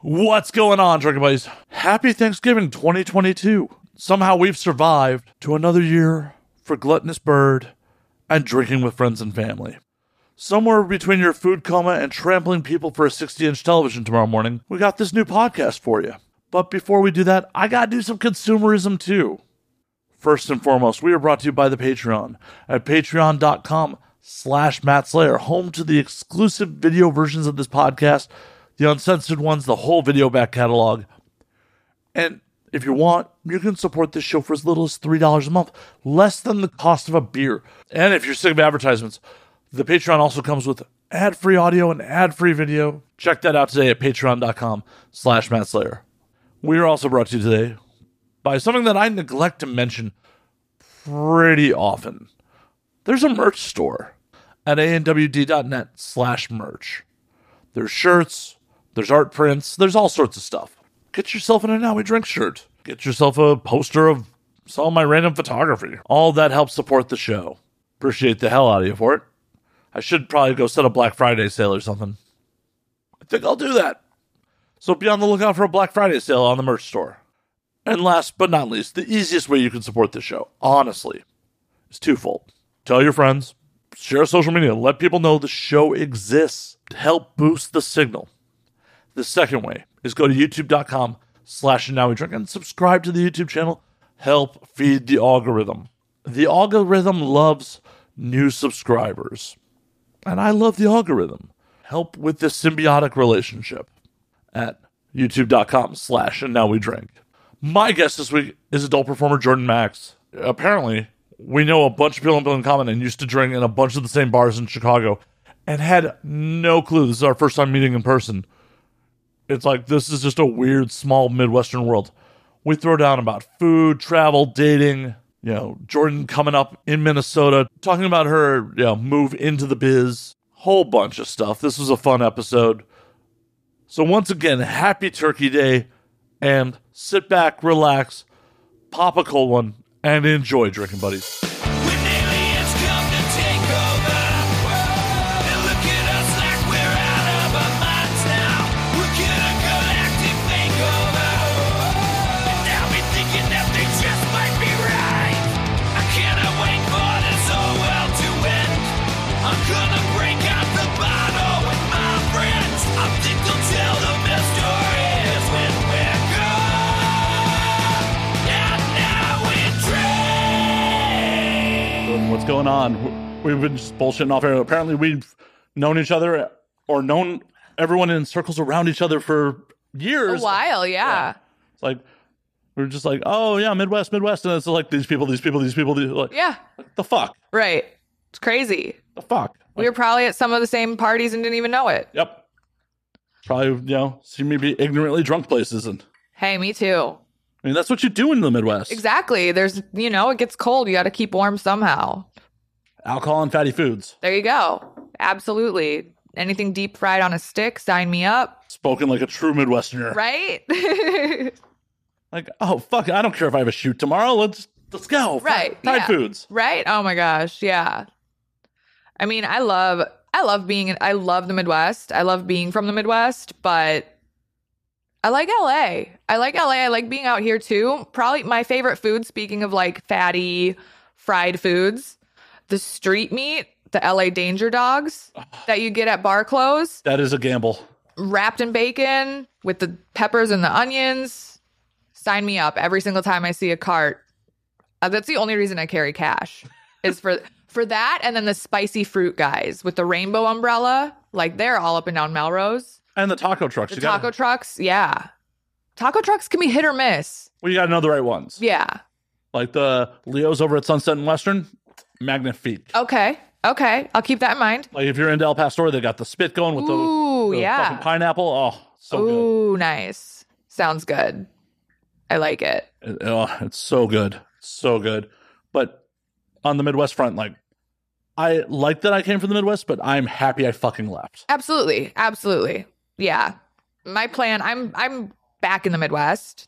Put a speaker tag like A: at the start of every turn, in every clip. A: What's going on, Dragon Buddies? Happy Thanksgiving 2022. Somehow we've survived to another year for Gluttonous Bird and drinking with friends and family. Somewhere between your food coma and trampling people for a 60 inch television tomorrow morning, we got this new podcast for you. But before we do that, I gotta do some consumerism too. First and foremost, we are brought to you by the Patreon at patreon.com slash Matt Slayer, home to the exclusive video versions of this podcast, the uncensored ones, the whole video back catalog. And if you want, you can support this show for as little as $3 a month, less than the cost of a beer. And if you're sick of advertisements, the Patreon also comes with ad-free audio and ad-free video. Check that out today at patreon.com slash Matt Slayer. We are also brought to you today by something that I neglect to mention pretty often. There's a merch store at anwd.net slash merch. There's shirts, there's art prints, there's all sorts of stuff. Get yourself an Now We Drink shirt. Get yourself a poster of some of my random photography. All that helps support the show. Appreciate the hell out of you for it. I should probably go set a Black Friday sale or something. I think I'll do that. So be on the lookout for a Black Friday sale on the merch store. And last but not least, the easiest way you can support this show, honestly, is twofold. Tell your friends, share social media, let people know the show exists to help boost the signal. The second way is go to youtube.com slash now we drink and subscribe to the YouTube channel. Help feed the algorithm. The algorithm loves new subscribers. And I love the algorithm. Help with this symbiotic relationship at youtube.com slash and now we drink. My guest this week is adult performer Jordan Max. Apparently, we know a bunch of people in Bill and Common and used to drink in a bunch of the same bars in Chicago and had no clue. This is our first time meeting in person. It's like this is just a weird small Midwestern world. We throw down about food, travel, dating, you know, Jordan coming up in Minnesota, talking about her, you know, move into the biz, whole bunch of stuff. This was a fun episode. So once again, happy Turkey Day and sit back, relax, pop a cold one, and enjoy drinking buddies.
B: When aliens come to take over, they look at us like we're out of our minds now. We're gonna go active makeover. And now we're thinking that they just might be right. I cannot wait for this whole world to end. I'm gonna break out the bottle with my friends. I think they'll tell the best stories when we're gone. And now we drink.
A: Jordan, What's going on? We've been just bullshitting off air. Apparently, we've known each other or known everyone in circles around each other for
C: a
A: years.
C: while, yeah.
A: It's like we're just like, oh yeah, Midwest, Midwest, and it's like these people, these people, these people, these, like
C: Yeah.
A: the fuck,
C: Right. It's crazy.
A: the fuck.
C: We were probably at some of the same parties and didn't even know it.
A: Yep. Probably you know see me be ignorantly drunk places, and
C: Hey, me too.
A: I mean that's what you do in the Midwest.
C: Exactly. There's, you know, it gets cold. You got to keep warm somehow.
A: Alcohol and fatty foods.
C: There you go. Absolutely. Anything deep fried on a stick, sign me up.
A: Spoken like a true Midwesterner.
C: Right?
A: Like, oh fuck, I don't care if I have a shoot tomorrow. Let's let's go.
C: Right,
A: Fried
C: yeah.
A: foods.
C: right? Oh my gosh. Yeah. I mean, I love, I love being, I love the Midwest. I love being from the Midwest, but I like LA. I like LA. I like being out here too. Probably my favorite food, speaking of like fatty fried foods, the street meat, the LA danger dogs that you get at bar close,
A: That is a gamble.
C: wrapped in bacon with the peppers and the onions. Sign me up every single time I see a cart. Uh, that's the only reason I carry cash is for for that and then the spicy fruit guys with the rainbow umbrella, like they're all up and down Melrose.
A: And the taco trucks.
C: The
A: you
C: taco
A: Gotta,
C: trucks, yeah. Taco trucks can be hit or miss.
A: well, you got to know the right ones.
C: Yeah.
A: Like the Leos over at Sunset and Western, magnifique.
C: Okay. Okay. I'll keep that in mind.
A: Like if you're into El Pastor, they got the spit going with
C: Ooh,
A: the, the
C: yeah.
A: fucking pineapple. Oh, so
C: Ooh, nice. Sounds good. I like it.
A: good. It- oh, it's so good, so good. But on the Midwest front, like I like that I came from the Midwest, but I'm happy I fucking left.
C: Absolutely. Absolutely. Yeah. My plan, I'm I'm back in the Midwest.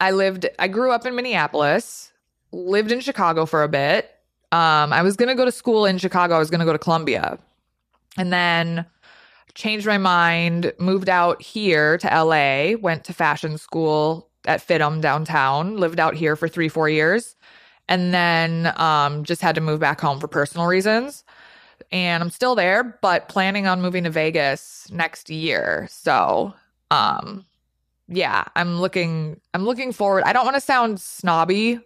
C: I lived I grew up in Minneapolis, lived in Chicago for a bit. Um I was going to go to school in Chicago. I was going to go to Columbia. And then changed my mind, moved out here to LA, went to fashion school at Fitum downtown, lived out here for three, four years, and then um, just had to move back home for personal reasons. And I'm still there, but planning on moving to Vegas next year. So, um, yeah, I'm looking. I'm looking forward. I don't want to sound snobby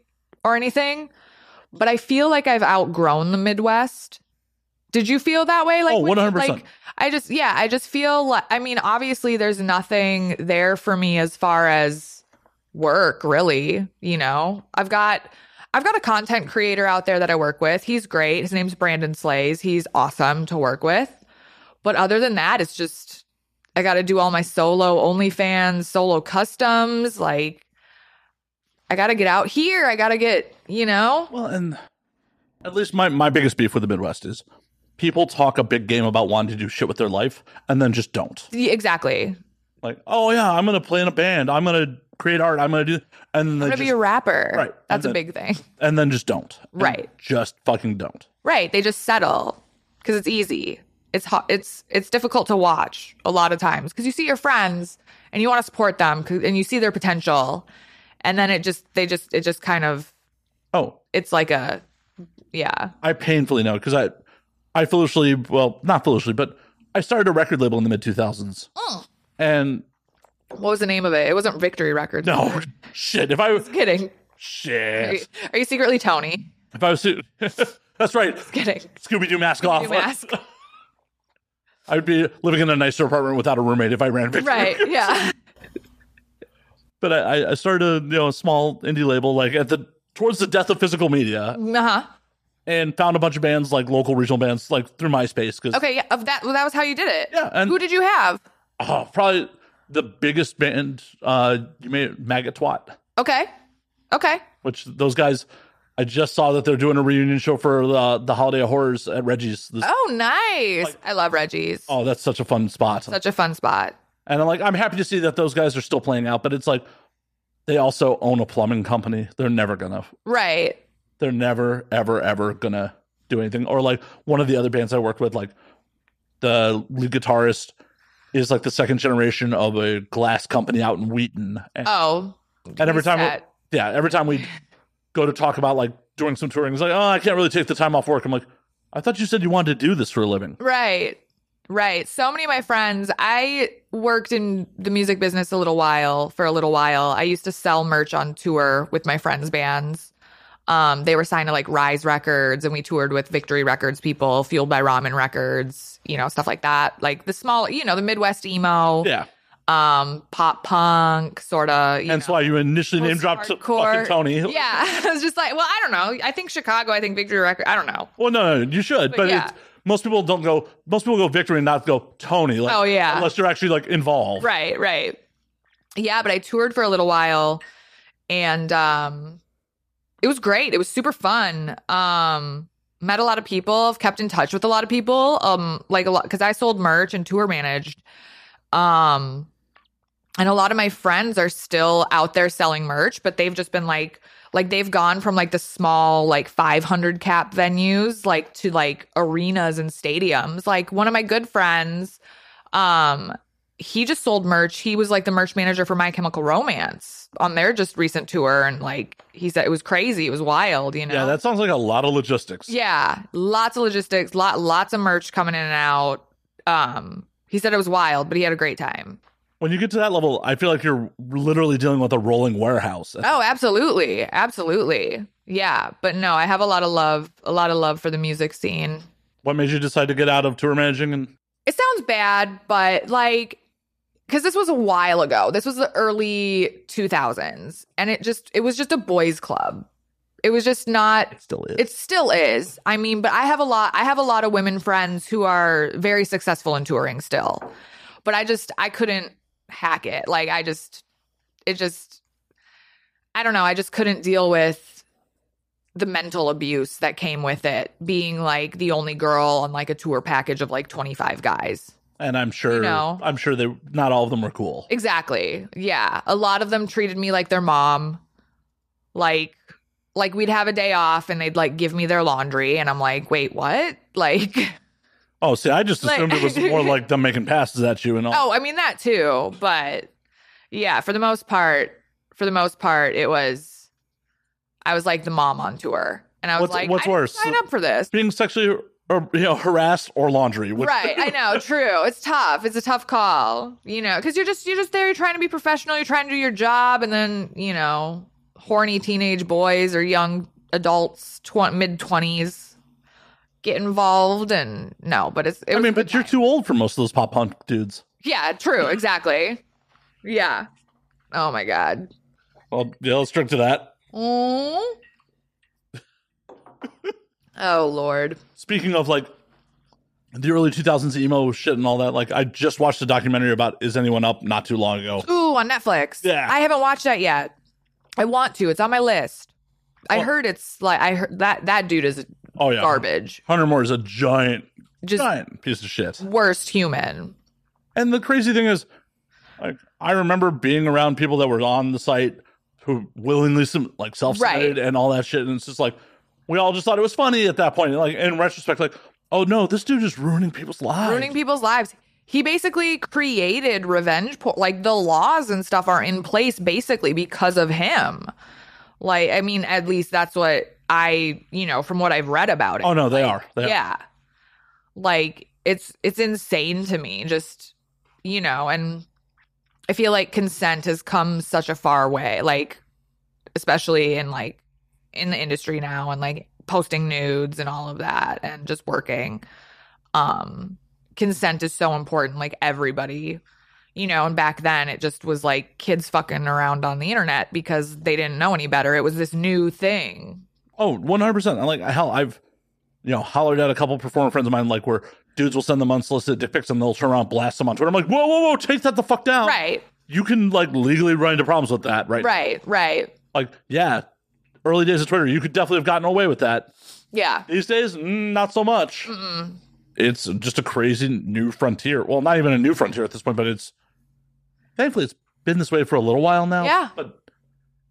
C: or anything, but I feel like I've outgrown the Midwest. Did you feel that way? Like
A: oh,
C: when you-
A: 100%.
C: Like I just, yeah, I just feel like, I mean, obviously, there's nothing there for me as far as work, really. You know, I've got, I've got a content creator out there that I work with. He's great. His name's Brandon Slays. He's awesome to work with. But other than that, it's just, I got to do all my solo OnlyFans, solo customs. Like, I got to get out here. I got to get, you know,
A: Well, and at least my, my biggest beef with the Midwest is people talk a big game about wanting to do shit with their life and then just don't.
C: Yeah, exactly.
A: Like, oh yeah, I'm gonna play in a band. I'm gonna create art. I'm gonna do, and then
C: I'm going to be
A: just,
C: a rapper.
A: Right. And
C: That's a
A: then-
C: big thing.
A: and then just don't. And
C: Right.
A: just fucking don't.
C: Right. They just settle because it's easy. It's hot. It's it's difficult to watch a lot of times because you see your friends and you want to support them 'cause- and you see their potential, and then it just they just it just kind of
A: Oh,
C: it's like a yeah
A: I painfully know because I, I foolishly, well, not foolishly, but I started a record label in the mid 2000s,
C: Oh.
A: and
C: what was the name of it? It wasn't Victory Records.
A: no, shit. If I
C: kidding. Are you,
A: shit,
C: are you secretly Tony?
A: if I was, to- that's right.
C: Kidding.
A: Scooby Doo mask off.
C: You mask.
A: I would be living in a nicer apartment without a roommate if I ran. Victory.
C: right. Yeah.
A: But I, I- I started a you know a small indie label like at the towards the death of physical media
C: Uh huh.
A: and found a bunch of bands like local regional bands like through MySpace because
C: Okay. Yeah. Of that. Well, that was how you did it.
A: Yeah, and-
C: Who did you have?
A: oh, probably the biggest band uh you made Maggot Twat,
C: Okay. Okay.
A: which those guys I just saw that they're doing a reunion show for the the Holiday of Horrors at Reggie's. This,
C: Oh, nice. I love Reggie's.
A: oh, that's such a fun spot.
C: Such a fun spot.
A: And I'm like, I'm happy to see that those guys are still playing out, but it's like they also own a plumbing company. They're never gonna,
C: Right.
A: they're never, ever, ever gonna do anything. Or like one of the other bands I worked with, like the lead guitarist is like the second generation of a glass company out in Wheaton. And,
C: Oh.
A: and every
C: he's
A: time,
C: sad.
A: yeah, every time we go to talk about like doing some touring, it's like, oh, I can't really take the time off work. I'm like, I thought you said you wanted to do this for a living.
C: Right. Right. So many of my friends, I worked in the music business a little while, for a little while. I used to sell merch on tour with my friends' bands. Um, they were signed to like Rise Records, and we toured with Victory Records people, fueled by Ramen Records, you know, stuff like that. Like the small, you know, the Midwest emo,
A: Yeah.
C: um, pop punk, sort of.
A: And so why you initially name dropped fucking Tony.
C: Yeah, I was just like, well, I don't know. I think Chicago. I think Victory Record. I don't know.
A: Well, no, no, you should, but,
C: yeah.
A: it's, most people don't go. Most people go victory and not go Tony. Like,
C: Oh, yeah.
A: unless you're actually like involved.
C: Right, right. Yeah, but I toured for a little while and um it was great. It was super fun. Um met a lot of people, I've kept in touch with a lot of people. Um like a lot cuz I sold merch and tour managed. Um and a lot of my friends are still out there selling merch, but they've just been like like they've gone from like the small like 500 cap venues like to like arenas and stadiums. Like one of my good friends um he just sold merch. He was like the merch manager for My Chemical Romance on their just recent tour, and like he said, it was crazy. It was wild, you know.
A: Yeah, that sounds like a lot of logistics.
C: yeah. Lots of logistics, lot lots of merch coming in and out. Um, he said it was wild, but he had a great time.
A: When you get to that level, I feel like you're literally dealing with a rolling warehouse.
C: Oh, absolutely, absolutely, yeah. But no, I have a lot of love, a lot of love for the music scene.
A: What made you decide to get out of tour managing? And
C: it sounds bad, but like, because this was a while ago. This was the early 2000s, and it just it was just a boys' club. It was just not.
A: it still is.
C: It still is. I mean, but I have a lot. I have a lot of women friends who are very successful in touring still, but I just I couldn't hack it. Like I just, it just, I don't know. I just couldn't deal with the mental abuse that came with it being like the only girl on like a tour package of like 25 guys.
A: and I'm sure.
C: know.
A: I'm sure they not all of them were cool.
C: Exactly. Yeah. A lot of them treated me like their mom. Like like we'd have a day off and they'd like give me their laundry and I'm like, "Wait, what?" Like
A: Oh, see, I just
C: Like-
A: assumed it was more like them making passes at you and all.
C: Oh, I mean that too, but yeah, for the most part, for the most part, it was I was like the mom on tour, and I was
A: What's-
C: like,
A: what's
C: I didn't
A: worse?
C: sign up for this,
A: Being sexually or you know harassed or laundry. Which,
C: right? I know, true. It's tough. It's a tough call, you know, because you're just you're just there. You're trying to be professional. You're trying to do your job, and then you know, horny teenage boys or young adults, tw- mid twenties, get involved, and no, but it's. It
A: I
C: was a
A: mean,
C: good
A: but you're
C: time.
A: too old for most of those pop punk dudes.
C: Yeah, true. Exactly. Yeah. Oh my god.
A: Well, yeah, let's drink to that.
C: Mm. oh lord.
A: Speaking of like the early 2000s emo shit and all that, like I just watched a documentary about Is Anyone Up not too long ago.
C: Ooh, on Netflix.
A: Yeah.
C: I haven't watched that yet. I want to. It's on my list. I
A: Well-
C: heard it's like I heard that that dude is
A: Oh yeah,
C: garbage.
A: Hunter Moore is a giant,
C: Just
A: giant piece of shit.
C: worst human.
A: And the crazy thing is, like, I remember being around people that were on the site who willingly some like self cited and all that shit, and it's just like we all just thought it was funny at that point. And, like in retrospect, like, oh no, this dude is ruining people's lives.
C: Ruining people's lives. He basically created revenge porn. Like the laws and stuff are in place basically because of him. Like I mean, at least that's what I, you know, from what I've read about it.
A: oh no, they are. They Are.
C: yeah like it's it's insane to me just you know and i feel like consent has come such a far way like especially in like in the industry now and like posting nudes and all of that and just working um consent is so important like everybody you know and back then it just was like kids fucking around on the internet because they didn't know any better it was this new thing
A: Oh, 100 percent. Like hell, I've you know hollered at a couple performer friends of mine, like where dudes will send them unsolicited dick pics and they'll turn around and blast them on Twitter. I'm like, whoa, whoa, whoa, take that the fuck down.
C: right
A: You can like legally run into problems with that, right?
C: right right
A: Like, yeah, early days of Twitter, you could definitely have gotten away with that.
C: yeah
A: These days, mm, not so much.
C: Mm-mm.
A: It's just a crazy new frontier. Well, not even a new frontier at this point, but it's thankfully it's been this way for a little while now.
C: Yeah.
A: But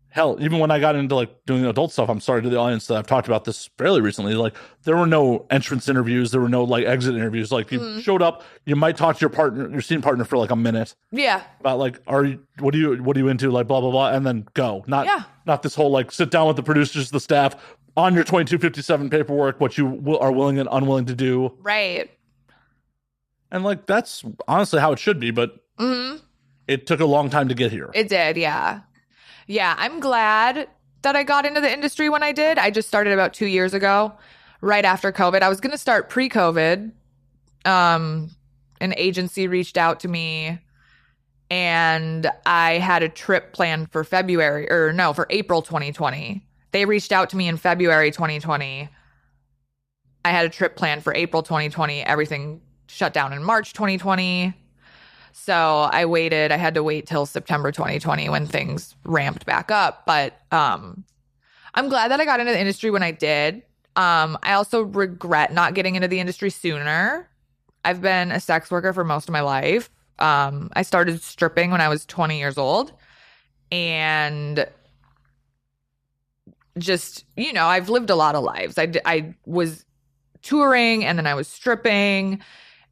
A: hell, even when I got into like doing adult stuff, I'm sorry to the audience that I've talked about this fairly recently. Like there were no entrance interviews, there were no like exit interviews. Like you
C: Mm.
A: showed up, you might talk to your partner, your scene partner for like a minute
C: Yeah.
A: about like are you what are you what are you into like blah blah blah and then go not
C: Yeah.
A: not this whole like sit down with the producers the staff on your 2257 paperwork what you will, are willing and unwilling to do
C: Right.
A: and like that's honestly how it should be but
C: hmm
A: it took a long time to get here
C: It did. Yeah. Yeah. I'm glad that I got into the industry when I did. I just started about two years ago, right after COVID. I was going to start pre COVID. Um, an agency reached out to me and I had a trip planned for February or no, for April 2020. They reached out to me in February 2020. I had a trip planned for April 2020. Everything shut down in March 2020. So I waited. I had to wait till September 2020 when things ramped back up. But um, I'm glad that I got into the industry when I did. Um, I also regret not getting into the industry sooner. I've been a sex worker for most of my life. Um, I started stripping when I was 20 years old. And just, you know, I've lived a lot of lives. I, d- I was touring and then I was stripping.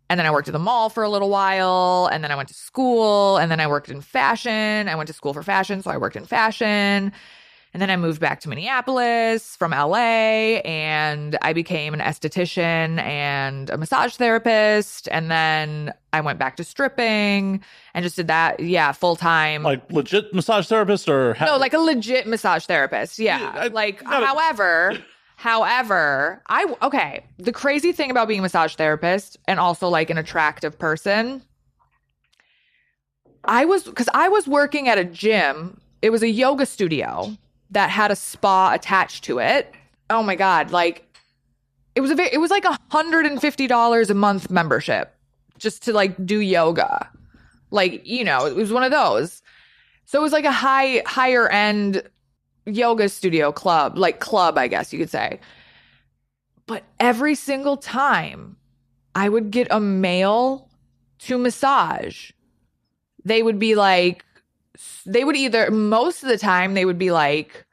C: And then I worked at the mall for a little while. And then I went to school. And then I worked in fashion. I went to school for fashion. So I worked in fashion. And then I moved back to Minneapolis from LA. And I became an esthetician and a massage therapist. And then I went back to stripping and just did that. Yeah, full time.
A: like legit massage therapist or ha-
C: No, like a legit massage therapist. Yeah.
A: Yeah, I-
C: like,
A: not a-
C: however, however, I, okay. The crazy thing about being a massage therapist and also like an attractive person, I was, because I was working at a gym, it was a yoga studio that had a spa attached to it. Oh my God. Like, it was a ve- it was like $150 a month membership just to like do yoga. Like, you know, it was one of those. So it was like a high higher end yoga studio club, like club, I guess you could say. But every single time I would get a male to massage, they would be like they would either most of the time they would be like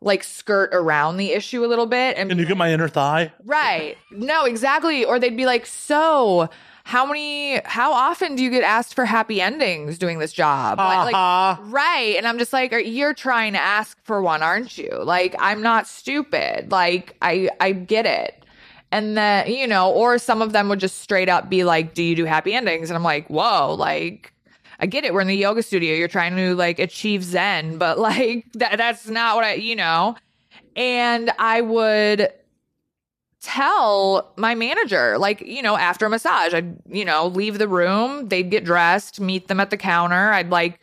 C: like skirt around the issue a little bit and
A: Can you get my inner thigh?
C: Right. No, exactly. Or they'd be like, so how many, how often do you get asked for happy endings doing this job? Like- like,
A: Uh-huh.
C: right. And I'm just like, are, you're trying to ask for one, aren't you? Like, I'm not stupid. Like, I, I get it. And then, you know, or some of them would just straight up be like, do you do happy endings? And I'm like, whoa, like, I get it. We're in the yoga studio. You're trying to like achieve Zen, but like that, that's not what I, you know. And I would tell my manager, like, you know, after a massage, I'd, you know, leave the room. They'd get dressed, meet them at the counter. I'd like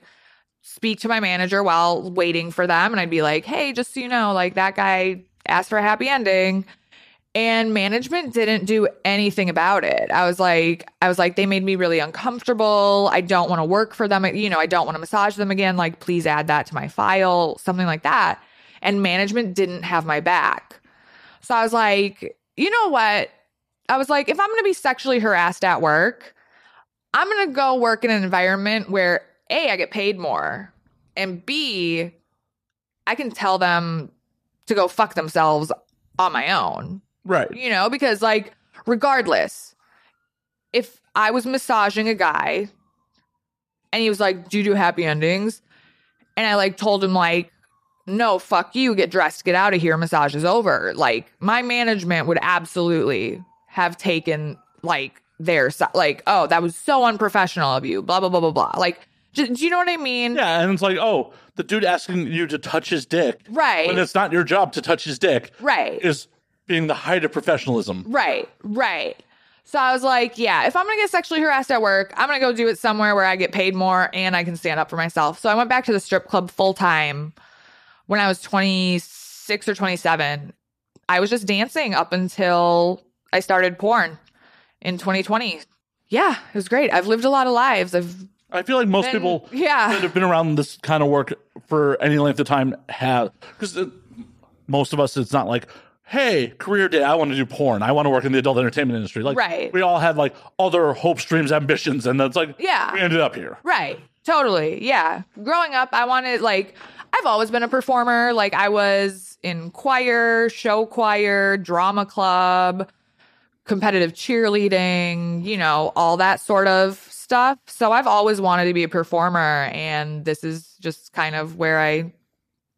C: speak to my manager while waiting for them. And I'd be like, hey, just so you know, like that guy asked for a happy ending. And management didn't do anything about it. I was like, I was like, they made me really uncomfortable. I don't want to work for them. You know, I don't want to massage them again. Like, please add that to my file, something like that. And management didn't have my back. So I was like, you know what? I was like, if I'm going to be sexually harassed at work, I'm going to go work in an environment where A, I get paid more, and B, I can tell them to go fuck themselves on my own,
A: Right.
C: you know, because like, regardless, if I was massaging a guy and he was like, do you do happy endings? And I like told him, like, no, fuck you, get dressed, get out of here, massage is over. Like, my management would absolutely have taken, like, their side, like, oh, that was so unprofessional of you, blah, blah, blah, blah, blah. Like, do, do you know what I mean?
A: Yeah, and it's like, oh, the dude asking you to touch his dick when
C: Right.
A: it's not your job to touch his dick
C: Right.
A: is being the height of professionalism.
C: Right, right. So I was like, yeah, if I'm going to get sexually harassed at work, I'm going to go do it somewhere where I get paid more and I can stand up for myself. So I went back to the strip club full time when I was 26 or 27. I was just dancing up until I started porn in 2020. Yeah, it was great. I've lived a lot of lives. I've
A: I feel like most
C: been,
A: people that
C: yeah,
A: have been around this kind of work for any length of time have because most of us it's not like hey career day i want to do porn i want to work in the adult entertainment industry like
C: Right.
A: we all had like other hopes dreams ambitions and that's like
C: Yeah.
A: we ended up here
C: Right. Totally. Yeah. Growing up, I wanted like I've always been a performer. Like I was in choir, show choir, drama club, competitive cheerleading, you know, all that sort of stuff. So I've always wanted to be a performer and this is just kind of where I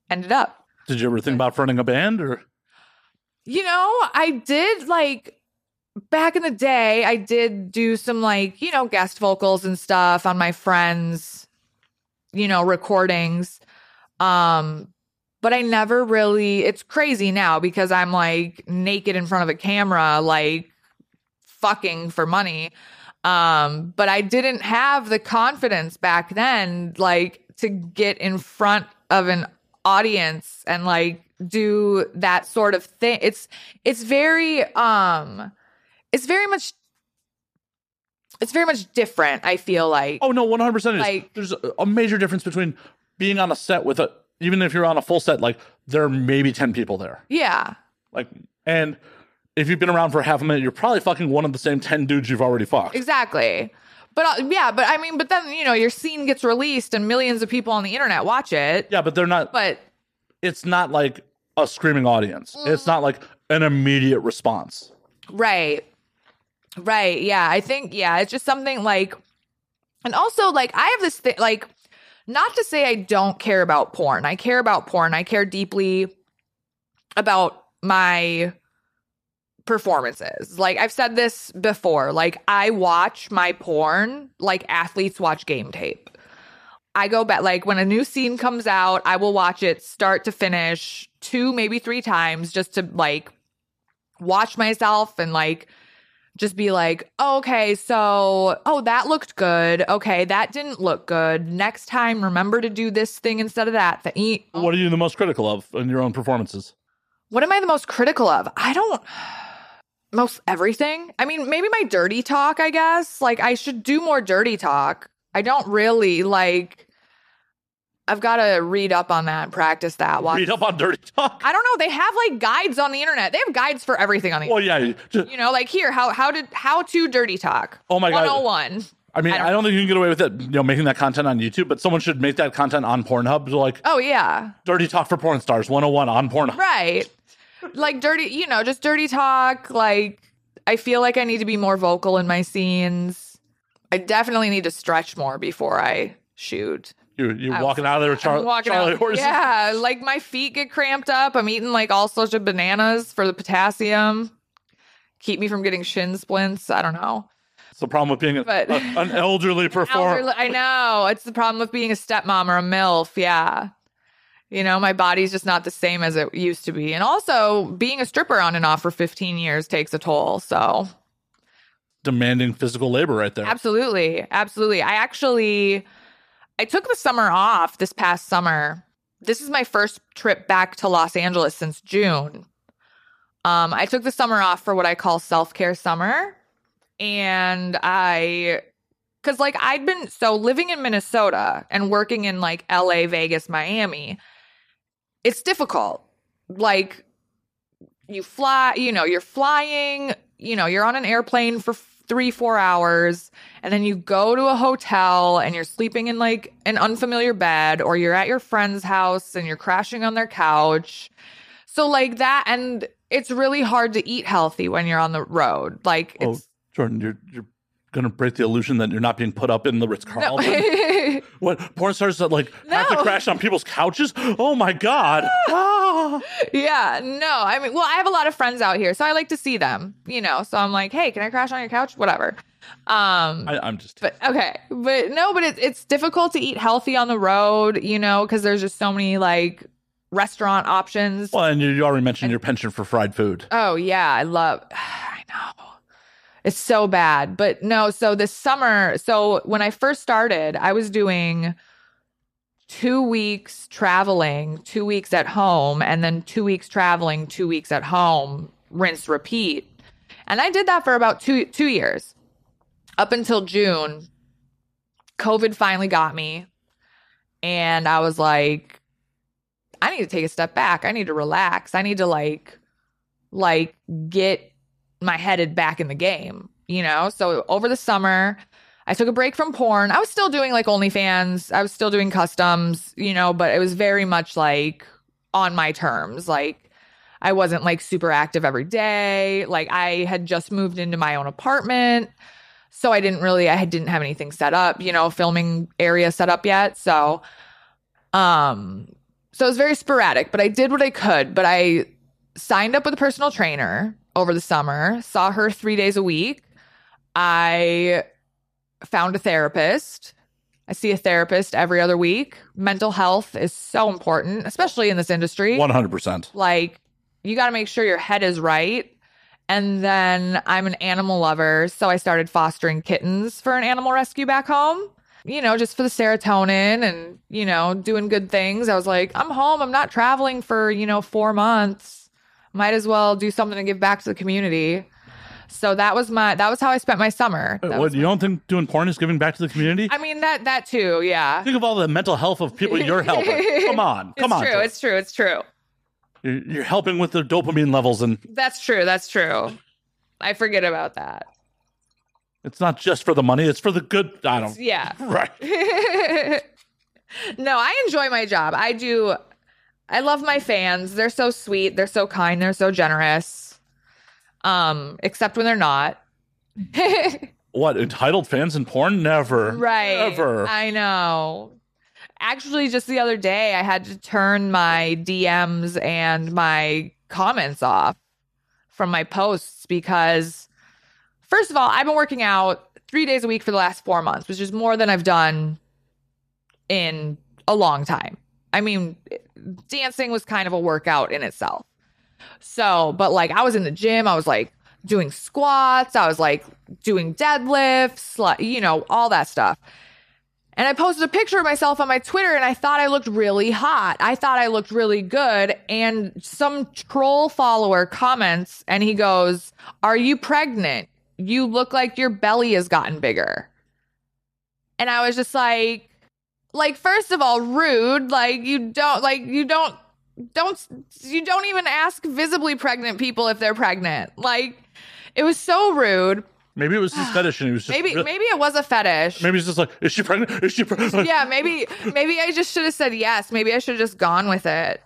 C: ended up.
A: did you ever think about fronting a band or
C: You know, I did like back in the day, I did do some like, you know, guest vocals and stuff on my friends, you know, recordings. Um but I never really it's crazy now because I'm like naked in front of a camera like fucking for money. Um but I didn't have the confidence back then like to get in front of an audience and like do that sort of thing it's it's very um it's very much it's very much different i feel like
A: oh no 100% it is.
C: Like-
A: there's a- a major difference between being on a set with a even if you're on a full set like there are maybe 10 people there
C: yeah
A: like and if you've been around for half a minute you're probably fucking one of the same 10 dudes you've already fucked
C: exactly but uh, yeah but i mean but then you know your scene gets released and millions of people on the internet watch it
A: yeah but they're not
C: but
A: it's not like a screaming audience. It's not like an immediate response.
C: Right. Right. Yeah. I think, yeah, it's just something like, and also, like, I have this thing, like, not to say I don't care about porn. I care about porn. I care deeply about my performances. Like, I've said this before. Like, I watch my porn like athletes watch game tape. I go back, like, when a new scene comes out, I will watch it start to finish two, maybe three times just to, like, watch myself and like just be like, oh, okay, so, oh, that looked good. Okay, that didn't look good. Next time, remember to do this thing instead of that. e- thing.
A: What are you the most critical of in your own performances?
C: What am I the most critical of? I don't. Most everything. I mean, maybe my dirty talk, I guess. Like, I should do more dirty talk. I don't really like. I've got to read up on that, practice that. Watch.
A: Read up on dirty talk.
C: I don't know. They have like guides on the internet. They have guides for everything on the
A: Well, yeah. ju-
C: You know, like here, how how did how to dirty talk?
A: Oh my God.
C: 101.
A: I mean, I
C: I
A: don't,
C: don't-
A: think you can get away with it, you know, making that content on YouTube, but someone should make that content on Pornhub. So like
C: Oh yeah.
A: Dirty Talk for Porn Stars 101 on Pornhub.
C: Right. Like dirty, you know, just dirty talk. Like I feel like I need to be more vocal in my scenes. I definitely need to stretch more before I shoot.
A: You you
C: I-
A: walking out of there with Char-
C: I'm walking
A: Charlie
C: out.
A: horses.
C: Yeah, like my feet get cramped up. I'm eating like all sorts of bananas for the potassium. Keep me from getting shin splints. I don't know.
A: It's the problem with being a,
C: But-
A: a- an elderly performer.
C: Elderly- I know. It's the problem with being a stepmom or a MILF. Yeah. You know, my body's just not the same as it used to be. And also, being a stripper on and off for 15 years takes a toll. So,
A: Demanding physical labor right there.
C: absolutely. Absolutely. I actually I took the summer off this past summer. This is my first trip back to Los Angeles since June. Um, I took the summer off for what I call self care summer. And I, because like I'd been, so living in Minnesota and working in like LA, Vegas, Miami, it's difficult. Like you fly, you know, you're flying, you know, you're on an airplane for f- three, four hours and then you go to a hotel and you're sleeping in like an unfamiliar bed or you're at your friend's house and you're crashing on their couch so like that and it's really hard to eat healthy when you're on the road like
A: Oh,
C: it's
A: Jordan, you're you're gonna break the illusion that you're not being put up in the Ritz
C: no.
A: Carlton. what porn stars that like have to
C: No.
A: crash on people's couches? Oh my god! Ah.
C: yeah no i mean well i have a lot of friends out here so i like to see them you know so i'm like hey can i crash on your couch whatever um
A: I, I'm just
C: But okay, but no, but it's it's difficult to eat healthy on the road, you know, because there's just so many like restaurant options.
A: well, and you, you already mentioned your penchant for fried food.
C: Oh yeah, I love. I know it's so bad, but no. So this summer, so when I first started, I was doing two weeks traveling, two weeks at home, and then two weeks traveling, two weeks at home, rinse, repeat. And I did that for about two two years, up until June. COVID finally got me, and I was like, I need to take a step back. I need to relax. I need to like like get my headed back in the game, you know? So over the summer, I took a break from porn. I was still doing like OnlyFans, I was still doing customs, you know, but it was very much like on my terms. Like I wasn't like super active every day. Like I had just moved into my own apartment. So I didn't really I didn't have anything set up, you know, filming area set up yet. So um so it was very sporadic, but I did what I could, but I signed up with a personal trainer over the summer, saw her three days a week. I found a therapist. I see a therapist every other week. Mental health is so important, especially in this industry.
A: One hundred percent.
C: Like, you got to make sure your head is right. And then I'm an animal lover. So I started fostering kittens for an animal rescue back home, you know, just for the serotonin and, you know, doing good things. I was like, I'm home. I'm not traveling for, you know, four months. Might as well do something to give back to the community. So that was my, that was how I spent my summer. That
A: What
C: was-
A: you don't think doing porn is giving back to the community?
C: I mean, that, that too. Yeah.
A: Think of all the mental health of people you're helping. Come on, come
C: it's
A: on.
C: true.
A: Jordan.
C: It's true. It's true.
A: You're- you're helping with their dopamine levels, and
C: That's true. That's true. I forget about that.
A: it's not just for the money; it's for the good. I don't.
C: Yeah.
A: Right.
C: no, I enjoy my job. I do. I love my fans. They're so sweet. They're so kind. They're so generous. Um, except when they're not.
A: What entitled fans in porn? Never.
C: right.
A: Never.
C: I know. Actually, just the other day, I had to turn my DMs and my comments off from my posts because, first of all, I've been working out three days a week for the last four months, which is more than I've done in a long time. I mean, dancing was kind of a workout in itself. So, but like I was in the gym, I was like doing squats, I was like doing deadlifts, like, you know, all that stuff. And I posted a picture of myself on my Twitter and I thought I looked really hot. I thought I looked really good. And some troll follower comments and he goes, Are you pregnant? You look like your belly has gotten bigger. And I was just like, like first of all rude like you don't like you don't don't you don't even ask visibly pregnant people if they're pregnant like it was so rude
A: Maybe it was his fetish, and he was just
C: Maybe
A: re-
C: maybe it was a fetish.
A: maybe he's just like, is she pregnant? Is she pregnant? Like,
C: yeah, maybe maybe I just should have said yes. Maybe I should have just gone with it.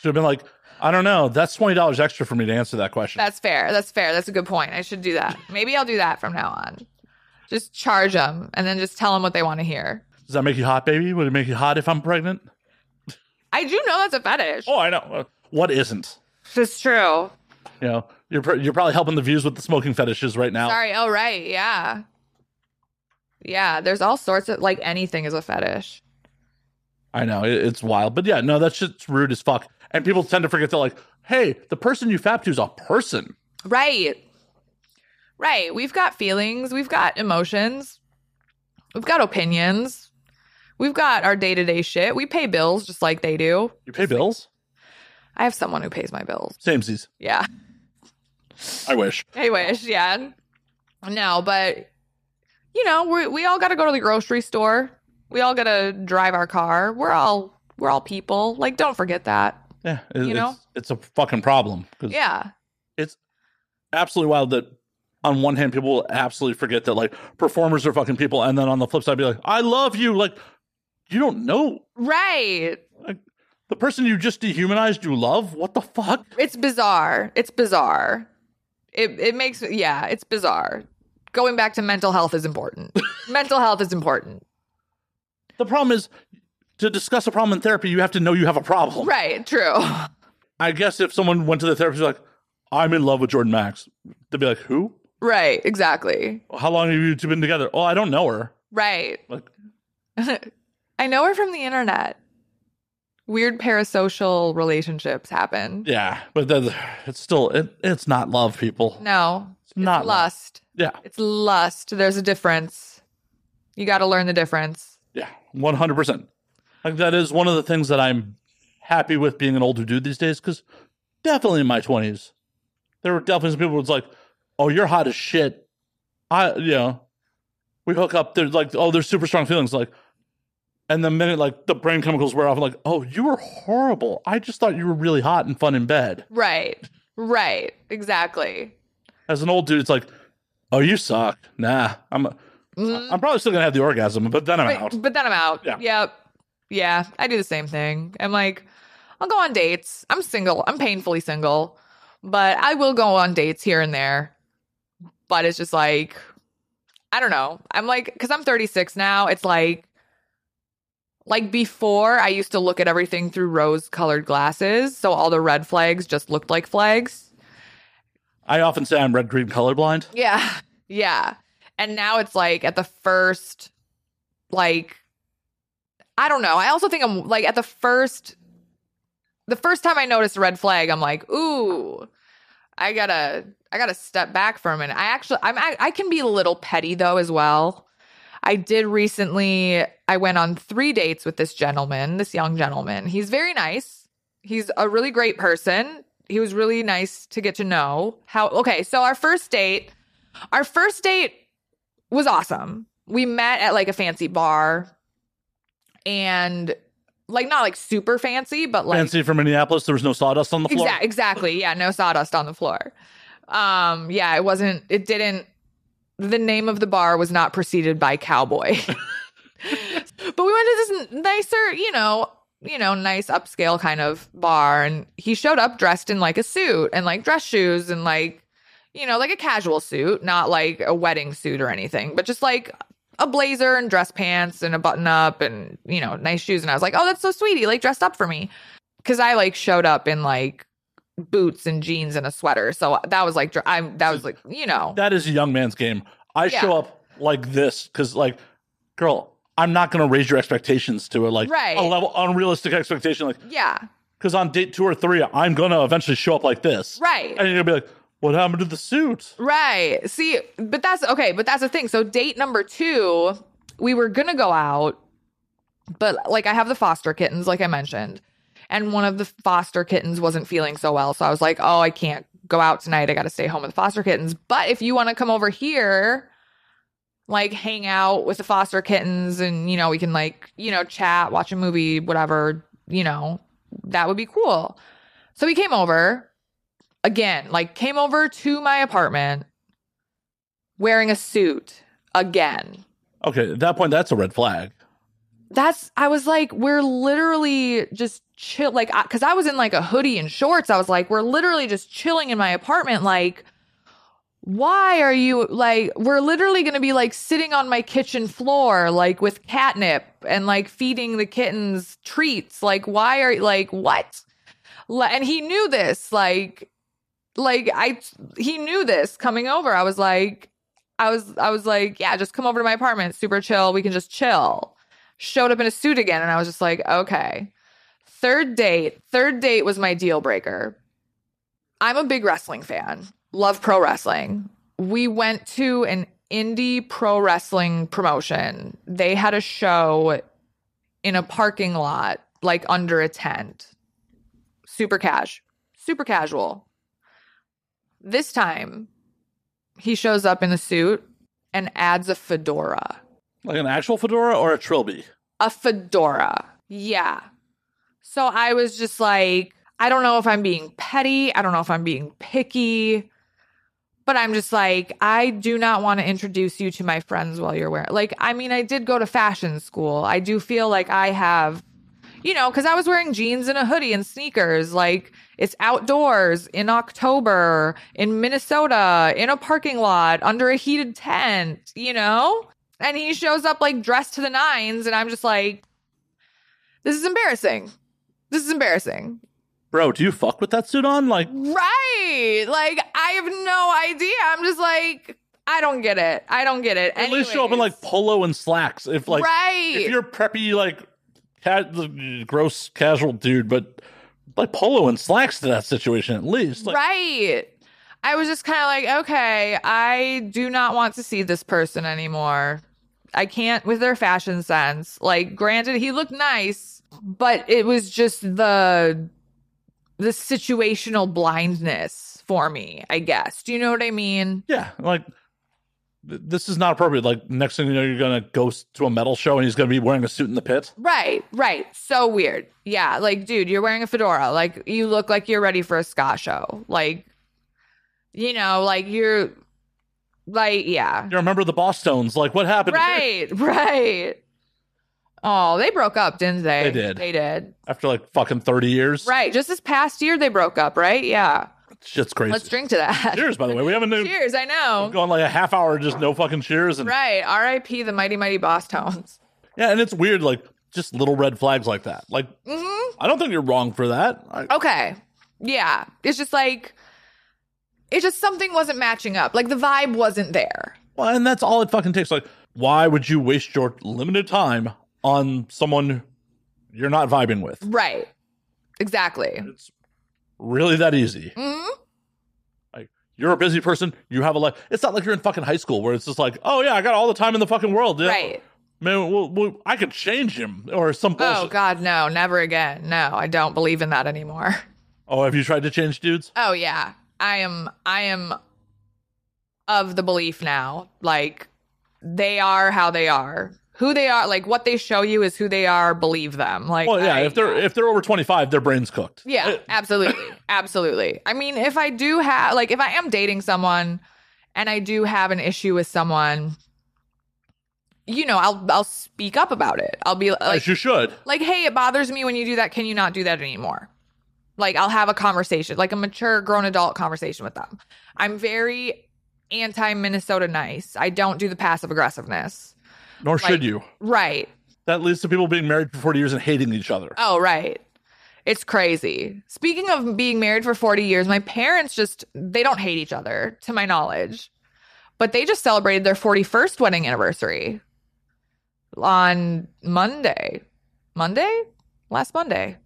A: Should have been like, I don't know. That's twenty dollars extra for me to answer that question.
C: That's fair. That's fair. That's a good point. I should do that. Maybe I'll do that from now on. Just charge them and then just tell them what they want to hear.
A: Does that make you hot, baby? Would it make you hot if I'm pregnant?
C: I do know that's a fetish.
A: Oh, I know. Uh, What isn't?
C: It's true.
A: You know, you're pr- you're probably helping the views with the smoking fetishes right now.
C: Sorry. Oh, right. Yeah. Yeah. There's all sorts of like anything is a fetish.
A: I know it, it's wild, but yeah, no, that shit's rude as fuck. And people tend to forget that, like, hey, the person you fap to is a person.
C: Right. Right. We've got feelings. We've got emotions. We've got opinions. We've got our day to day shit. We pay bills just like they do.
A: You pay bills.
C: I have someone who pays my bills.
A: Samesies.
C: Yeah.
A: I wish.
C: I wish. Yeah. No, but you know, we we all got to go to the grocery store. We all got to drive our car. We're all we're all people. Like, don't forget that.
A: Yeah, it,
C: You know?
A: it's, it's a fucking problem. 'cause
C: Yeah.
A: absolutely wild that on one hand people will absolutely forget that like performers are fucking people, and then on the flip side be like, I love you. Like you don't know
C: Right.
A: the person you just dehumanized you love. What the fuck?
C: It's bizarre. It's bizarre. It it makes yeah, it's bizarre. Going back to mental health is important. mental health is important.
A: The problem is to discuss a problem in therapy, you have to know you have a problem.
C: Right, true.
A: I guess if someone went to the therapist like, I'm in love with Jordan Max, they'd be like, Who?
C: Right, exactly.
A: How long have you two been together? Oh, I don't know her.
C: Right.
A: Like
C: I know her from the internet. Weird parasocial relationships happen.
A: yeah, but that's it's still it, it's not love, people.
C: No.
A: it's not love.
C: it's lust.
A: Yeah,
C: It's lust. There's a difference. You got to learn the difference.
A: Yeah, one hundred percent. Like that is one of the things that I'm happy with being an older dude these days. Because definitely in my twenties, there were definitely some people who was like, "Oh, you're hot as shit." I, you know, we hook up. They're like, "Oh, there's super strong feelings." Like, and the minute like the brain chemicals wear off, I'm like, "Oh, you were horrible. I just thought you were really hot and fun in bed."
C: Right. Right. Exactly.
A: As an old dude, it's like, "Oh, you suck." Nah, I'm.
C: Mhm.
A: I'm probably still gonna have the orgasm, but then I'm
C: But-
A: out.
C: But, then I'm out.
A: Yeah.
C: Yep. Yeah. I do the same thing. I'm like, I'll go on dates. I'm single. I'm painfully single, but I will go on dates here and there. But it's just like, I don't know. I'm like, because I'm 36 now. It's like, like before, I used to look at everything through rose colored glasses. So all the red flags just looked like flags.
A: I often say I'm red, green, colorblind.
C: Yeah. Yeah. And now it's like at the first, like, I don't know. I also think I'm like at the first, the first time I noticed a red flag, I'm like, ooh, I gotta, I gotta step back for a minute. I actually, I'm, I, I can be a little petty though as well. I did recently, I went on three dates with this gentleman, this young gentleman. He's very nice. He's a really great person. He was really nice to get to know. How, okay, so our first date, our first date was awesome. We met at like a fancy bar and like not like super fancy, but like
A: Fancy from Minneapolis, there was no sawdust on the floor.
C: Exactly. Exactly. Yeah. No sawdust on the floor. Um. Yeah. It wasn't. It didn't. The name of the bar was not preceded by cowboy. but we went to this nicer, you know, you know, nice upscale kind of bar, and he showed up dressed in like a suit and like dress shoes and like, you know, like a casual suit, not like a wedding suit or anything, but just like a blazer and dress pants and a button up and you know nice shoes and i was like oh that's so sweet he like dressed up for me because i like showed up in like boots and jeans and a sweater so that was like dr- i'm that was like you know
A: That is a young man's game. I
C: Yeah.
A: show up like this because, like, girl, I'm not going to raise your expectations to a like
C: Right.
A: a level unrealistic expectation. Like,
C: yeah
A: because on date two or three, I'm going to eventually show up like this,
C: right
A: and you're gonna be like, "What happened to the suit?"
C: Right. See, but that's okay, but that's the thing. So date number 2, we were going to go out, but like I have the foster kittens like I mentioned. And one of the foster kittens wasn't feeling so well, so I was like, "Oh, I can't go out tonight. I got to stay home with the foster kittens. But if you want to come over here, like hang out with the foster kittens and you know, we can like, you know, chat, watch a movie, whatever, you know, that would be cool." So he came over again, like came over to my apartment wearing a suit again.
A: Okay, at that point, that's a red flag.
C: That's, I was like, we're literally just chill. Like, I, cause I was in like a hoodie and shorts. I was like, we're literally just chilling in my apartment. Like, why are you like, we're literally going to be like sitting on my kitchen floor, like with catnip and like feeding the kittens treats. Like, why are like, what? Li- And he knew this. Like, like I, he knew this coming over. I was like, I was I was like, yeah, just come over to my apartment, super chill. We can just chill. Showed up in a suit again, and I was just like, okay. Third date, third date was my deal breaker. I'm a big wrestling fan, love pro wrestling. We went to an indie pro wrestling promotion. They had a show in a parking lot, like under a tent. Super cash, super casual. This time, he shows up in a suit and adds a fedora.
A: Like an actual fedora or a trilby?
C: A fedora. Yeah. So I was just like, I don't know if I'm being petty. I don't know if I'm being picky, but I'm just like, I do not want to introduce you to my friends while you're wearing. Like, I mean, I did go to fashion school. I do feel like I have, you know, because I was wearing jeans and a hoodie and sneakers. Like, it's outdoors in October in Minnesota in a parking lot under a heated tent, you know? And he shows up like dressed to the nines, and I'm just like, this is embarrassing. This is embarrassing.
A: Bro, do you fuck with that suit on? Like,
C: Right. Like, I have no idea. I'm just like, I don't get it. I don't get it.
A: at least show up in
C: Anyways.
A: like polo and slacks. If like,
C: right.
A: if you're preppy, like, ca- the gross casual dude, but like polo and slacks to that situation at least. Like,
C: right. I was just kind of like, okay, I do not want to see this person anymore. I can't with their fashion sense. Like, granted, he looked nice, but it was just the the situational blindness for me, I guess. Do you know what I mean?
A: Yeah, like th- this is not appropriate. Like next thing you know, you're gonna go s- to a metal show and he's gonna be wearing a suit in the pit.
C: Right, right. So weird. Yeah, like, dude, you're wearing a fedora. Like, you look like you're ready for a ska show. Like, you know, like you're, like, yeah.
A: You remember the Boston's? Like what happened? here?
C: Right, right. Oh, they broke up, didn't they?
A: They did.
C: They did.
A: After like fucking thirty years,
C: Right. Just this past year, they broke up, right? Yeah.
A: Shit's crazy.
C: Let's drink to that.
A: Cheers, by the way. We haven't even
C: Cheers, I know.
A: gone like a half hour just no fucking cheers and
C: Right. RIP, the mighty, mighty boss tones.
A: yeah, and it's weird. Like just little red flags like that. Like
C: hmm
A: I don't think you're wrong for that. I,
C: Okay. Yeah. It's just like, it's just something wasn't matching up. Like the vibe wasn't there.
A: well, and that's all it fucking takes. Like why would you waste your limited time on someone you're not vibing with?
C: Right. Exactly.
A: It's really that easy.
C: hmm
A: you're a busy person. You have a life. It's not like you're in fucking high school where it's just like, oh yeah, I got all the time in the fucking world. Yeah,
C: Right.
A: man. Well, well, I could change him or some
C: Oh,
A: bullshit. Oh,
C: God. No, never again. No, I don't believe in that anymore.
A: Oh, have you tried to change dudes?
C: Oh, yeah. I am, I am of the belief now. Like they are how they are. Who they are, like what they show you is who they are. Believe them. Like,
A: Well, yeah.
C: I-
A: if they're if they're over twenty five, their brain's cooked.
C: Yeah, absolutely. absolutely. I mean, if I do have, like, if I am dating someone and I do have an issue with someone, you know, I'll I'll speak up about it. I'll be
A: As
C: like,
A: you should.
C: like, hey, it bothers me when you do that. Can you not do that anymore? Like, I'll have a conversation, like a mature grown adult conversation with them. I'm very anti Minnesota nice. I don't do the passive aggressiveness.
A: Nor
C: like-
A: should you.
C: Right.
A: That leads to people being married for forty years and hating each other.
C: Oh, right. It's crazy. Speaking of being married for 40 years, my parents just they don't hate each other to my knowledge. But they just celebrated their 41st wedding anniversary on Monday. Monday? Last Monday.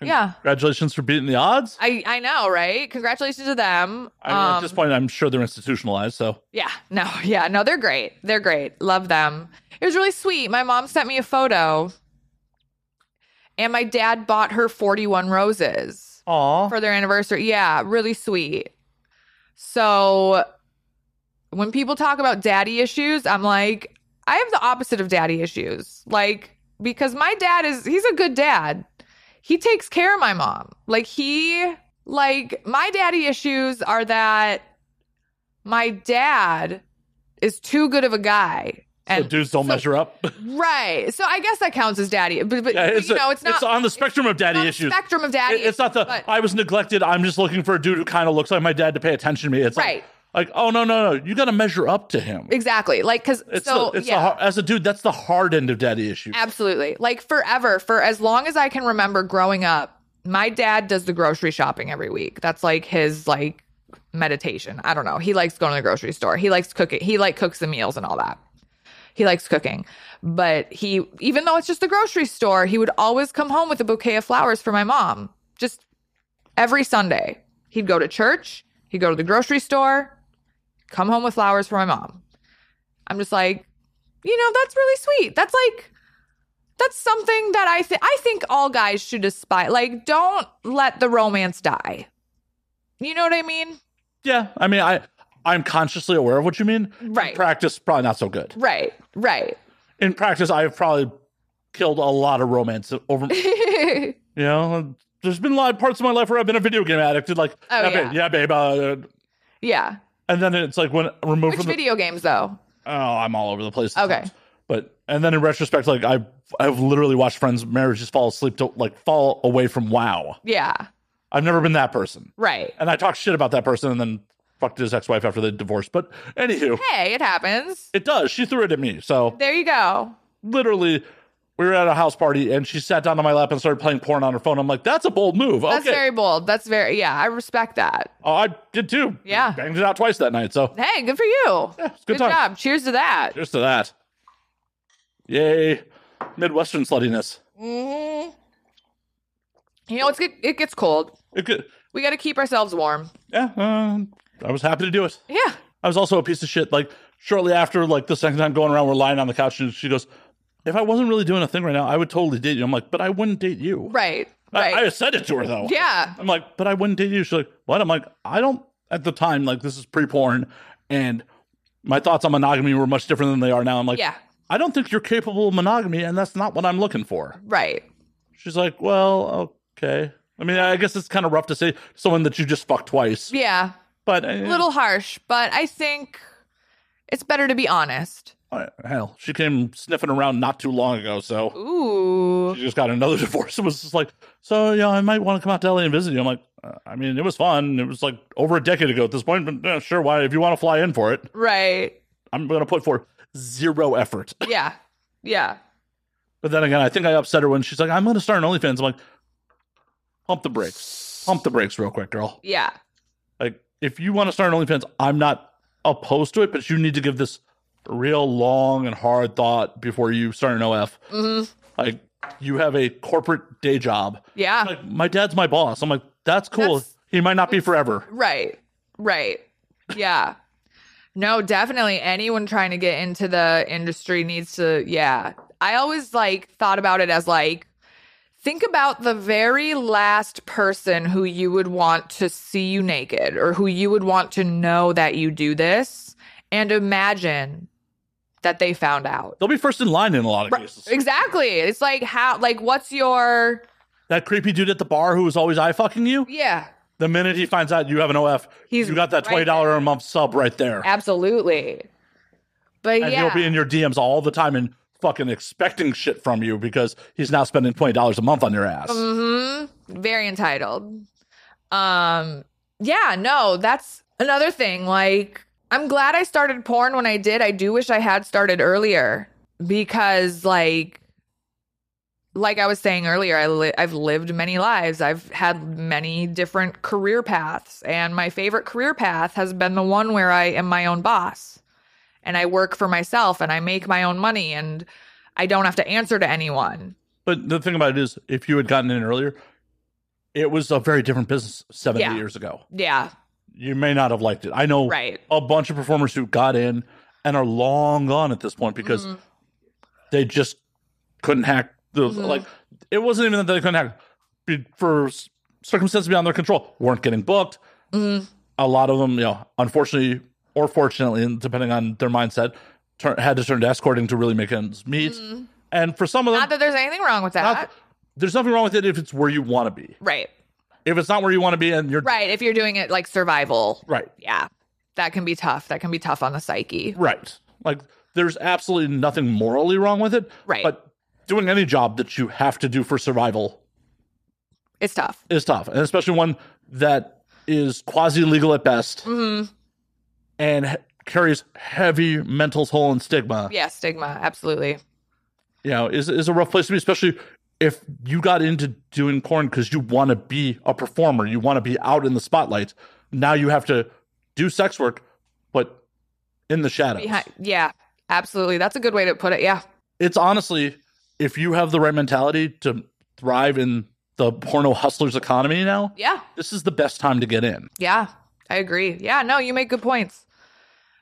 C: Yeah.
A: Congratulations for beating the odds.
C: I I know, right? Congratulations to them.
A: I mean, at this
C: Um,
A: point, I'm sure they're institutionalized. So
C: Yeah, no, yeah, no, they're great. They're great. Love them. It was really sweet. My mom sent me a photo, and my dad bought her 41 roses
A: Aw.
C: for their anniversary. Yeah, really sweet. So when people talk about daddy issues, I'm like, I have the opposite of daddy issues. Like, because my dad is, he's a good dad. He takes care of my mom. Like, he, like, my daddy issues are that my dad is too good of a guy.
A: So
C: And
A: dudes don't
C: so-
A: measure up.
C: right. So I guess that counts as daddy. But, but
A: Yeah,
C: you know, it's not
A: on the spectrum of daddy
C: on the
A: issues.
C: spectrum of daddy.
A: It- it's not the
C: but-
A: I was neglected. I'm just looking for a dude who kind of looks like my dad to pay attention to me. It's like-
C: Right.
A: like, oh no no no, you got to measure up to him.
C: exactly. Like cuz
A: It's
C: so
A: the, it's the
C: yeah.
A: har as a dude, that's the hard end of daddy issues.
C: Absolutely. Like forever, for as long as I can remember growing up, my dad does the grocery shopping every week. That's like his like meditation. I don't know. He likes going to the grocery store. He likes cooking. He like cooks the meals and all that. He likes cooking. But he even though it's just the grocery store, he would always come home with a bouquet of flowers for my mom. Just every Sunday. He'd go to church, he'd go to the grocery store, come home with flowers for my mom. I'm just like, you know, that's really sweet. That's like that's something that I think I think all guys should aspire. Like, don't let the romance die. You know what I mean?
A: Yeah, I mean, I I'm consciously aware of what you mean.
C: Right.
A: In practice, probably not so good.
C: Right, right.
A: In practice, I've probably killed a lot of romance over. you know, uh, there's been a lot of parts of my life where I've been a video game addict. And like,
C: Oh,
A: yeah, babe, yeah, babe. Uh,
C: yeah.
A: and then it's like when removed
C: Which
A: from the
C: video games though?
A: oh, I'm all over the place.
C: Okay.
A: sometimes. But and then in retrospect, like I I've literally watched friends' marriages fall asleep to like fall away from wow.
C: Yeah,
A: I've never been that person.
C: right.
A: And I talked shit about that person and then fucked his ex-wife after they divorced. But anywho,
C: Hey, it happens.
A: it does. She threw it at me. So
C: There you go.
A: literally we were at a house party and she sat down on my lap and started playing porn on her phone. I'm like, that's a bold move.
C: That's
A: okay.
C: very bold. That's very yeah. I respect that.
A: oh, I did too.
C: Yeah.
A: Banged it out twice that night. So
C: Hey, good for you.
A: it's a good time.
C: job. Cheers to that.
A: Cheers to that. Yay. Midwestern sluttiness.
C: hmm You know, it's get, it gets cold.
A: It could,
C: We got to keep ourselves warm.
A: yeah, uh, I was happy to do it.
C: Yeah.
A: I was also a piece of shit. Like shortly after, like the second time going around, we're lying on the couch, and she goes, "If I wasn't really doing a thing right now, I would totally date you." I'm like, "But I wouldn't date you."
C: Right.
A: I-
C: Right.
A: I, said it to her though.
C: Yeah.
A: I'm like, "But I wouldn't date you." She's like, "What?" I'm like, "I don't." At the time, like this is pre-porn, and my thoughts on monogamy were much different than they are now. I'm like,
C: yeah.
A: I don't think you're capable of monogamy, and that's not what I'm looking for."
C: Right.
A: She's like, "Well, okay." I mean, I guess it's kind of rough to say someone that you just fucked twice,
C: Yeah.
A: but eh,
C: A little harsh, but I think it's better to be honest.
A: Uh, Hell, she came sniffing around not too long ago, so
C: Ooh.
A: she just got another divorce. It was just like, so yeah, I might want to come out to LA and visit you. I'm like, uh, I mean, it was fun. It was like over a decade ago at this point, but yeah, sure, why? If you want to fly in for it,
C: Right.
A: I'm going to put forth zero effort.
C: Yeah. Yeah.
A: But then again, I think I upset her when she's like, I'm going to start an OnlyFans. I'm like, pump the brakes, pump the brakes real quick, girl.
C: Yeah.
A: Like, if you want to start an OnlyFans, I'm not opposed to it, but you need to give this real long and hard thought before you start an OF.
C: hmm
A: like you have a corporate day job
C: Yeah.
A: like my dad's my boss i'm like that's cool
C: That's-
A: he might not be forever
C: Right. Right. Yeah. No, definitely anyone trying to get into the industry needs to yeah. I always like thought about it as like think about the very last person who you would want to see you naked or who you would want to know that you do this and imagine that they found out.
A: they'll be first in line in a lot of
C: Right.
A: cases
C: Exactly. It's like how like what's your
A: that creepy dude at the bar who was always eye fucking you
C: yeah.
A: the minute he finds out you have an of
C: He's
A: you got that
C: right
A: $20 a month sub right there
C: Absolutely. But
A: and
C: yeah.
A: he'll be in your dms all the time and fucking expecting shit from you because he's now spending $20 a month on your ass
C: hmm Very entitled. Um, yeah, no, that's another thing. Like, I'm glad I started porn when I did. I do wish I had started earlier because, like, like I was saying earlier, I li- I've lived many lives. I've had many different career paths, and my favorite career path has been the one where I am my own boss and I work for myself and I make my own money and I don't have to answer to anyone.
A: but the thing about it is if you had gotten in earlier it was a very different business 70
C: Yeah.
A: years ago
C: Yeah,
A: you may not have liked it i know
C: right.
A: a bunch of performers who got in and are long gone at this point because
C: Mhm.
A: they just couldn't hack the
C: Mhm.
A: like it wasn't even that they couldn't hack be- for s- circumstances beyond their control weren't getting booked
C: Mhm.
A: a lot of them you know unfortunately or fortunately and depending on their mindset turn, had to turn to escorting to really make ends meet and for some of them
C: Mm-hmm. Not that there's anything wrong with that.
A: not- there's nothing wrong with it if it's where you want to be
C: right.
A: if it's not where you want to be and you're
C: Right. If you're doing it like survival.
A: right
C: Yeah. that can be tough. That can be tough on the psyche.
A: Right. Like there's absolutely nothing morally wrong with it.
C: Right.
A: But doing any job that you have to do for survival
C: It's tough.
A: is tough, and especially one that is quasi legal at best
C: hmm
A: and he- carries heavy mental toll and stigma.
C: Yeah, stigma. Absolutely.
A: You know, is is a rough place to be, especially if you got into doing porn because you want to be a performer, you want to be out in the spotlight. Now you have to do sex work, but in the shadows.
C: Behind, yeah, absolutely. That's a good way to put it. Yeah.
A: it's honestly, if you have the right mentality to thrive in the porno hustlers economy now,
C: Yeah.
A: this is the best time to get in.
C: Yeah, I agree. Yeah, no, you make good points.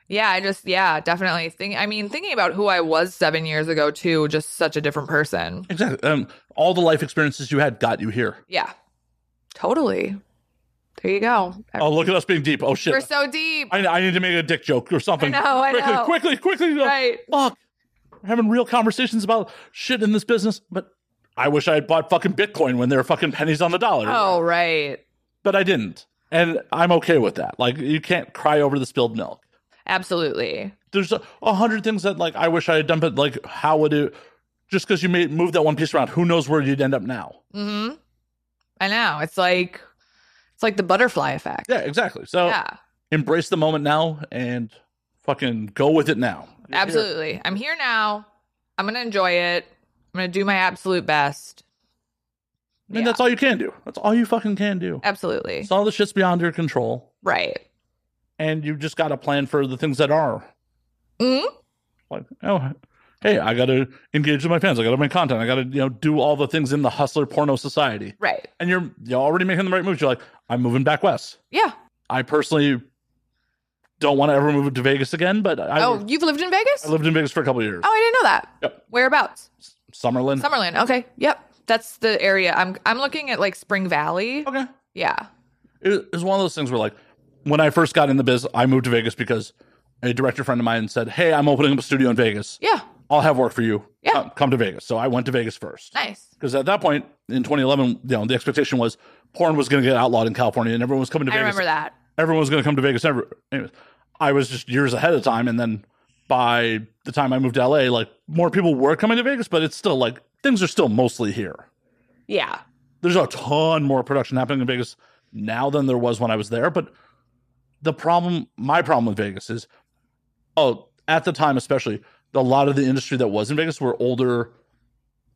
C: Yeah, I just yeah, definitely think I mean thinking about who I was 7 years ago too, just such a different person.
A: Exactly. Um, all the life experiences you had got you here.
C: Yeah. Totally. There you go.
A: Oh, look at us being deep. Oh shit.
C: We're so deep.
A: I, I need to make a dick joke or something.
C: I know, I
A: quickly,
C: know.
A: quickly, quickly, quickly.
C: Right.
A: Fuck. We're having real conversations about shit in this business, but I wish I had bought fucking Bitcoin when there were fucking pennies on the dollar.
C: Oh, right.
A: But I didn't. And I'm okay with that. Like you can't cry over the spilled milk.
C: Absolutely.
A: there's a, a hundred things that like I wish I had done, but like how would it? Just because you made move that one piece around, who knows where you'd end up now?
C: Mhm. I know. It's like it's like the butterfly effect.
A: Yeah, exactly. So
C: Yeah.
A: embrace the moment now and fucking go with it now. You're here.
C: Absolutely. I'm here now. I'm going to enjoy it. I'm going to do my absolute best.
A: I mean,
C: Yeah.
A: that's all you can do. That's all you fucking can do.
C: Absolutely.
A: It's all the shit's beyond your control,
C: right.
A: and you just got to plan for the things that are.
C: Mhm.
A: Like, oh, hey, I got to engage with my fans. I got to make content. I got to you know do all the things in the hustler porno society.
C: Right.
A: And you're you're already making the right moves. You're like, I'm moving back west.
C: Yeah.
A: I personally don't want to ever move to Vegas again, but I,
C: oh, you've lived in Vegas?
A: I lived in Vegas for a couple of years.
C: Oh, I didn't know that.
A: Yep. Mm.
C: Whereabouts?
A: Summerlin.
C: Summerlin. Okay. Yep. That's the area. I'm I'm looking at like Spring Valley.
A: okay.
C: Yeah.
A: It was one of those things where, like, when I first got in the biz, I moved to Vegas because a director friend of mine said, Hey, I'm opening up a studio in Vegas.
C: Yeah.
A: I'll have work for you.
C: Yeah.
A: Come, come to Vegas. So I went to Vegas first.
C: Nice.
A: Because at that point in 2011, you know, the expectation was porn was going to get outlawed in California and everyone was coming to
C: I
A: Vegas.
C: remember that.
A: everyone was going to come to Vegas. Every, anyways, I was just years ahead of time, and then by the time I moved to LA, like more people were coming to Vegas, but it's still like things are still mostly here.
C: Yeah.
A: There's a ton more production happening in Vegas now than there was when I was there. But the problem, my problem with Vegas is, oh, at the time especially, a lot of the industry that was in Vegas were older,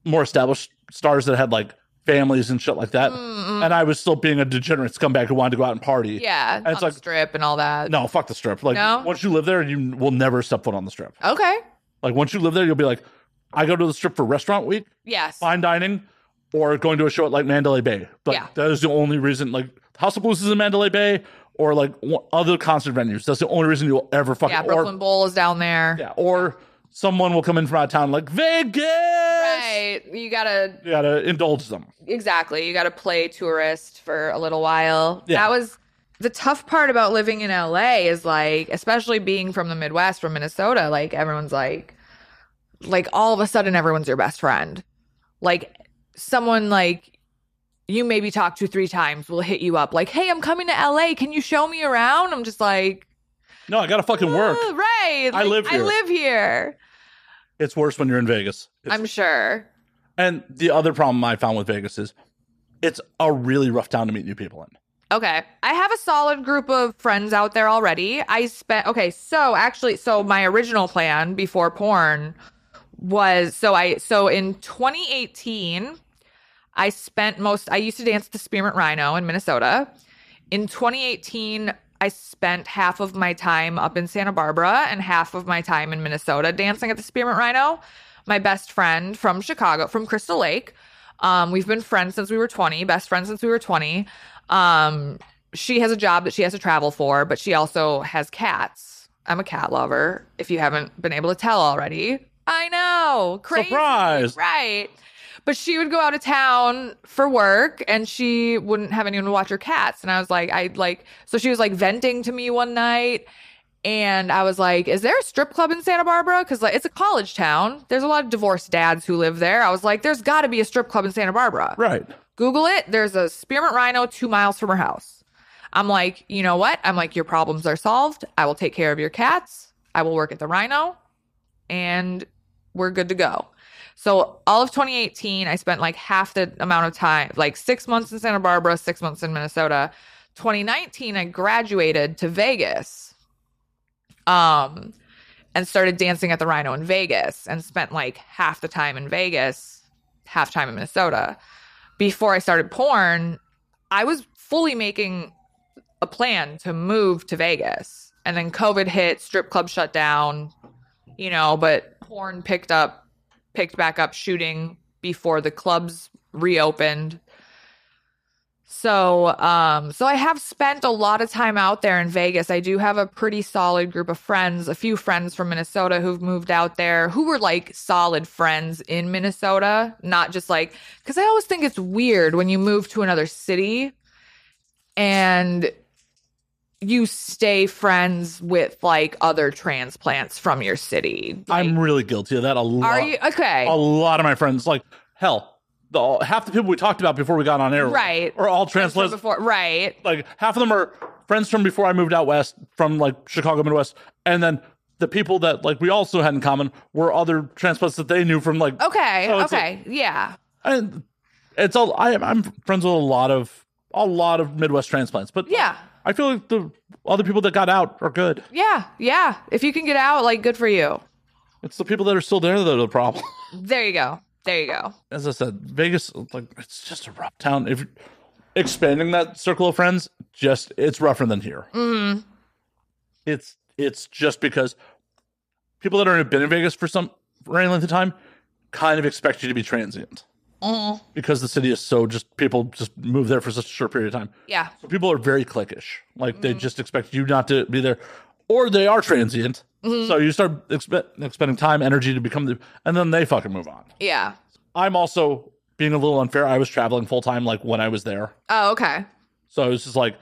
A: more established stars that had like families and shit like that.
C: Mm-mm.
A: And I was still being a degenerate scumbag who wanted to go out and party.
C: Mm-hmm. Yeah.
A: it's
C: on the
A: like-
C: strip and all that.
A: No, fuck the strip. Like
C: No?
A: once you live there, you will never step foot on the strip.
C: Okay.
A: Like once you live there, you'll be like, I go to the strip for restaurant week,
C: Yes.
A: fine dining, or going to a show at like Mandalay Bay. But
C: Yeah.
A: that is the only reason. Like House of Blues is in Mandalay Bay, or like one, other concert venues. That's the only reason you'll ever fucking
C: Yeah.
A: or
C: Brooklyn Bowl is down there.
A: yeah, or someone will come in from out of town like Vegas.
C: Right. You gotta
A: You gotta indulge them.
C: exactly. You gotta play tourist for a little while.
A: Yeah.
C: That was the tough part about living in LA is like, especially being from the Midwest, from Minnesota. Like everyone's like, like all of a sudden everyone's your best friend. Like someone like you maybe talk to three times will hit you up like, hey, I'm coming to LA. Can you show me around? I'm just like,
A: No, I gotta fucking work.
C: "Ugh, right.
A: I live
C: I
A: here."
C: live here.
A: It's worse when you're in Vegas. It's
C: I'm sure.
A: And the other problem I found with Vegas is it's a really rough town to meet new people in.
C: Okay. I have a solid group of friends out there already. I spent, okay, so actually, so my original plan before porn was so I, so in 2018, I spent most, I used to dance at the Spearmint Rhino in Minnesota. In 2018, I spent half of my time up in Santa Barbara and half of my time in Minnesota dancing at the Spearmint Rhino. My best friend from Chicago, from Crystal Lake, um, we've been friends since we were 20, best friends since we were 20. Um, she has a job that she has to travel for, but she also has cats. I'm a cat lover, if you haven't been able to tell already. I know. Crazy.
A: Surprise.
C: Right. But she would go out of town for work and she wouldn't have anyone to watch her cats. And I was like, I like, so she was like venting to me one night. And I was like, is there a strip club in Santa Barbara? Because like, it's a college town. There's a lot of divorced dads who live there. I was like, there's got to be a strip club in Santa Barbara.
A: Right.
C: Google it. There's a spearmint rhino two miles from her house. I'm like, you know what? I'm like, your problems are solved. I will take care of your cats. I will work at the Rhino, and we're good to go. So all of 2018, I spent like half the amount of time, like six months in Santa Barbara, six months in Minnesota. 2019, I graduated to Vegas, um, and started dancing at the Rhino in Vegas, and spent like half the time in Vegas, half time in Minnesota. Before I started porn, I was fully making a plan to move to Vegas, and then COVID hit, strip club shut down, you know, but porn picked up picked back up shooting before the clubs reopened. So, um, so I have spent a lot of time out there in Vegas. I do have a pretty solid group of friends, a few friends from Minnesota who've moved out there who were like solid friends in Minnesota, not just like cuz I always think it's weird when you move to another city and you stay friends with like other transplants from your city. Like,
A: I'm really guilty of that. A lot,
C: are you okay?
A: a lot of my friends, like hell, the, half the people we talked about before we got on air,
C: Right.
A: are all
C: Friends from
A: translates.
C: before, right?
A: Like half of them are friends from before I moved out west, from like Chicago Midwest, and then the people that like we also had in common were other transplants that they knew from like
C: Okay,
A: So Oh, it's
C: okay, yeah,
A: And it's all I, I'm friends with a lot of a lot of Midwest transplants, but
C: yeah,
A: I feel like the other people that got out are good.
C: yeah, yeah. If you can get out, like, good for you.
A: It's the people that are still there that are the problem.
C: There you go. There you go.
A: As I said, Vegas, like it's just a rough town. If expanding that circle of friends, just it's rougher than here.
C: Mm,
A: It's it's just because people that are been in Vegas for some for any length of time kind of expect you to be transient
C: mm,
A: because the city is so just people just move there for such a short period of time.
C: yeah,
A: So people are very cliquish. Like they just expect you not to be there, or they are transient. So you start expe- expending time, energy to become the, and then they fucking move on.
C: yeah.
A: I'm also being a little unfair. I was traveling full time, like when I was there.
C: Oh, okay.
A: So it was just like,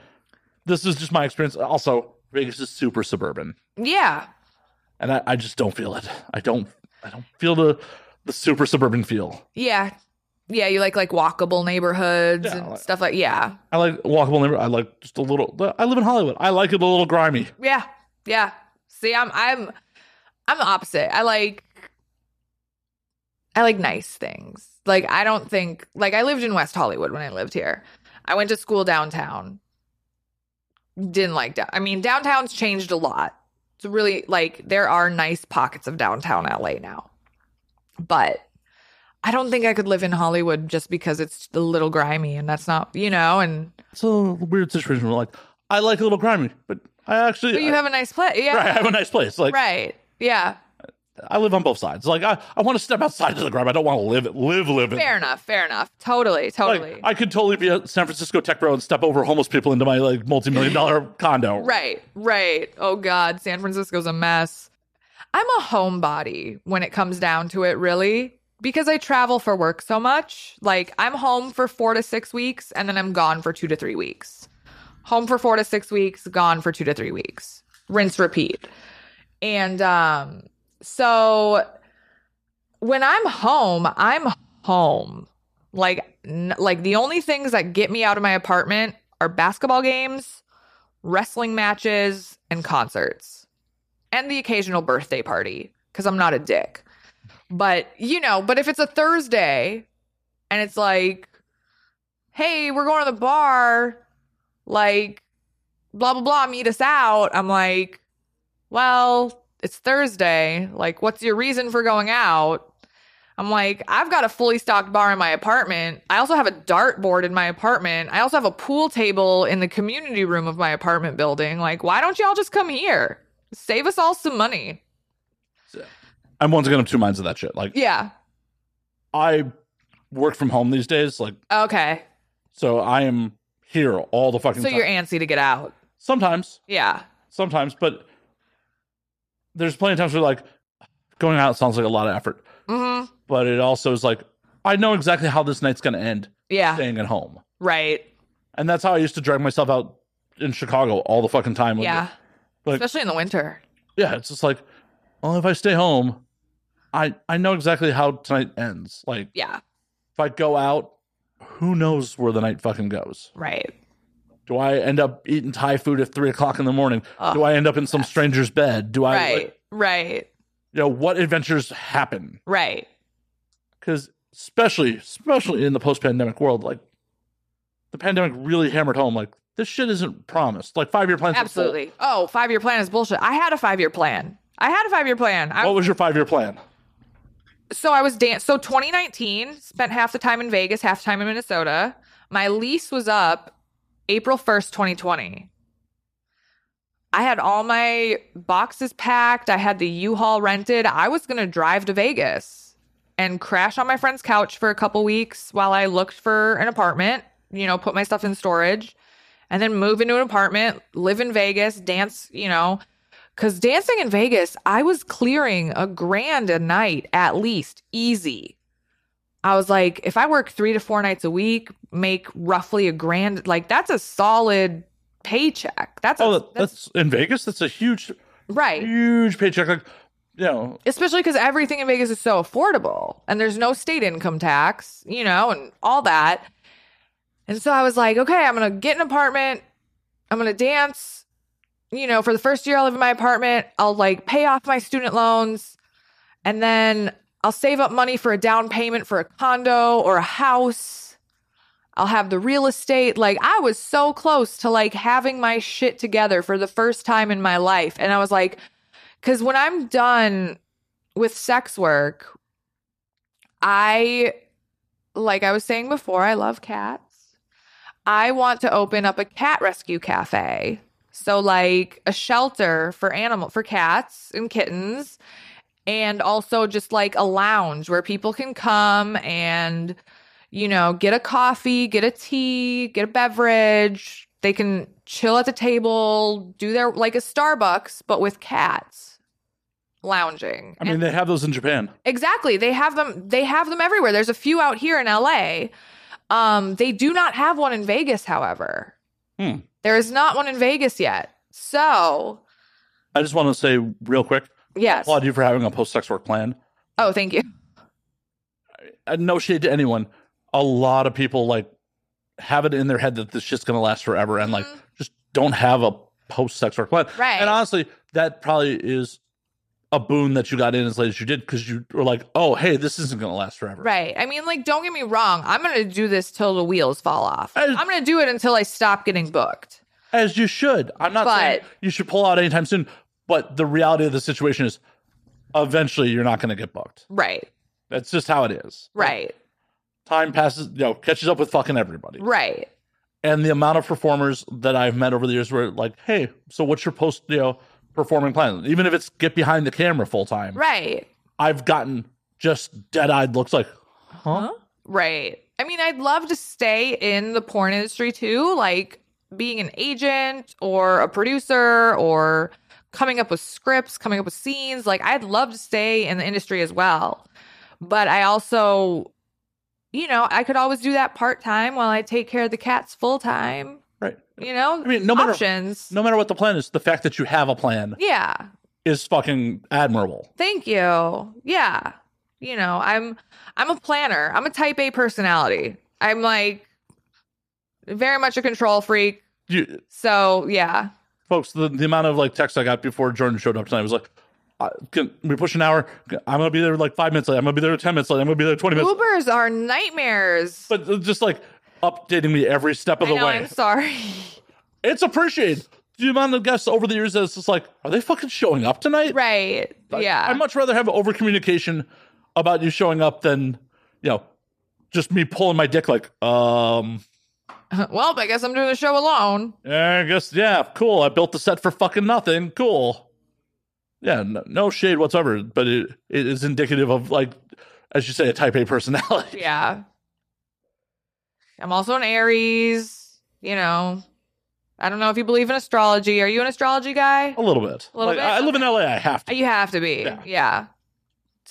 A: this is just my experience. Also, Vegas is super suburban,
C: Yeah,
A: and I, I just don't feel it. I don't, I don't feel the the super suburban feel.
C: yeah, yeah. You like like walkable neighborhoods
A: Yeah,
C: and
A: like-
C: stuff like yeah,
A: I like walkable neighborhood. I like just a little. I live in Hollywood. I like it a little grimy.
C: yeah, yeah. See, I'm I'm I'm the opposite. I like I like nice things. Like I don't think like I lived in West Hollywood when I lived here. I went to school downtown. Didn't like down. I mean, downtown's changed a lot. It's really like there are nice pockets of downtown LA now. But I don't think I could live in Hollywood just because it's a little grimy and that's not, you know, and
A: it's a weird situation where like I like a little grimy, but I actually
C: but you have a nice place. Yeah.
A: I, right, I have a nice place. Like
C: right. Yeah.
A: I live on both sides. Like I, I want to step outside of the grime. I don't want to live it, live live it.
C: Fair enough. Fair enough. Totally.
A: Like,
C: Totally.
A: I could totally be at San Francisco Tech Row and step over homeless people into my like multi-million dollar condo.
C: Right, right. Oh God, San Francisco's a mess. I'm a homebody when it comes down to it, really, because I travel for work so much. Like I'm home for four to six weeks, and then I'm gone for two to three weeks. Home for four to six weeks, gone for two to three weeks. Rinse, repeat. And um, so when I'm home, I'm home. Like, n- like the only things that get me out of my apartment are basketball games wrestling matches, and concerts, and the occasional birthday party because I'm not a dick. But, you know, but if it's a Thursday and it's like, hey, we're going to the bar, like, blah, blah, blah, meet us out, I'm like, well, it's Thursday. Like, what's your reason for going out? I'm like, I've got a fully stocked bar in my apartment. I also have a dart board in my apartment. I also have a pool table in the community room of my apartment building. Like, why don't y'all just come here? Save us all some money.
A: I'm once again of two minds of that shit. Like
C: Yeah.
A: I work from home these days. Like
C: Okay.
A: so I am here all the fucking
C: So
A: time.
C: you're antsy to get out.
A: sometimes,
C: Yeah.
A: sometimes, but there's plenty of times where like going out sounds like a lot of effort.
C: hmm
A: but it also is like I know exactly how this night's going to end
C: Yeah.
A: staying at home.
C: Right.
A: And that's how I used to drag myself out in Chicago all the fucking time.
C: Yeah.
A: Like-
C: Especially in the winter.
A: Yeah, it's just like, well, if I stay home, I I know exactly how tonight ends. Like
C: Yeah.
A: if I go out, who knows where the night fucking goes?
C: Right.
A: Do I end up eating Thai food at three o'clock in the morning?
C: Oh,
A: Do I end up in some stranger's bed? Do I, like,
C: right, right,
A: you know, what adventures happen?
C: right.
A: Because especially, especially in the post-pandemic world, like the pandemic really hammered home, like this shit isn't promised. Like five-year plans. are full.
C: Absolutely. Oh, five year plan is bullshit. I had a five year plan. I had a five year plan. I,
A: What was your five-year plan?
C: so I was dance. So 2019, spent half the time in Vegas, half the time in Minnesota. My lease was up April 1st, 2020. I had all my boxes packed. I had the U-Haul rented. I was going to drive to Vegas and crash on my friend's couch for a couple weeks while I looked for an apartment, you know, put my stuff in storage and then move into an apartment, live in Vegas, dance, you know, Cause dancing in Vegas, I was clearing a grand a night at least, easy. I was like, if I work three to four nights a week, make roughly a grand, like that's a solid paycheck. That's, a,
A: Oh, that-
C: that's,
A: that's in Vegas. That's a huge,
C: right.
A: huge paycheck. Like, you know,
C: Especially because everything in Vegas is so affordable and there's no state income tax, you know, and all that. And so I was like, okay, I'm going to get an apartment. I'm going to dance. You know, for the first year I'll live in my apartment, I'll like pay off my student loans and then I'll save up money for a down payment for a condo or a house. I'll have the real estate. Like I was so close to like having my shit together for the first time in my life. And I was like, cuz when I'm done with sex work, I like I was saying before, I love cats. I want to open up a cat rescue cafe. So like a shelter for animal for cats and kittens and also just like a lounge where people can come and you know, get a coffee, get a tea, get a beverage. They can chill at the table, do their like a Starbucks but with cats lounging.
A: I mean, they have those in Japan.
C: Exactly. They have them they have them everywhere. There's a few out here in LA. Um they do not have one in Vegas, however.
A: Hmm.
C: There is not one in Vegas yet. So,
A: I just want to say real quick,
C: yes.
A: applaud you for having a post-sex work plan.
C: Oh, thank you.
A: Uh, no shade to anyone. A lot of people like have it in their head that this shit's gonna last forever, and like just don't have a post-sex work plan.
C: Mm-hmm. Right.
A: And honestly, that probably is a boon that you got in as late as you did because you were like, oh, hey, this isn't gonna last forever.
C: Right. I mean, like don't get me wrong. I'm going to do this till the wheels fall off.
A: I-
C: I'm going to do it until I stop getting booked.
A: As you should. I'm not saying
C: But-
A: you should pull out anytime soon, but the reality of the situation is eventually you're not gonna get booked.
C: Right.
A: That's just how it is.
C: Right.
A: Time passes, you know, catches up with fucking everybody.
C: Right.
A: and the amount of performers that I've met over the years were like, hey, so what's your post, you know, performing plan? Even if it's get behind the camera full time,
C: Right.
A: I've gotten just dead eyed looks like, huh?
C: Right. I mean, I'd love to stay in the porn industry too, like being an agent or a producer or coming up with scripts, coming up with scenes. Like, I'd love to stay in the industry as well. But I also, you know, I could always do that part time while I take care of the cats full time,
A: Right.
C: you know?
A: I mean, no matter
C: options.
A: no matter what the plan is, the fact that you have a plan
C: Yeah.
A: is fucking admirable.
C: Thank you. Yeah. You know, I'm I'm a planner. I'm a type A personality. I'm like very much a control freak.
A: You,
C: So, yeah.
A: folks, the, the amount of like texts I got before Jordan showed up tonight was like, I, can we push an hour? I'm gonna be there like five minutes late. I'm gonna be there ten minutes late. I'm gonna be there twenty minutes.
C: Ubers are nightmares.
A: But just like updating me every step of
C: I
A: the
C: know,
A: way.
C: I'm sorry.
A: it's appreciated. The amount of guests over the years that it's just like, are they fucking showing up tonight?
C: right.
A: Like,
C: yeah.
A: I'd much rather have over communication about you showing up than, you know, just me pulling my dick like, um, eh,
C: well, I guess I'm doing the show alone.
A: I guess, yeah, cool. I built the set for fucking nothing. Cool. Yeah, no, no shade whatsoever, but it, it is indicative of, like, as you say, a type A personality.
C: Yeah. I'm also an Aries, you know. I don't know if you believe in astrology. Are you an astrology guy?
A: A little bit.
C: A little
A: Like,
C: bit?
A: I, I live in LA. I have to.
C: You have to be.
A: Oh. Yeah.
C: Yeah.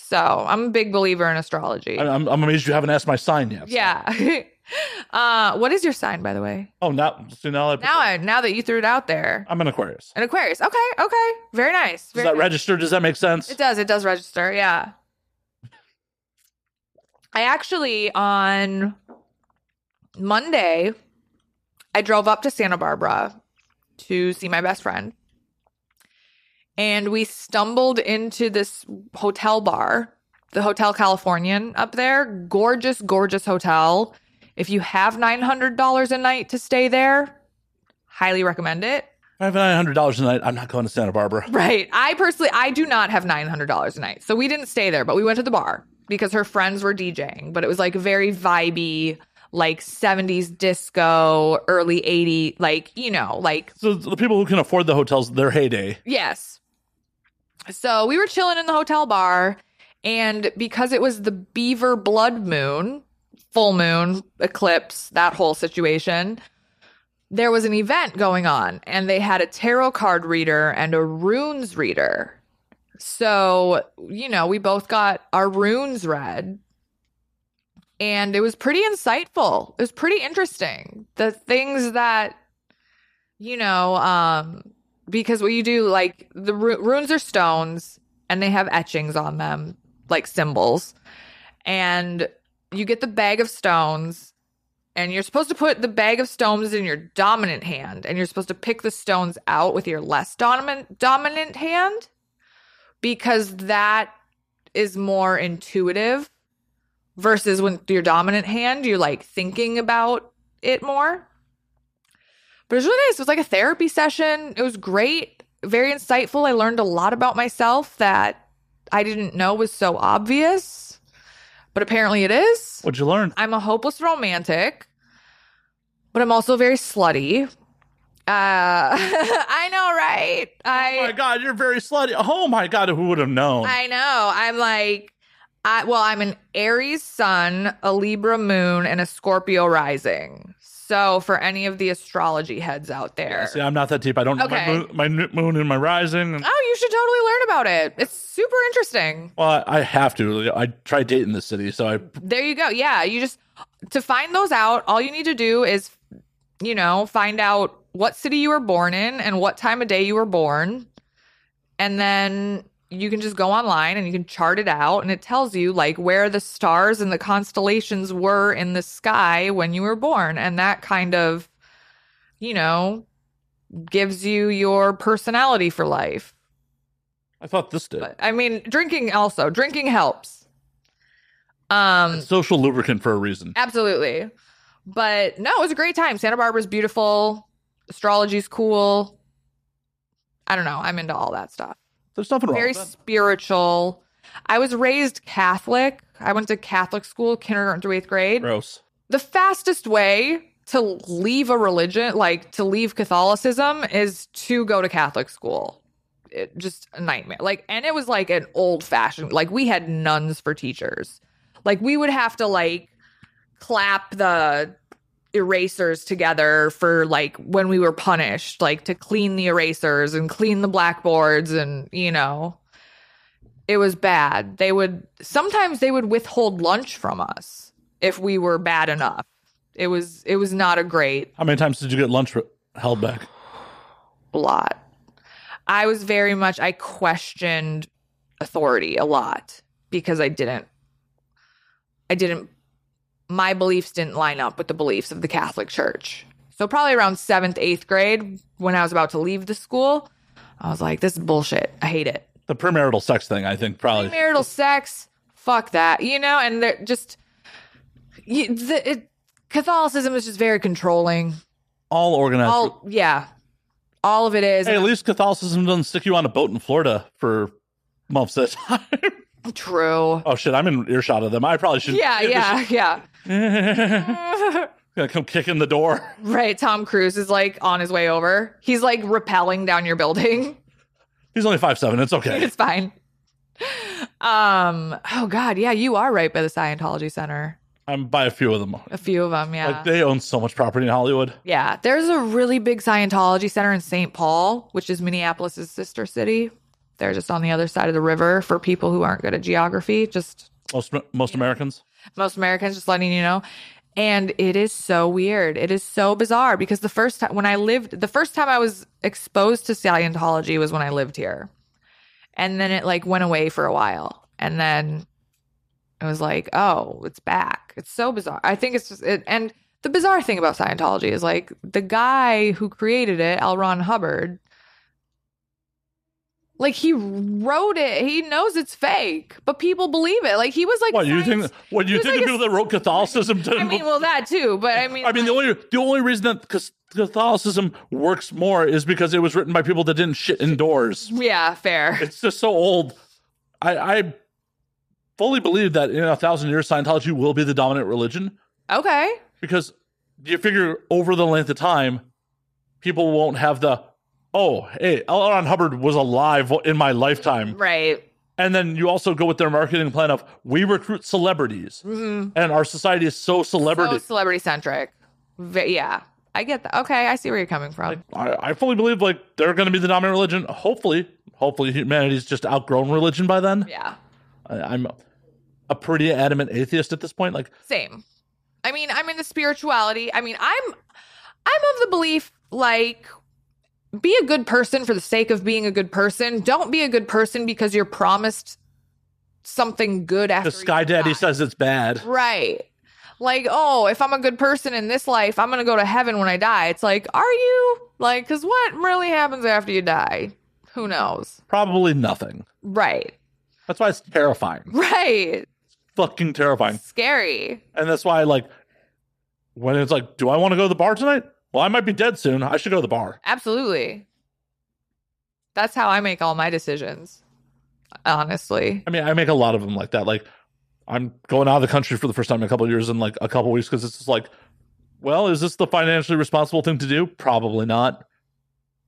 C: So, I'm a big believer in astrology.
A: I- I'm, I'm amazed you haven't asked my sign yet.
C: Yeah. uh, what is your sign, by the way?
A: Oh, now, see, now, I,
C: Now, I, now that you threw it out there,
A: I'm an Aquarius.
C: an Aquarius. Okay, okay, very nice.
A: Does
C: Very
A: Uh, that
C: nice.
A: register? Does that make sense?
C: It does. It does register. Yeah. I actually on Monday, I drove up to Santa Barbara to see my best friend. And we stumbled into this hotel bar, the Hotel Californian up there. Gorgeous, gorgeous hotel. If you have $900 a night to stay there, highly recommend it.
A: I have nine hundred dollars a night. I'm not going to Santa Barbara.
C: Right. I personally, I do not have nine hundred dollars a night, so we didn't stay there, but we went to the bar because her friends were DJing. But it was like very vibey, like '70s disco, early '80s, like you know, like
A: So the people who can afford the hotels, their heyday.
C: yes. So we were chilling in the hotel bar, and because it was the Beaver Blood Moon, full moon eclipse, that whole situation. There was an event going on, and they had a tarot card reader and a runes reader. So, you know, we both got our runes read. And it was pretty insightful. It was pretty interesting. The things that, you know, um, because what you do, like the ru- runes are stones and they have etchings on them, like symbols. And you get the bag of stones and you're supposed to put the bag of stones in your dominant hand and you're supposed to pick the stones out with your less dominant dominant hand because that is more intuitive versus when your dominant hand you're like thinking about it more but it was really nice it was like a therapy session it was great very insightful i learned a lot about myself that i didn't know was so obvious but apparently it is
A: What'd you learn?
C: I'm a hopeless romantic, but I'm also very slutty. Uh, I know, right? I
A: oh my god, you're very slutty. Oh my god, who would have known?
C: I know. I'm like, I well, I'm an Aries sun, a Libra moon, and a Scorpio rising. So for any of the astrology heads out there,
A: See, I'm not that deep. I don't
C: Okay.
A: know my moon, my moon and my rising. and-
C: oh, you should totally learn about it. It's super interesting.
A: Well, I have to. I try dating the city, so I
C: There you go. Yeah, you just to find those out. All you need to do is, you know, find out what city you were born in and what time of day you were born, and then you can just go online and you can chart it out, and it tells you like where the stars and the constellations were in the sky when you were born, and that kind of, you know, gives you your personality for life.
A: I thought this did.
C: But I mean, drinking also drinking helps. Um,
A: Social lubricant for a reason.
C: Absolutely. But no, it was a great time. Santa Barbara's beautiful. Astrology's cool. I don't know. I'm into all that stuff.
A: There's nothing wrong.
C: Very
A: With that.
C: spiritual. I was raised Catholic. I went to Catholic school, kindergarten through eighth grade.
A: Gross.
C: The fastest way to leave a religion, like to leave Catholicism, is to go to Catholic school. It just a nightmare. Like, and it was like an old fashioned, like, we had nuns for teachers. Like, we would have to, like, clap the erasers together for like when we were punished, like to clean the erasers and clean the blackboards and you know it was bad. They would sometimes they would withhold lunch from us if we were bad enough. It was it was not a great
A: How many times did you get lunch re- held back?
C: lot. I was very much I questioned authority a lot because I didn't I didn't my beliefs didn't line up with the beliefs of the Catholic Church. So probably around 7th 8th grade when I was about to leave the school, I was like this is bullshit. I hate it.
A: The premarital sex thing, I think, probably.
C: Marital sex, fuck that. You know, and they're just you, the, it, Catholicism is just very controlling.
A: All organized.
C: All yeah. All of it is
A: hey, at least Catholicism doesn't stick you on a boat in Florida for months at a time.
C: true.
A: oh shit, I'm in earshot of them. I probably should.
C: Yeah, yeah, yeah.
A: Gonna come kick in the door.
C: Right. Tom Cruise is like on his way over. He's like rappelling down your building.
A: He's only five seven. It's okay.
C: It's fine. Um. Oh God. Yeah, you are right by the Scientology Center.
A: I'm by a few of them.
C: A few of them. Yeah.
A: Like they own so much property in Hollywood.
C: Yeah, there's a really big Scientology center in St. Paul, which is Minneapolis' sister city. They're just on the other side of the river for people who aren't good at geography. Just
A: Most most Americans.
C: most Americans, just letting you know. And it is so weird. It is so bizarre because the first time when I lived, the first time I was exposed to Scientology was when I lived here. And then it like went away for a while. And then it was like, oh, it's back. It's so bizarre. I think it's just, it, and the bizarre thing about Scientology is like the guy who created it, L. Ron Hubbard, like he wrote it. He knows it's fake, but people believe it. Like he was like,
A: What you
C: science-
A: think? What you
C: He's
A: think
C: like
A: the
C: a-
A: people that wrote Catholicism didn't?
C: I mean, well, that too, but I mean,
A: I mean, the
C: like-
A: only the only reason that cas- Catholicism works more is because it was written by people that didn't shit indoors.
C: yeah, fair.
A: It's just so old. I, I fully believe that in a thousand years, Scientology will be the dominant religion
C: Okay,
A: because you figure over the length of time, people won't have the oh hey, L. Ron Hubbard was alive in my lifetime.
C: right.
A: And then you also go with their marketing plan of we recruit celebrities, and our society is so
C: Mm-hmm. So
A: celebrity.
C: celebrity centric. V- yeah, I get that. Okay, I see where you're coming from.
A: I, I fully believe like they're going to be the dominant religion. Hopefully, hopefully humanity's just outgrown religion by then.
C: Yeah,
A: I, I'm a pretty adamant atheist at this point. Like,
C: same. I mean, I'm into spirituality. I mean, I'm I'm of the belief like be a good person for the sake of being a good person. Don't be a good person because you're promised something good after
A: the Sky
C: you
A: Daddy
C: die.
A: says it's bad.
C: Right. Like, oh, if I'm a good person in this life, I'm going to go to heaven when I die. It's like, are you? Like, because what really happens after you die? Who knows?
A: Probably nothing.
C: Right.
A: That's why it's terrifying.
C: Right.
A: Fucking terrifying.
C: Scary.
A: And that's why like when it's like, do I want to go to the bar tonight? Well, I might be dead soon. I should go to the bar.
C: Absolutely. That's how I make all my decisions, honestly.
A: I mean, I make a lot of them like that. Like, I'm going out of the country for the first time in a couple of years in like a couple of weeks because it's just like, well, is this the financially responsible thing to do? Probably not.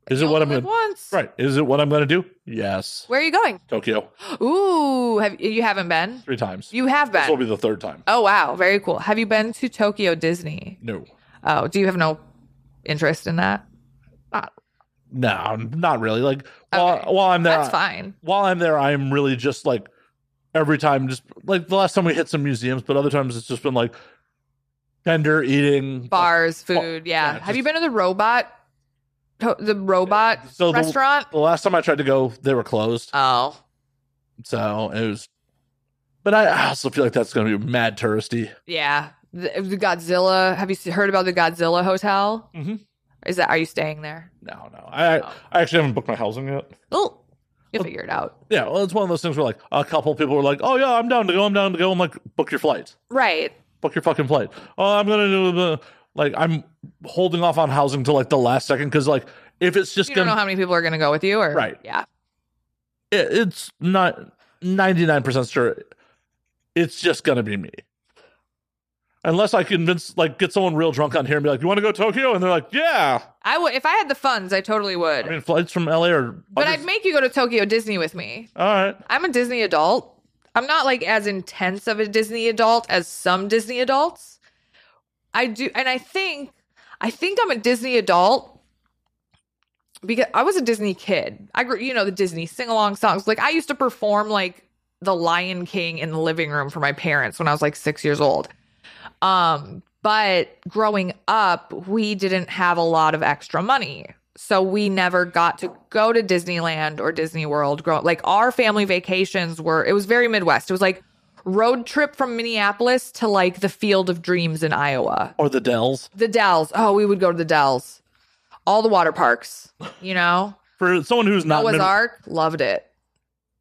A: Is it
C: You
A: what I'm
C: only
A: going
C: live
A: to
C: once.
A: right? Is it what I'm going to do? Yes,
C: Where are you going?
A: Tokyo
C: Ooh, have you haven't been?
A: three times.
C: You have
A: This will
C: been.
A: be the third time.
C: oh wow, very cool. Have you been to Tokyo Disney?
A: No,
C: Oh, do you have no interest in that?
A: no, not really. Like while
C: Okay.
A: while I'm there,
C: That's fine.
A: while I'm there, I'm really just like every time, just like the last time we hit some museums, but other times it's just been like vendor eating
C: bars, food.
A: oh,
C: yeah.
A: yeah,
C: Have you
A: just-
C: been to the robot, to- the robot
A: So the-
C: restaurant?
A: The last time I tried to go, they were closed.
C: oh,
A: So it was, but I I also feel like that's going to be mad touristy.
C: yeah. The, the Godzilla. Have you s- heard about the Godzilla hotel?
A: Mhm.
C: Is that? Are you staying there?
A: No, no, I
C: Oh.
A: I actually haven't booked my housing yet.
C: Oh, you'll figure it out.
A: Yeah, well, it's one of those things where like a couple people were like, "Oh yeah, I'm down to go, I'm down to go." I'm like, "Book your flight,
C: Right.
A: book your fucking flight." Oh, I'm gonna do the like I'm holding off on housing till like the last second because like if it's just
C: You don't know
A: gonna
C: how many people are going to go with you, or
A: Right.
C: Yeah.
A: it- it's not 99 percent sure it's just gonna be me. Unless I convince, like, get someone real drunk on here and be like, "You want to go to Tokyo?" and they're like, "Yeah."
C: I would if I had the funds. I totally would.
A: I mean, flights from LA are.
C: but
A: others-
C: I'd make you go to Tokyo Disney with me.
A: All right.
C: I'm a Disney adult. I'm not like as intense of a Disney adult as some Disney adults. I do and I think I think I'm a Disney adult because I was a Disney kid. I grew you know the Disney sing-along songs. Like I used to perform like The Lion King in the living room for my parents when I was like 6 years old. Um but growing up, we didn't have a lot of extra money. So we never got to go to Disneyland or Disney World. Grow like our family vacations were it was very Midwest. It was like road trip from Minneapolis to like the Field of Dreams in Iowa.
A: Or the Dells
C: The Dells. Oh, we would go to the Dells. All the water parks, you know.
A: for someone who's not
C: Noah's
A: Mid-
C: Ark, loved it.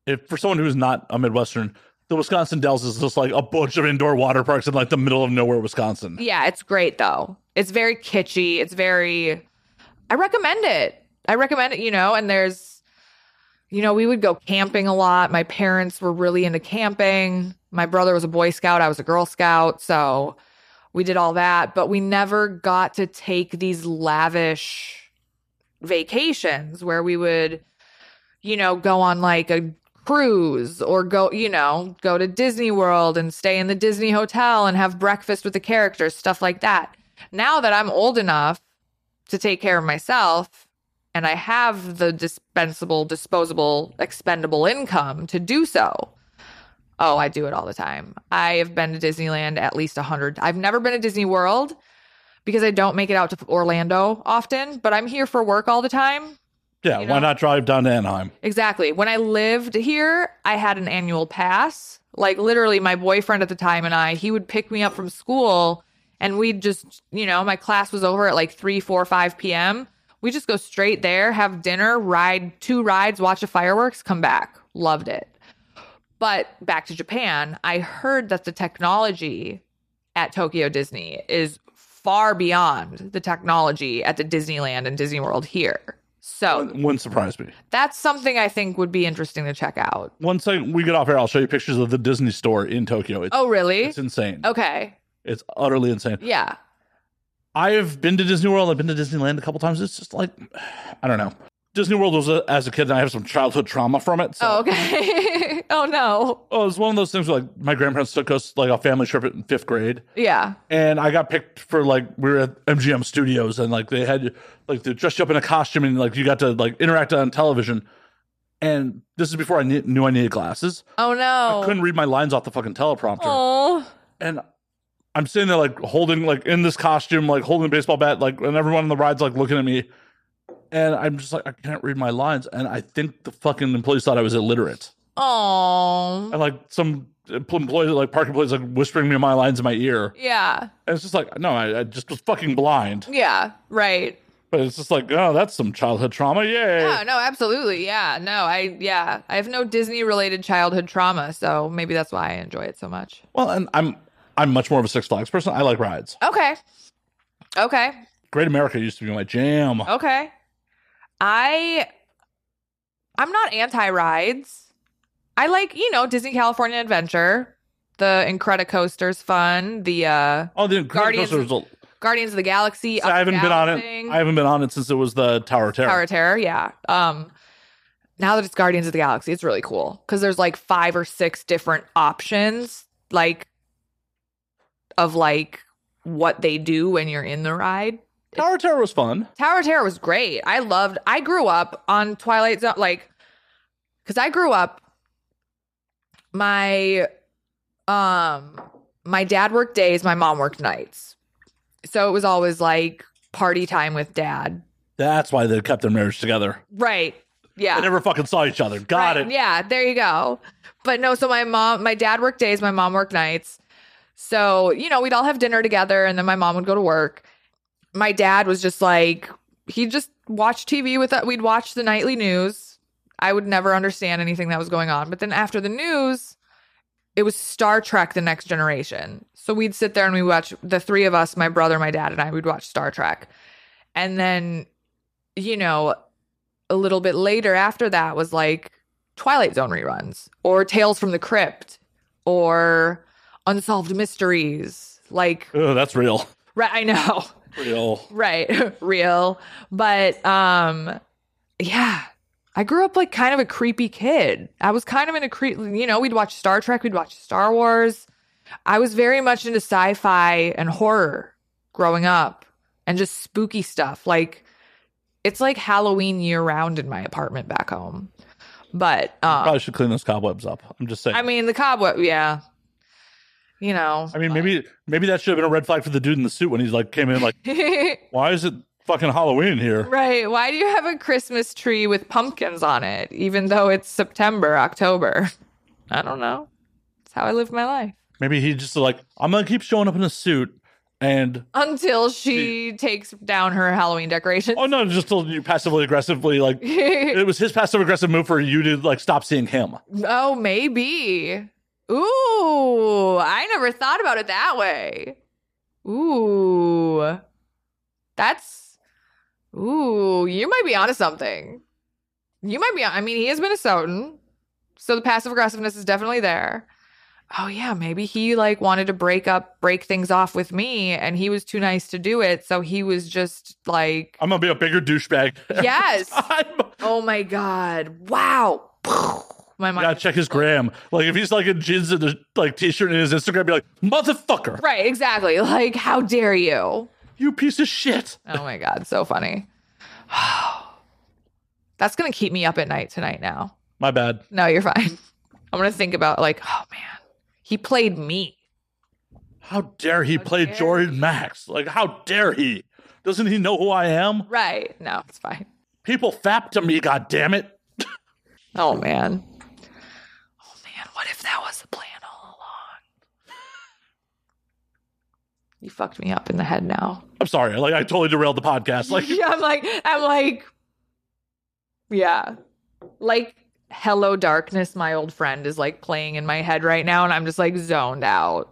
A: if, for someone who's not a Midwestern, the Wisconsin Dells is just like a bunch of indoor water parks in like the middle of nowhere, Wisconsin.
C: Yeah, it's great though. It's very kitschy. It's very I recommend it. I recommend it, you know, and there's you know, we would go camping a lot. My parents were really into camping. My brother was a boy scout, I was a girl scout, so we did all that, but we never got to take these lavish vacations where we would you know, go on like a cruise or go, you know, go to Disney World and stay in the Disney hotel and have breakfast with the characters, stuff like that. Now that I'm old enough to take care of myself and I have the dispensable, disposable, expendable income to do so. Oh, I do it all the time. I have been to Disneyland at least 100. I've never been to Disney World because I don't make it out to Orlando often, but I'm here for work all the time.
A: Yeah,
C: You
A: why
C: know?
A: not drive down to Anaheim?
C: Exactly. When I lived here, I had an annual pass. Like literally my boyfriend at the time and I, he would pick me up from school and we just you know my class was over at like 3 4 5 p.m we just go straight there have dinner ride two rides watch the fireworks come back loved it but back to japan i heard that the technology at tokyo disney is far beyond the technology at the disneyland and disney world here so
A: Wouldn't surprise me.
C: that's something i think would be interesting to check out
A: One second we get off air, I'll show you pictures of the Disney store in Tokyo. It's,
C: oh really
A: it's insane.
C: okay
A: It's utterly insane.
C: yeah
A: I have been to Disney World. I've been to Disneyland a couple times. It's just like, I don't know. Disney World was a, as a kid, and I have some childhood trauma from it. So,
C: oh okay oh no
A: oh, it was one of those things where like my grandparents took us like a family trip in fifth grade,
C: yeah
A: and I got picked for like we were at MGM Studios, and like they had like they dressed you up in a costume, and like you got to like interact on television. And this is before I knew, knew I needed glasses.
C: oh no
A: I couldn't read my lines off the fucking teleprompter.
C: oh
A: and I'm sitting there like holding like in this costume, like holding a baseball bat, like and everyone on the ride's like looking at me. And I'm just like, I can't read my lines. And I think the fucking employees thought I was illiterate.
C: oh
A: And like some employee, like parking employees, like whispering me my lines in my ear.
C: yeah
A: And it's just like, no, I, I just was fucking blind.
C: yeah right
A: But it's just like, oh, that's some childhood trauma. Yay.
C: Oh no, absolutely. Yeah. No, I yeah. I have no Disney related childhood trauma, so maybe that's why I enjoy it so much.
A: Well, and I'm I'm much more of a Six Flags person. I like rides.
C: Okay. Okay.
A: Great America used to be my jam.
C: Okay. I I'm not anti rides. I like, you know, Disney California Adventure. The Incredicoaster's fun. The uh
A: Oh, the
C: Guardians-
A: Guardians. Coaster was a-
C: Guardians of the Galaxy.
A: I haven't been on it.
C: Up-down
A: I haven't been on it since it was the Tower of Terror.
C: Tower of Terror, yeah. Um, now that it's Guardians of the Galaxy, it's really cool because there's like five or six different options, like of like what they do when you're in the ride.
A: Tower of Terror was fun.
C: Tower of Terror was great. I loved. I grew up on Twilight Zone, like because I grew up. My, um, my dad worked days, my mom worked nights, so it was always like party time with dad.
A: That's why they kept their marriage together.
C: Right. Yeah.
A: They never fucking saw each other. Got
C: Ah. Right,
A: it.
C: Yeah, there you go. But no, so my mom, my dad worked days, my mom worked nights. So, you know, we'd all have dinner together and then my mom would go to work. My dad was just like, he just watched TV with us. We'd watch the nightly news. I would never understand anything that was going on. But then after the news, it was Star Trek The Next Generation. So we'd sit there and we watch the three of us, my brother, my dad, and I, we'd watch Star Trek. And then, you know, a little bit later after that was like Twilight Zone reruns or Tales from the Crypt or Unsolved Mysteries. Like,
A: Ugh, that's real.
C: right, I know,
A: Real.
C: right, real. But um, yeah, I grew up like kind of a creepy kid. I was kind of in a creep, you know, we'd watch Star Trek, we'd watch Star Wars. I was very much into sci fi and horror growing up and just spooky stuff. Like, it's like Halloween year round in my apartment back home. But um,
A: Probably should clean those cobwebs up. I'm just saying.
C: I mean, the cobweb, yeah. You know.
A: I mean, maybe maybe that should have been a red flag for the dude in the suit when he's like came in like, why is it fucking Halloween here?
C: right. Why do you have a Christmas tree with pumpkins on it, even though it's September, October? I don't know. It's how I live my life.
A: Maybe he just like, I'm gonna keep showing up in a suit and
C: Until she takes down her Halloween decorations.
A: oh no, just told you passively aggressively like it was his passive aggressive move for you to like stop seeing him.
C: oh, maybe. Ooh, I never thought about it that way. Ooh. That's Ooh, you might be onto something. You might be I mean, he is Minnesotan. So the passive aggressiveness is definitely there. Oh yeah, maybe he like wanted to break up break things off with me and he was too nice to do it, so he was just like
A: I'm gonna be a bigger douchebag.
C: Yes.
A: I'm-
C: Oh my god. Wow. My mind
A: Yeah, check his gram. Like if he's like in jeans and a like t-shirt and his Instagram, be like, motherfucker,
C: Right, exactly. Like, how dare you?
A: you piece of shit.
C: Oh my God, so funny. That's going to keep me up at night tonight now.
A: My bad.
C: No, you're fine. I'm going to think about, like, oh man, he played me.
A: How dare he play
C: dare
A: Jordan Max? Like how dare he? Doesn't he know who I am?
C: Right. No, it's fine.
A: People fap to me, god damn it.
C: Oh man. Oh man, what if that was the plan all along? You fucked me up in the head now.
A: I'm sorry. Like I totally derailed the podcast. Like
C: yeah, I'm like, I'm like, yeah, like "Hello Darkness," my old friend is like playing in my head right now, and I'm just like zoned out.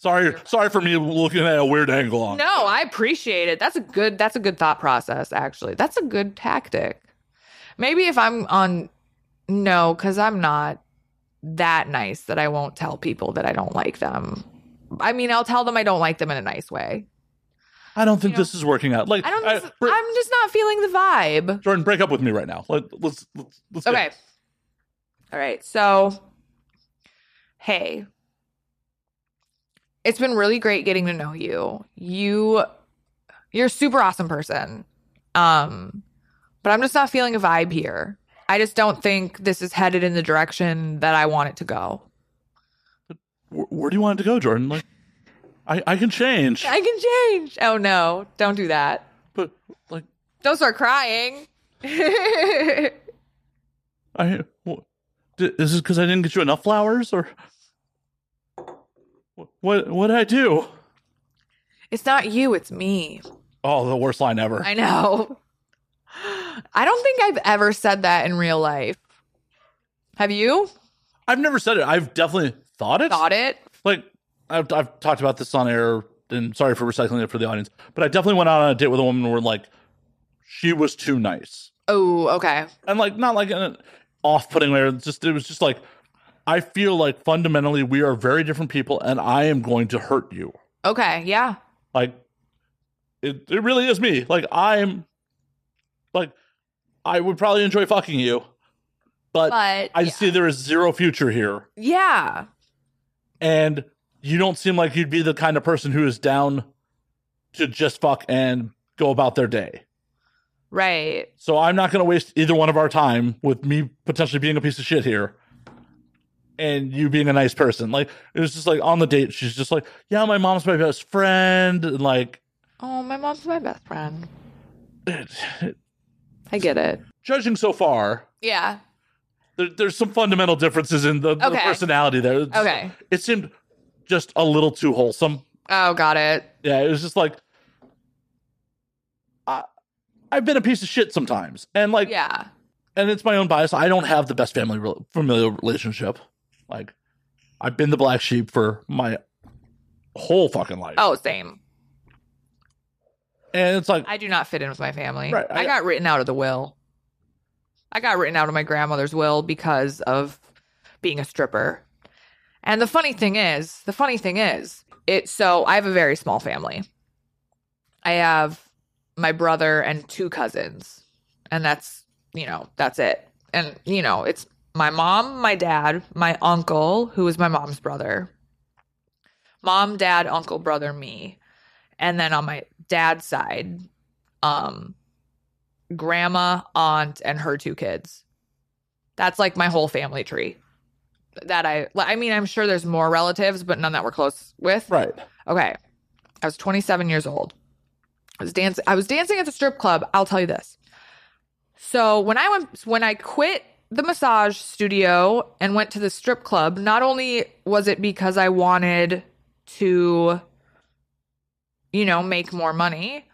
A: sorry, sorry for me looking at a weird angle on. it.
C: No, I appreciate it. That's a good. That's a good thought process. Actually, that's a good tactic. Maybe if I'm on, no, because I'm not that nice that I won't tell people that I don't like them. I mean, I'll tell them I don't like them in a nice way.
A: I don't think
C: You know,
A: this is working out. Like
C: I don't.
A: Br-
C: I'm just not feeling the vibe.
A: Jordan, break up with me right now. Let, let's let's let's do
C: Okay.
A: it.
C: All right. So, hey, it's been really great getting to know you. You, you're a super awesome person. Um, but I'm just not feeling a vibe here. I just don't think this is headed in the direction that I want it to go.
A: Where, where do you want it to go, Jordan? Like I I can change,
C: I can change. Oh no! Don't do that.
A: but like
C: Don't start crying.
A: I wh- di- is this because I didn't get you enough flowers or wh- what what did I do?
C: it's not you. It's me.
A: Oh, the worst line ever.
C: I know. I don't think I've ever said that in real life. Have you
A: I've never said it. I've definitely thought it.
C: thought it?
A: Like I've I've talked about this on air, and sorry for recycling it for the audience. But I definitely went out on a date with a woman where like she was too nice.
C: Oh, okay.
A: and like not like an off-putting way. it's Just it was just like I feel like fundamentally we are very different people, and I am going to hurt you.
C: Okay. Yeah.
A: Like it, it really is me. Like I'm, like I would probably enjoy fucking you, but,
C: But
A: I
C: yeah.
A: see there is zero future here,
C: yeah.
A: and you don't seem like you'd be the kind of person who is down to just fuck and go about their day.
C: Right.
A: So I'm not going to waste either one of our time with me potentially being a piece of shit here and you being a nice person. Like, it was just like on the date, she's just like, yeah, my mom's my best friend. And like,
C: Oh, my mom's my best friend. I get it.
A: judging so far,
C: Yeah.
A: there, there's some fundamental differences in the, the
C: Okay.
A: personality there. It's-
C: Okay.
A: It seemed just a little too wholesome.
C: Oh, got it.
A: Yeah, it was just like, I, I've been a piece of shit sometimes. And like,
C: Yeah.
A: and it's my own bias. I don't have the best family rel familial relationship. Like, I've been the black sheep for my whole fucking life,
C: Oh, same.
A: and it's like,
C: I do not fit in with my family.
A: Right,
C: I,
A: I-
C: got written out of the will. I got written out of my grandmother's will because of being a stripper. And the funny thing is, the funny thing is, it so I have a very small family. I have my brother and two cousins. And that's, you know, that's it. And you know, it's my mom, my dad, my uncle, who is my mom's brother. Mom, dad, uncle, brother, me. And then on my dad's side, um grandma, aunt, and her two kids. That's like my whole family tree. That I I mean, I'm sure there's more relatives, but none that we're close with.
A: right,
C: Okay. I was 27 years old. I was dancing I was dancing at the strip club. I'll tell you this. So, when I went when I quit the massage studio and went to the strip club, not only was it because I wanted to you know, make more money,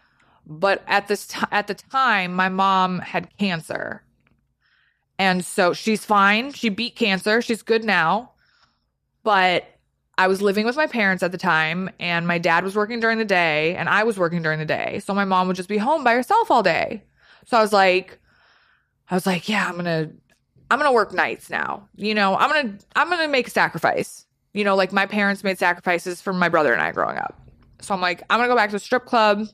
C: but at this t- at the time my mom had cancer. And so she's fine. She beat cancer. She's good now. But I was living with my parents at the time, and my dad was working during the day, and I was working during the day. So my mom would just be home by herself all day. So I was like, I was like, yeah, I'm gonna, I'm gonna work nights now. You know, I'm gonna, I'm gonna make a sacrifice. You know, like my parents made sacrifices for my brother and I growing up. So I'm like, I'm gonna go back to the strip club,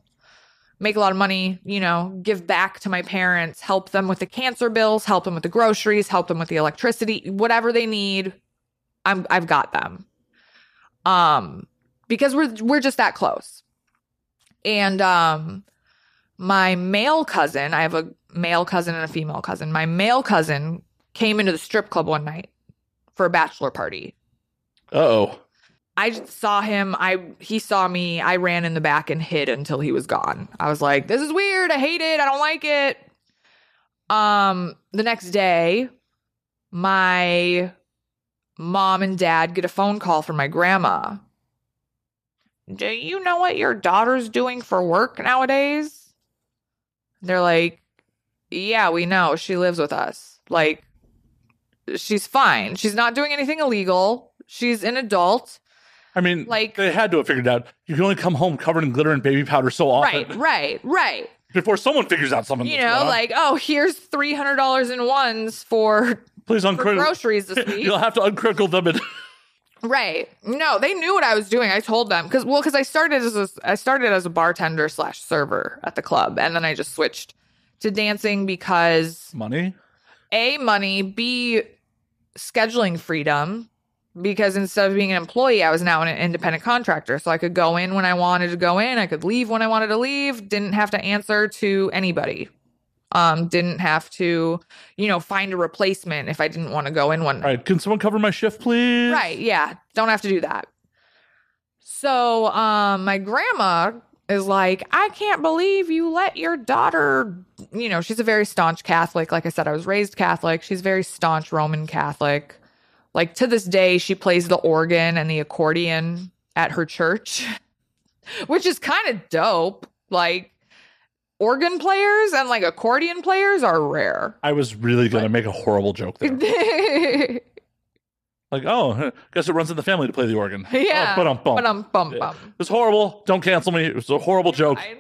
C: make a lot of money. You know, give back to my parents, help them with the cancer bills, help them with the groceries, help them with the electricity, whatever they need. I'm, I've got them um because we're we're just that close and um my male cousin i have a male cousin and a female cousin my male cousin came into the strip club one night for a bachelor party
A: uh oh,
C: I just saw him. I he saw me. I ran in the back and hid until he was gone. I was like, "This is weird. I hate it. I don't like it." Um, the next day, my mom and dad get a phone call from my grandma. Do you know what your daughter's doing for work nowadays? They're like, Yeah, we know. She lives with us. Like, she's fine. She's not doing anything illegal. She's an adult.
A: I mean,
C: Like-
A: like they had to have figured it out. You can only come home covered in glitter and baby powder so often
C: Right, right, right.
A: before someone figures out something.
C: You
A: that's going
C: know,
A: on.
C: like, oh, here's $300 in ones for,
A: please
C: for
A: uncritical.
C: groceries this week.
A: You'll have to uncritical them. And
C: Right. No, they knew what I was doing. I told them because well, because I started as a, I started as a bartender slash server at the club, and then I just switched to dancing because
A: money.
C: a money, b scheduling freedom. Because instead of being an employee, I was now an independent contractor, so I could go in when I wanted to go in. I could leave when I wanted to leave. Didn't have to answer to anybody. Um, didn't have to, you know, find a replacement if I didn't want to go in one night.
A: All right, can someone cover my shift, please?
C: Right. Yeah. Don't have to do that. So, um, my grandma is like, I can't believe you let your daughter, you know, she's a very staunch Catholic. Like I said, I was raised Catholic. She's very staunch Roman Catholic. Like to this day, she plays the organ and the accordion at her church, which is kind of dope. Like, organ players and like accordion players are rare.
A: I was really gonna make a horrible joke there. like, oh, huh, guess it runs in the family to play the organ.
C: Yeah.
A: Oh, but
C: But
A: bump.
C: I'm bum bum.
A: It's horrible. Don't cancel me. It was a horrible joke.
C: I-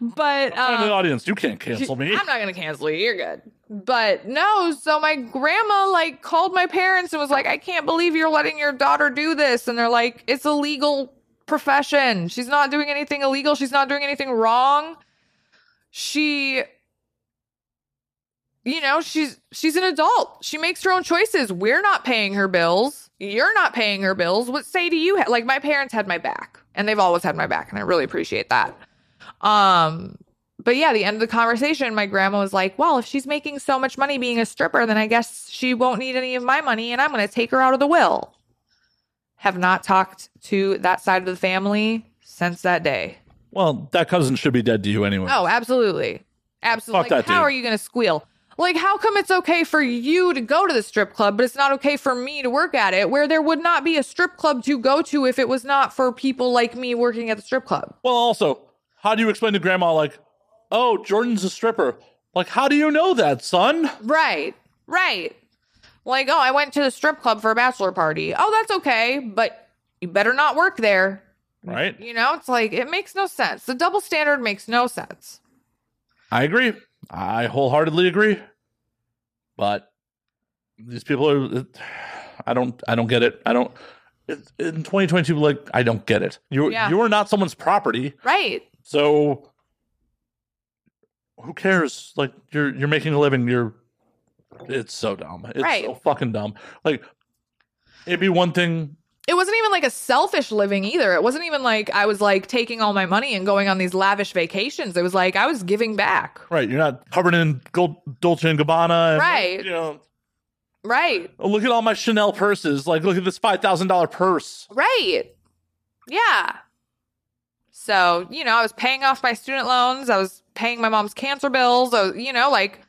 C: but
A: I'm in the
C: um,
A: audience. You can't cancel me.
C: I'm not gonna cancel you. You're good. But no, so my grandma like called my parents and was like, "I can't believe you're letting your daughter do this," and they're like, "It's a legal profession. She's not doing anything illegal. She's not doing anything wrong. She." You know, she's she's an adult. She makes her own choices. We're not paying her bills. You're not paying her bills. What say do you? Ha-? Like my parents had my back, and they've always had my back, and I really appreciate that. Um, but yeah, the end of the conversation, my grandma was like, Well, if she's making so much money being a stripper, then I guess she won't need any of my money and I'm going to take her out of the will. Have not talked to that side of the family since that day.
A: well, that cousin should be dead to you anyway.
C: Oh, absolutely. Absolutely.
A: Fuck
C: Like,
A: that
C: how
A: dude.
C: are you going to squeal? Like, how come it's okay for you to go to the strip club, but it's not okay for me to work at it, where there would not be a strip club to go to if it was not for people like me working at the strip club?
A: Well, also, how do you explain to grandma like, oh, Jordan's a stripper? Like, how do you know that, son?
C: Right. Right. Like, oh, I went to the strip club for a bachelor party. Oh, that's okay, but you better not work there.
A: Right?
C: You know, it's like it makes no sense. The double standard makes no sense.
A: I agree. I wholeheartedly agree. But these people are I don't I don't get it. I don't it, in 2022 like I don't get it. You
C: Yeah.
A: you are not someone's property.
C: Right.
A: So who cares? Like you're you're making a living. You're it's so dumb. It's
C: Right.
A: so fucking dumb. Like it'd be one thing.
C: It wasn't even like a selfish living either. It wasn't even like I was like taking all my money and going on these lavish vacations. It was like I was giving back.
A: Right, you're not covered in gold, Dolce and Gabbana. And,
C: Right.
A: You know,
C: Right.
A: "Oh, look at all my Chanel purses. Like, look at this five thousand dollar purse.
C: Right. Yeah. So, you know, I was paying off my student loans. I was paying my mom's cancer bills. I was, you know, like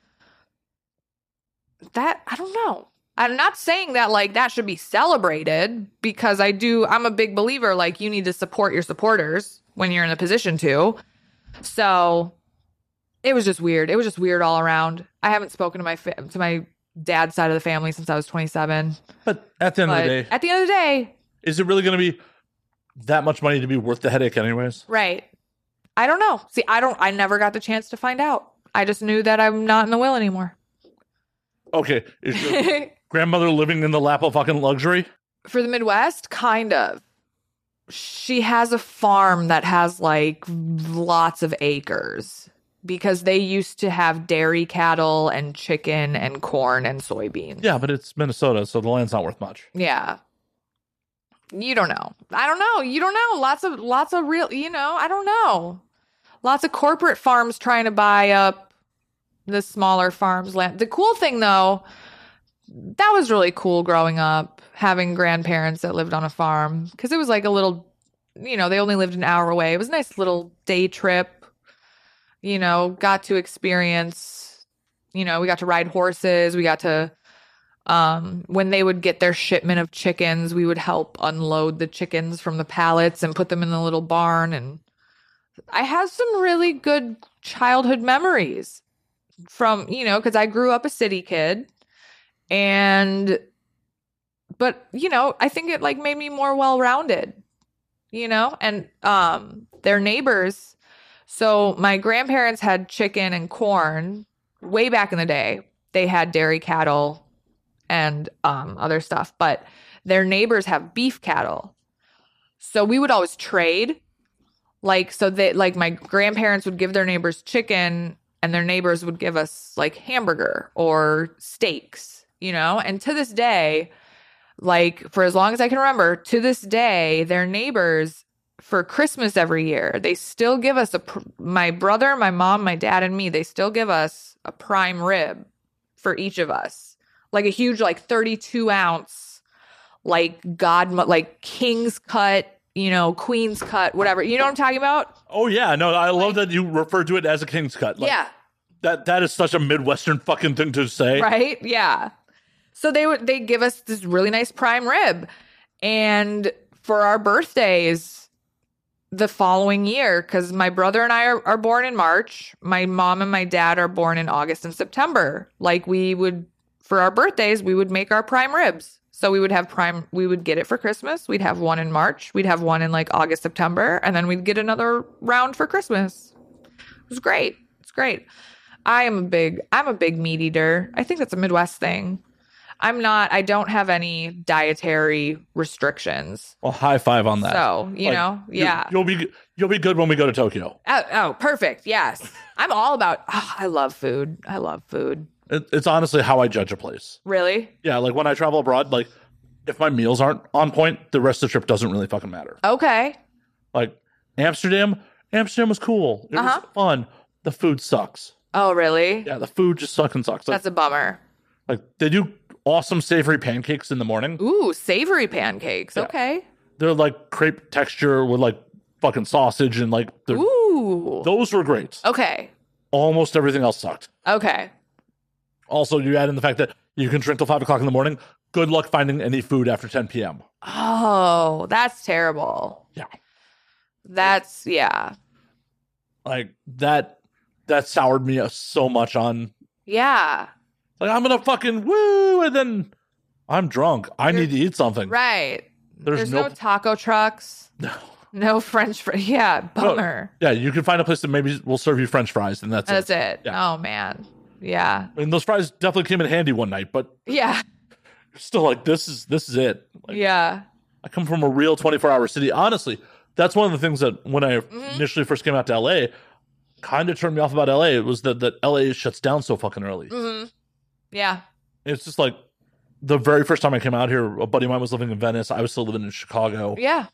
C: that. I don't know. I'm not saying that like that should be celebrated because I do, I'm a big believer like you need to support your supporters when you're in a position to. So it was just weird. It was just weird all around. I haven't spoken to my, fa- to my dad's side of the family since I was 27.
A: But at the end of
C: But
A: the day,
C: at the end of the day,
A: is it really going to be that much money to be worth the headache, anyways?
C: Right. I don't know. See, I don't I never got the chance to find out. I just knew that I'm not in the will anymore.
A: Okay, is your
C: For
A: grandmother living in the lap of fucking luxury?
C: the Midwest, kind of. She has a farm that has like lots of acres because they used to have dairy cattle and chicken and corn and soybeans.
A: Yeah, but it's Minnesota, so the land's not worth much.
C: Yeah. You don't know. I don't know. You don't know. Lots of lots of real, you know, I don't know. Lots of corporate farms trying to buy up the smaller farms land. The cool thing though, that was really cool growing up having grandparents that lived on a farm cuz it was like a little you know, they only lived an hour away. It was a nice little day trip. You know, got to experience you know, we got to ride horses, we got to Um, when they would get their shipment of chickens, we would help unload the chickens from the pallets and put them in the little barn. And I have some really good childhood memories from, you know, because I grew up a city kid. And, but, you know, I think it like made me more well rounded, you know, and um, their neighbors. So my grandparents had chicken and corn way back in the day. They had dairy cattle and um, other stuff, but their neighbors have beef cattle. So we would always trade. Like, so they, like, my grandparents would give their neighbors chicken and their neighbors would give us like hamburger or steaks, you know? And to this day, like, for as long as I can remember, to this day, their neighbors for Christmas every year, they still give us a, pr- my brother, my mom, my dad, and me, they still give us a prime rib for each of us like a huge like 32 ounce like god like king's cut you know queen's cut whatever you know what i'm talking about
A: Oh yeah, no, I love that you refer to it as a king's cut. Like,
C: yeah
A: that that is such a midwestern fucking thing to say.
C: right yeah so they would they give us this really nice prime rib and for our birthdays the following year because my brother and i are, are born in march my mom and my dad are born in august and september like we would for our birthdays we would make our prime ribs so we would have prime we would get it for christmas we'd have one in march we'd have one in like august september and then we'd get another round for christmas it was great it's great I am a big I'm a big meat eater. I think that's a Midwest thing. I'm not I don't have any dietary restrictions.
A: Well, high five on that.
C: So, you
A: Like,
C: know,
A: You-
C: yeah.
A: you'll be you'll be good when we go to Tokyo.
C: oh, oh, perfect. Yes. I'm all about oh, I love food. I love food.
A: It, it's honestly how I judge a place.
C: Really?
A: Yeah, like when I travel abroad, like if my meals aren't on point, the rest of the trip doesn't really fucking matter.
C: Okay.
A: Like Amsterdam, Amsterdam was cool. It
C: Uh-huh.
A: was fun. The food sucks.
C: Oh, really?
A: Yeah, the food just fucking sucks. Like,
C: That's a bummer.
A: like they do awesome savory pancakes in the morning.
C: Ooh, savory pancakes.
A: Yeah.
C: Okay.
A: They're like crepe texture with like fucking sausage and like they're-
C: Ooh.
A: those were great.
C: Okay.
A: Almost everything else sucked.
C: Okay.
A: Also, you add in the fact that you can drink till five o'clock in the morning. Good luck finding any food after 10 p.m.
C: Oh, that's terrible.
A: Yeah.
C: That's yeah.
A: Like that, that soured me so much on.
C: Yeah.
A: Like I'm gonna fucking woo, and then I'm drunk. I
C: There-
A: need to eat something.
C: Right.
A: There's,
C: There's
A: no,
C: no taco trucks.
A: no. Oh.
C: No French fry. Yeah, bummer.
A: Yeah, you can find a place that maybe will serve you French fries, and that's,
C: That's
A: it.
C: it.
A: Yeah.
C: Oh man. Yeah.
A: And those fries definitely came in handy one night, but
C: Yeah.
A: still, like this is this is it. Like,
C: yeah.
A: I come from a real 24 hour city. Honestly, that's one of the things that when I
C: Mhm.
A: initially first came out to LA, kind of turned me off about LA was that, that LA shuts down so fucking early.
C: hmm Yeah.
A: It's just like the very first time I came out here, a buddy of mine was living in Venice. I was still living in Chicago.
C: Yeah.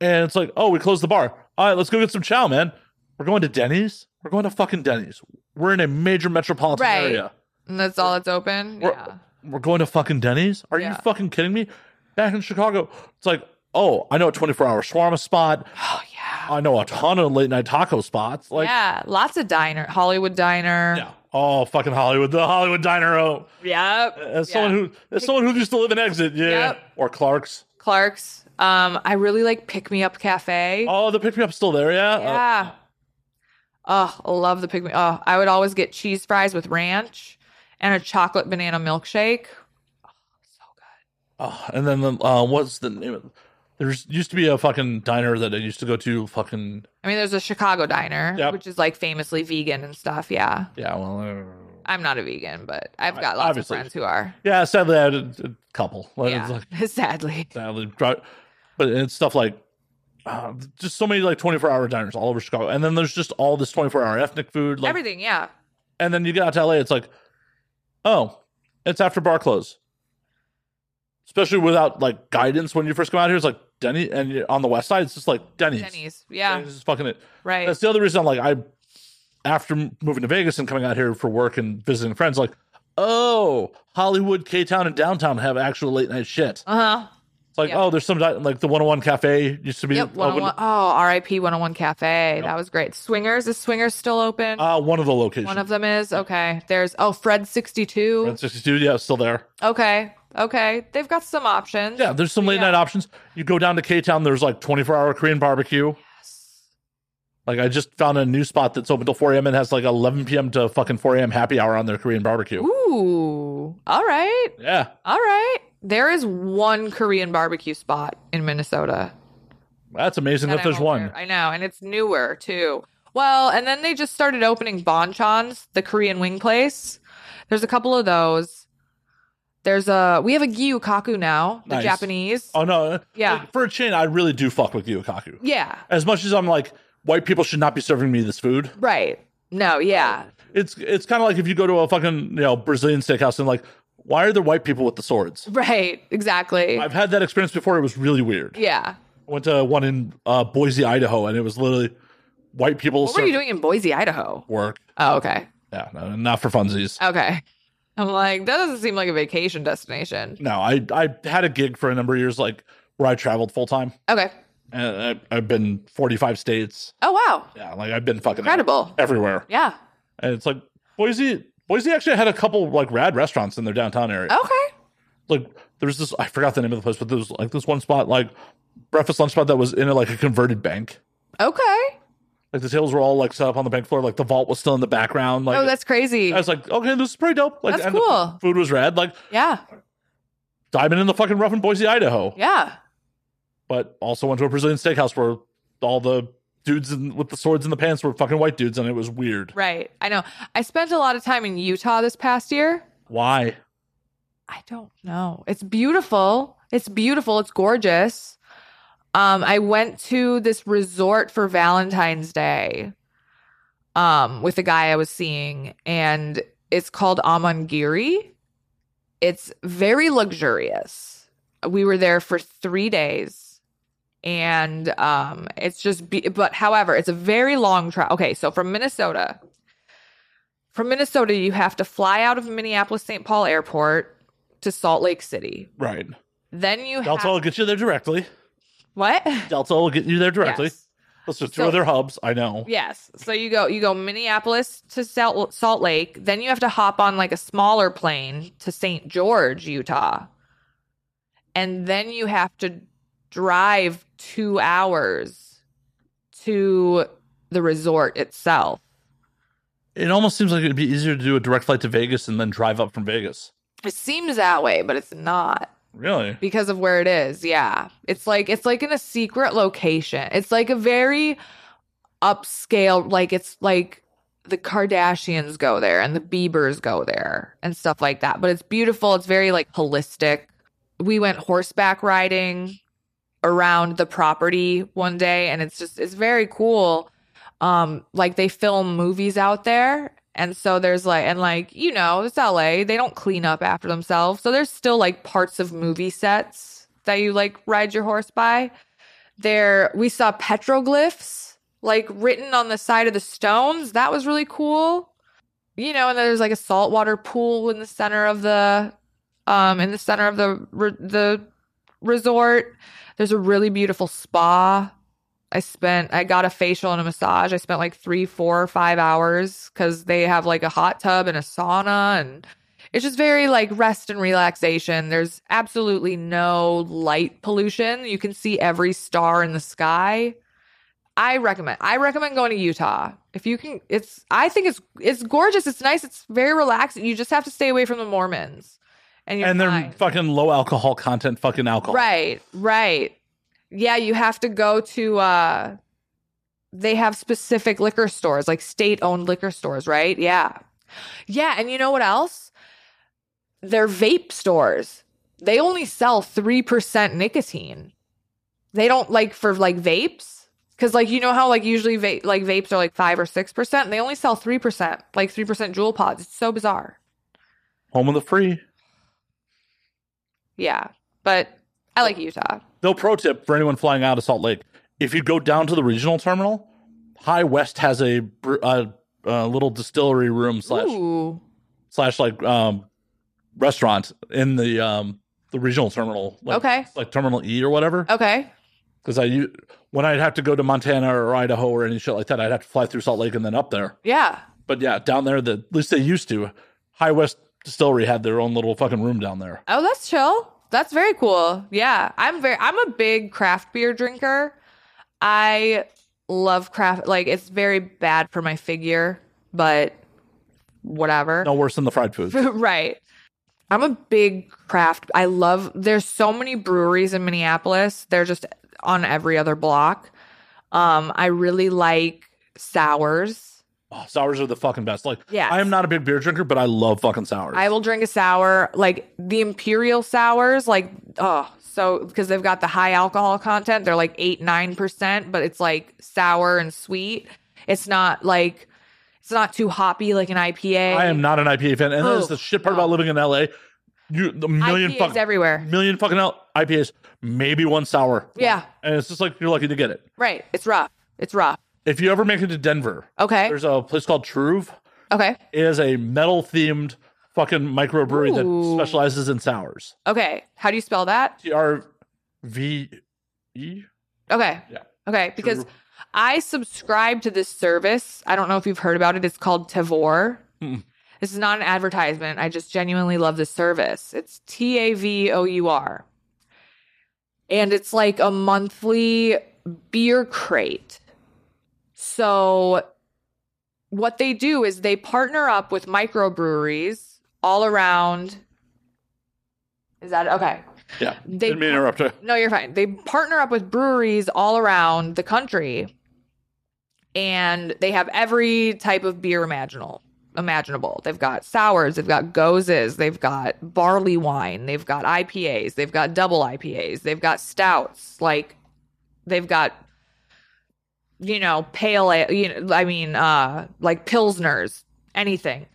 A: And it's like, oh, we closed the bar. All right, let's go get some chow, man. We're going to Denny's. We're going to fucking Denny's. We're in a major metropolitan
C: Right.
A: area.
C: And that's all that's open.
A: We're-
C: Yeah.
A: We're going to fucking Denny's? Are you
C: Yeah.
A: fucking kidding me? Back in Chicago, it's like, oh, I know a 24 hour shawarma spot.
C: Oh yeah.
A: I know a ton of late night taco spots. Uh, Like, yeah.
C: yeah. Lots of diner. Hollywood diner.
A: Oh, fucking Hollywood. The Hollywood Diner. Oh,
C: Yep.
A: as someone
C: Yeah.
A: who, as someone who used to live in Exit, yeah,
C: Yep.
A: or Clark's.
C: Clark's. Um, I really like Pick Me Up Cafe.
A: Oh, the pick me up's still there. Yeah. Uh,
C: Yeah. Oh, I love the pygmy. Oh, I would always get cheese fries with ranch and a chocolate banana milkshake. Oh, so good.
A: oh, and then the, uh, what's the name? Of, there's used to be a fucking diner that I used to go to. Fucking
C: I mean, there's a Chicago diner,
A: Yep.
C: which is like famously vegan and stuff. Yeah.
A: yeah. Well. uh,
C: I'm not a vegan, but I've
A: I-
C: got lots
A: obviously.
C: of friends who are.
A: Yeah. Sadly, I had a, a couple. Like, it's
C: yeah.
A: like,
C: Sadly.
A: sadly, dri- but it's stuff like. Uh, just so many like 24 hour diners all over Chicago, and then there's just all this 24 hour ethnic food. Like,
C: Everything. Yeah.
A: And then you get out to LA, it's like, oh, it's after bar close. Especially without like guidance when you first come out here, it's like Denny, and you're on the west side, it's just like Denny's.
C: Denny's. Yeah.
A: Denny's is fucking it.
C: Right.
A: That's the other reason I'm like, I after m- moving to Vegas and coming out here for work and visiting friends, like, oh, Hollywood, K Town, and downtown have actual late night shit.
C: uh huh.
A: It's like,
C: Yep.
A: oh, there's some di- like the 101 Cafe used to be
C: Yep, one
A: open.
C: one. Oh, RIP 101 Cafe. That was great. Swingers, is Swingers still open?
A: Uh, one of the locations.
C: One of them is. Okay. There's oh, Fred 62.
A: Red 62, yeah, it's still there.
C: Okay. Okay. They've got some options.
A: Yeah, there's some late
C: Yeah.
A: night options. You go down to K Town, there's like 24 hour Korean barbecue. Like I just found a new spot that's open till 4 a.m. and has like 11 p.m. to fucking 4 a.m. happy hour on their Korean barbecue.
C: Ooh. All right.
A: Yeah,
C: All right. There is one Korean barbecue spot in Minnesota.
A: that's amazing that,
C: I'm
A: there's one.
C: aware- I know, and it's newer too. Well, and then they just started opening Bonchons, the Korean wing place. There's a couple of those. There's a we have a Gyukaku now, the
A: Nice.
C: Japanese.
A: Oh no,
C: Yeah.
A: For a chain, I really do fuck with Yukaku.
C: Yeah.
A: As much as I'm like, white people should not be serving me this food.
C: Right. No, yeah.
A: It's it's kind of like if you go to a fucking you know Brazilian steakhouse and like, why are there white people with the swords?
C: Right. Exactly.
A: I've had that experience before. It was really weird.
C: yeah.
A: I went to one in uh, Boise, Idaho, and it was literally white people
C: What were you
A: serving
C: doing in Boise, Idaho?
A: work.
C: Oh, okay.
A: Yeah, no, not for funsies.
C: Okay. I'm like, that doesn't seem like a vacation destination.
A: No, I I had a gig for a number of years, like where I traveled full time,
C: Okay.
A: and I, I've been 45 states.
C: Oh wow.
A: Yeah, like I've been fucking
C: Incredible.
A: everywhere.
C: Yeah.
A: and it's like Boise. Boise actually had a couple like rad restaurants in their downtown area.
C: Okay.
A: Like there's this I forgot the name of the place, but there was like this one spot like breakfast lunch spot that was in a, like a converted bank.
C: Okay.
A: Like the tables were all like set up on the bank floor. Like the vault was still in the background. Like
C: oh, that's crazy.
A: I was like, okay, this is pretty dope. Like
C: That's
A: the
C: cool.
A: food was rad. Like
C: yeah.
A: diving in the fucking rough in Boise, Idaho.
C: Yeah.
A: But also went to a Brazilian steakhouse where all the dudes in, with the swords in the pants were fucking white dudes, and it was weird.
C: Right. I know. I spent a lot of time in Utah this past year.
A: Why?
C: I don't know. It's beautiful. It's beautiful. It's gorgeous. Um, I went to this resort for Valentine's Day um, with a guy I was seeing, and it's called Amangiri. It's very luxurious. We were there for three days, and um, it's just. Be- but however, it's a very long travel. Okay, so from Minnesota, from Minnesota, you have to fly out of Minneapolis-St. Paul Airport to Salt Lake City.
A: Right.
C: Then you
A: Delta will
C: have
A: get you there directly.
C: what?
A: Delta will get you there directly.
C: Yes.
A: Those are two
C: So-
A: other hubs. I know.
C: Yes. So you go you go Minneapolis to Salt Salt Lake, then you have to hop on like a smaller plane to St. George, Utah. And then you have to drive 2 hours to the resort itself.
A: It almost seems like it'd be easier to do a direct flight to Vegas and then drive up from Vegas.
C: It seems that way, but it's not
A: Really?
C: because of where it is. Yeah. It's like it's like in a secret location. It's like a very upscale like it's like the Kardashians go there and the Biebers go there and stuff like that. But it's beautiful. It's very like holistic. We went horseback riding around the property one day and it's just it's very cool. Um like they film movies out there and so there's like and like you know, it's LA. They don't clean up after themselves. So there's still like parts of movie sets that you like ride your horse by. There we saw petroglyphs like written on the side of the stones. That was really cool. You know, and then there's like a saltwater pool in the center of the um in the center of the re- the resort. There's a really beautiful spa. I spent I got a facial and a massage. I spent like three, four, five hours because they have like a hot tub and a sauna and it's just very like rest and relaxation. There's absolutely no light pollution. You can see every star in the sky. I recommend I recommend going to Utah. If you can it's I think it's it's gorgeous. It's nice. It's very relaxing. You just have to stay away from the Mormons. And you're
A: and they're
C: fine.
A: fucking low alcohol content fucking alcohol.
C: Right, right. Yeah, you have to go to uh they have specific liquor stores, like state-owned liquor stores, right? Yeah. Yeah, and you know what else? They're vape stores. They only sell 3% nicotine. They don't like for like vapes cuz like you know how like usually va- like vapes are like 5 or 6%, they only sell 3%, like 3% jewel pods. It's so bizarre.
A: Home of the free.
C: Yeah. But I like Utah.
A: No pro tip for anyone flying out of Salt Lake. If you go down to the regional terminal, High West has a, br- a, a little distillery room slash
C: Ooh.
A: slash like um, restaurant in the um, the regional terminal. Like,
C: Okay. Oh.
A: Like Terminal E or whatever.
C: Okay.
A: Because I u- when I'd have to go to Montana or Idaho or any shit like that, I'd have to fly through Salt Lake and then up there.
C: Yeah.
A: But yeah, down there, the, at least they used to. High West Distillery had their own little fucking room down there.
C: Oh, that's chill. That's very cool. Yeah, I'm very. I'm a big craft beer drinker. I love craft. Like it's very bad for my figure, but whatever.
A: No worse than the fried foods.
C: right. I'm a big craft. I love. There's so many breweries in Minneapolis. They're just on every other block. Um, I really like sours.
A: Oh, sours are the fucking best. Like,
C: Yes.
A: I am not a big beer drinker, but I love fucking sours.
C: I will drink a sour, like the imperial sours, like oh, so because they've got the high alcohol content, they're like eight nine percent, but it's like sour and sweet. It's not like it's not too hoppy like an IPA.
A: I am not an IPA fan, and that is
C: Oh,
A: the shit part about living in LA. You the million
C: IPAs
A: fucking
C: everywhere.
A: million fucking L- IPAs, maybe one sour.
C: Yeah.
A: and it's just like you're lucky to get it.
C: Right. It's rough. It's rough.
A: If you ever make it to Denver,
C: Okay.
A: there's a place called Truve.
C: okay.
A: It is a metal themed fucking microbrewery that
C: Ooh.
A: specializes in sours.
C: Okay. How do you spell that?
A: T R V E.
C: Okay.
A: Yeah.
C: Okay. Because
A: True.
C: I subscribe to this service. I don't know if you've heard about it. It's called Tavor.
A: Mm-mm.
C: This is not an advertisement. I just genuinely love this service. It's T A V O U R. And it's like a monthly beer crate. So what they do is they partner up with microbreweries all around. Is that okay?
A: Yeah,
C: They-
A: didn't mean to interrupt. you.
C: No, you're fine. They partner up with breweries all around the country, and they have every type of beer imaginable. Imaginable. They've got sours, they've got gozes, they've got barley wine, they've got IPAs, they've got double IPAs, they've got stouts, like they've got you know pale ale. You know, I mean, uh, like pilsners, anything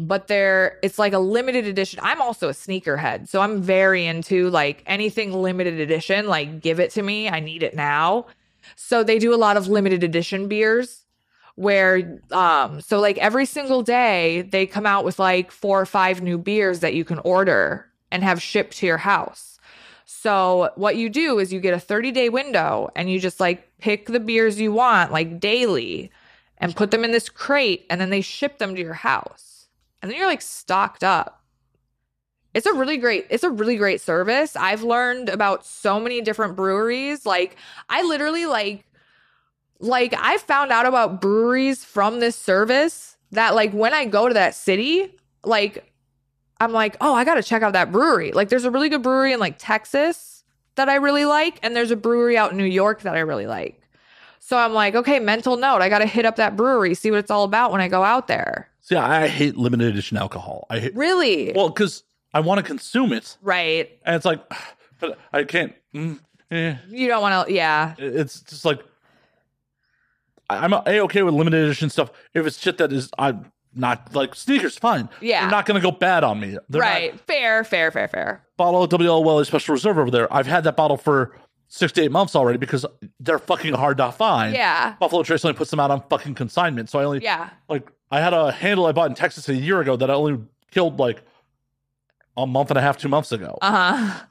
C: but they're it's like a limited edition. I'm also a sneakerhead, so I'm very into like anything limited edition, like give it to me, I need it now. So they do a lot of limited edition beers where um so like every single day they come out with like four or five new beers that you can order and have shipped to your house. So what you do is you get a 30-day window and you just like pick the beers you want like daily and put them in this crate and then they ship them to your house and then you're like stocked up. It's a really great it's a really great service. I've learned about so many different breweries. Like I literally like like I found out about breweries from this service that like when I go to that city, like I'm like, "Oh, I got to check out that brewery." Like there's a really good brewery in like Texas that I really like and there's a brewery out in New York that I really like. So I'm like, "Okay, mental note, I got to hit up that brewery, see what it's all about when I go out there."
A: See, I hate limited edition alcohol. I hate,
C: Really?
A: well because I want to consume it.
C: right.
A: And it's like, but I can't. Mm, eh.
C: You don't want to, yeah,
A: It's just like, I- I'm a okay with limited edition stuff if it's shit that is I'm not like sneakers. Fine,
C: Yeah.
A: they're not gonna go bad on me. They're not-
C: right. Fair, fair, fair, fair.
A: bottle of WL Welly Special Reserve over there. I've had that bottle for six to eight months already because they're fucking hard to find.
C: Yeah,
A: Buffalo Trace only puts them out on fucking consignment, so I only
C: yeah,
A: like I had a handle I bought in Texas a year ago that I only killed like a month and a half, two months ago.
C: uh huh.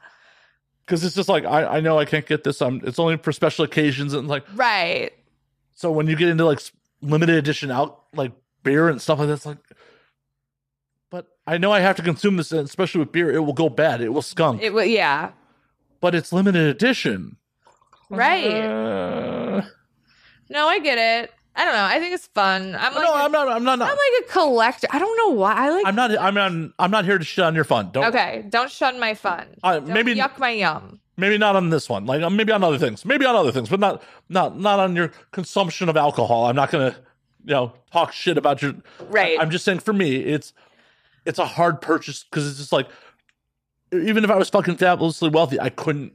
A: because it's just like I, I know I can't get this. I'm it's only for special occasions and like
C: Right.
A: so when you get into like s- limited edition out like beer and stuff like that's like. But I know I have to consume this, and especially with beer. It will go bad. It will skunk.
C: It was, yeah,
A: but it's limited edition.
C: right.
A: Uh,
C: No, I get it. I don't know. I think it's fun. I'm like,
A: no,
C: a-
A: I'm not. I'm not.
C: I'm like a collector. I don't know why. I like,
A: I'm not. I'm not. I'm not here to shit on your fun. Don't.
C: okay, don't shun my fun.
A: Uh,
C: Don't
A: maybe-
C: yuck my yum.
A: Maybe not on this one. Like uh, maybe on other things. Maybe on other things, but not not not on your consumption of alcohol. I'm not gonna you know talk shit about your.
C: Right.
A: I, am just saying for me, it's it's a hard purchase because it's just like even if I was fucking fabulously wealthy, I couldn't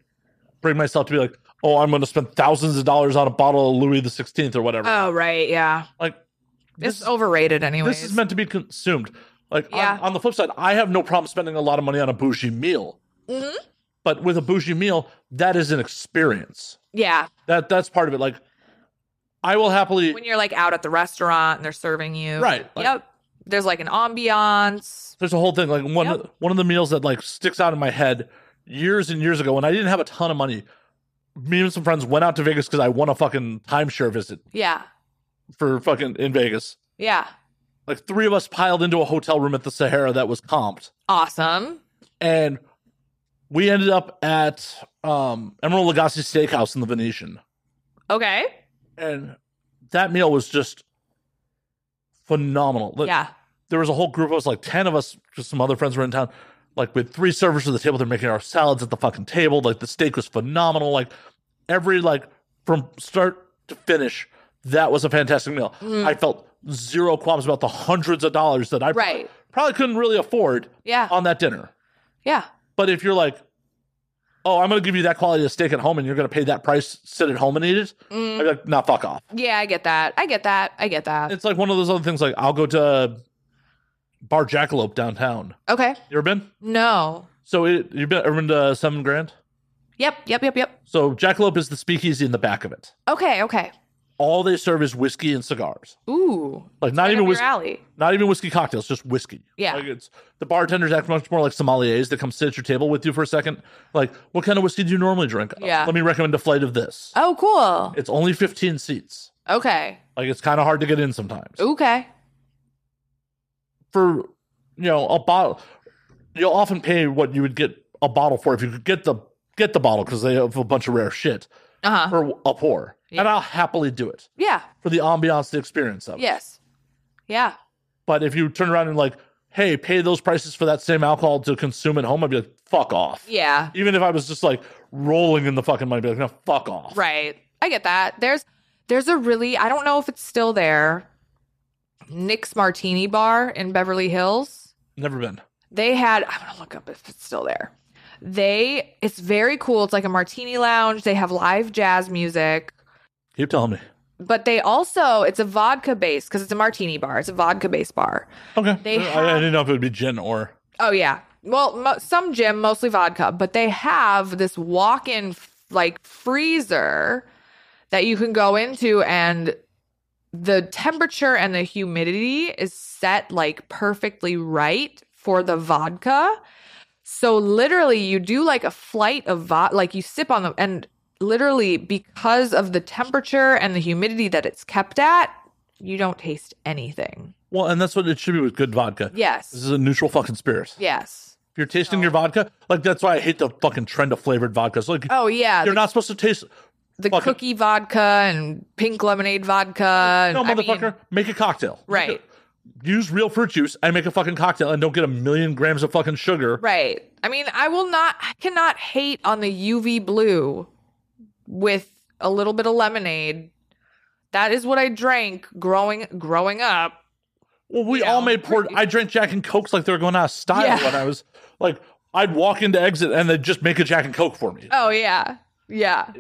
A: bring myself to be like, oh, I'm going to spend thousands of dollars on a bottle of Louis the Sixteenth or whatever.
C: Oh, right. Yeah.
A: like
C: It's
A: this-
C: overrated, anyways.
A: This is meant to be consumed. Like on-
C: Yeah.
A: on, the flip side, I have no problem spending a lot of money on a bougie meal.
C: Mhm.
A: But with a bougie meal, that is an experience.
C: yeah.
A: That that's part of it. Like I will happily
C: When you're like out at the restaurant and they're serving you.
A: Right, like-
C: yep. There's like an ambiance.
A: there's a whole thing like one
C: Yep.
A: one of the meals that like sticks out in my head years and years ago when I didn't have a ton of money. Me and some friends went out to Vegas because I won a fucking timeshare visit
C: Yeah.
A: for fucking in Vegas.
C: Yeah.
A: Like three of us piled into a hotel room at the Sahara that was comped.
C: Awesome.
A: and we ended up at um, Emerald Lagasse Steakhouse in the Venetian,
C: Okay.
A: and that meal was just phenomenal. Like,
C: yeah.
A: there was a whole group of us, like ten of us, just some other friends were in town. Like with three servers at the table, they're making our salads at the fucking table. Like the steak was phenomenal. Like every like from start to finish, that was a fantastic meal. I felt zero qualms about the hundreds of dollars that I pro-
C: Right.
A: probably couldn't really afford
C: Yeah.
A: on that dinner.
C: Yeah.
A: But if you're like, oh, I'm going to give you that quality of steak at home and you're going to pay that price, sit at home and eat it, I'd be like, nah, fuck off.
C: Mm. Yeah, I get that. I get that. I get that.
A: It's like one of those other things like, I'll go to Bar Jackalope downtown.
C: Okay.
A: You ever been?
C: No.
A: So it, you've been, ever been to uh, Seven Grand?
C: Yep. Yep. Yep. Yep.
A: So Jackalope is the speakeasy in the back of it.
C: Okay. Okay.
A: All they serve is whiskey and cigars.
C: Ooh.
A: Like not
C: Right
A: even
C: up your
A: whiskey,
C: alley.
A: not even whiskey cocktails, just whiskey.
C: Yeah.
A: like it's the bartenders act much more like sommeliers that come sit at your table with you for a second. Like, what kind of whiskey do you normally drink?
C: Yeah.
A: let me recommend a flight of this.
C: Oh, cool.
A: It's only 15 seats.
C: Okay.
A: Like it's kind of hard to get in sometimes.
C: Okay.
A: For you know, a bottle you'll often pay what you would get a bottle for if you could get the get the bottle cuz they have a bunch of rare shit
C: Uh huh.
A: for a pour. And I'll happily do it
C: Yeah.
A: for the ambiance, the experience of it.
C: Yes. Yeah.
A: But if you turn around and like, "Hey, pay those prices for that same alcohol to consume at home," I'd be like, "Fuck off."
C: Yeah.
A: Even if I was just like rolling in the fucking money, I'd be like, "No, fuck off."
C: Right. I get that. There's there's a really I don't know if it's still there. Nick's Martini Bar in Beverly Hills.
A: Never been.
C: They had I'm gonna look up if it's still there. They it's very cool. It's like a martini lounge. They have live jazz music,
A: Keep telling me.
C: but they also it's a vodka base because it's a martini bar. It's a vodka base bar.
A: Okay.
C: They
A: I- I
C: have-
A: didn't know if it would be gin or
C: Oh yeah. Well, mo- some gym, mostly vodka, but they have this walk-in f- like freezer that you can go into and the temperature and the humidity is set like perfectly right for the vodka. So literally you do like a flight of vodka, like you sip on the and literally because of the temperature and the humidity that it's kept at, you don't taste anything.
A: Well, and that's what it should be with good vodka. This
C: Yes.
A: is a neutral fucking spirit.
C: Yes.
A: If you're tasting your vodka, like that's why I hate the fucking trend of flavored vodkas. Like
C: Oh yeah.
A: you're
C: the
A: not supposed to taste.
C: the
A: Fuck it.
C: cookie vodka and pink lemonade vodka. and-
A: No,
C: I mean,
A: motherfucker, make a cocktail. Make
C: Right.
A: a- use real fruit juice and make a fucking cocktail, and don't get a million grams of fucking sugar.
C: right. I mean, I will not, I cannot hate on the UV blue with a little bit of lemonade. That is what I drank growing growing up.
A: Well, we
C: Yeah.
A: all made poor. I drank Jack and Cokes like they were going out of style
C: Yeah.
A: when I was like, I'd walk into exit and they'd just make a Jack and Coke for me.
C: Oh yeah. Yeah.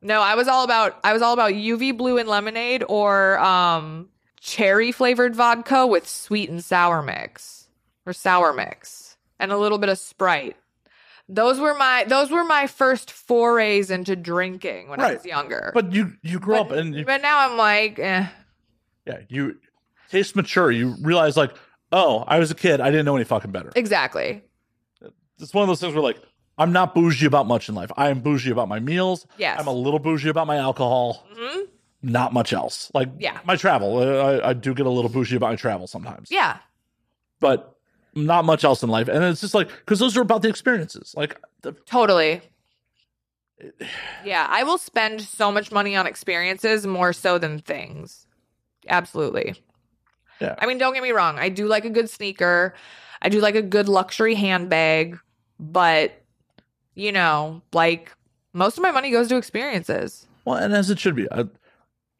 C: No, I was all about I was all about UV blue and lemonade or um cherry flavored vodka with sweet and sour mix or sour mix and a little bit of Sprite. Those were my those were my first forays into drinking when I was
A: Right.
C: younger.
A: But you you grew up and you,
C: but now I'm like, eh,
A: yeah, you taste mature. You realize like, oh, I was a kid. I didn't know any fucking better.
C: exactly.
A: it's one of those things where like I'm not bougie about much in life. I am bougie about my meals.
C: Yes. Mm-hmm.
A: I'm a little bougie about my alcohol. Not much else. Like
C: Yeah.
A: my travel. uh, I, I do get a little bougie about my travel sometimes.
C: Yeah.
A: But not much else in life. And it's just like because those are about the experiences. Like the,
C: Totally. Yeah, I will spend so much money on experiences more so than things. Absolutely.
A: Yeah.
C: I mean, don't get me wrong. I do like a good sneaker. I do like a good luxury handbag, but you know, like most of my money goes to experiences.
A: well, and as it should be. I,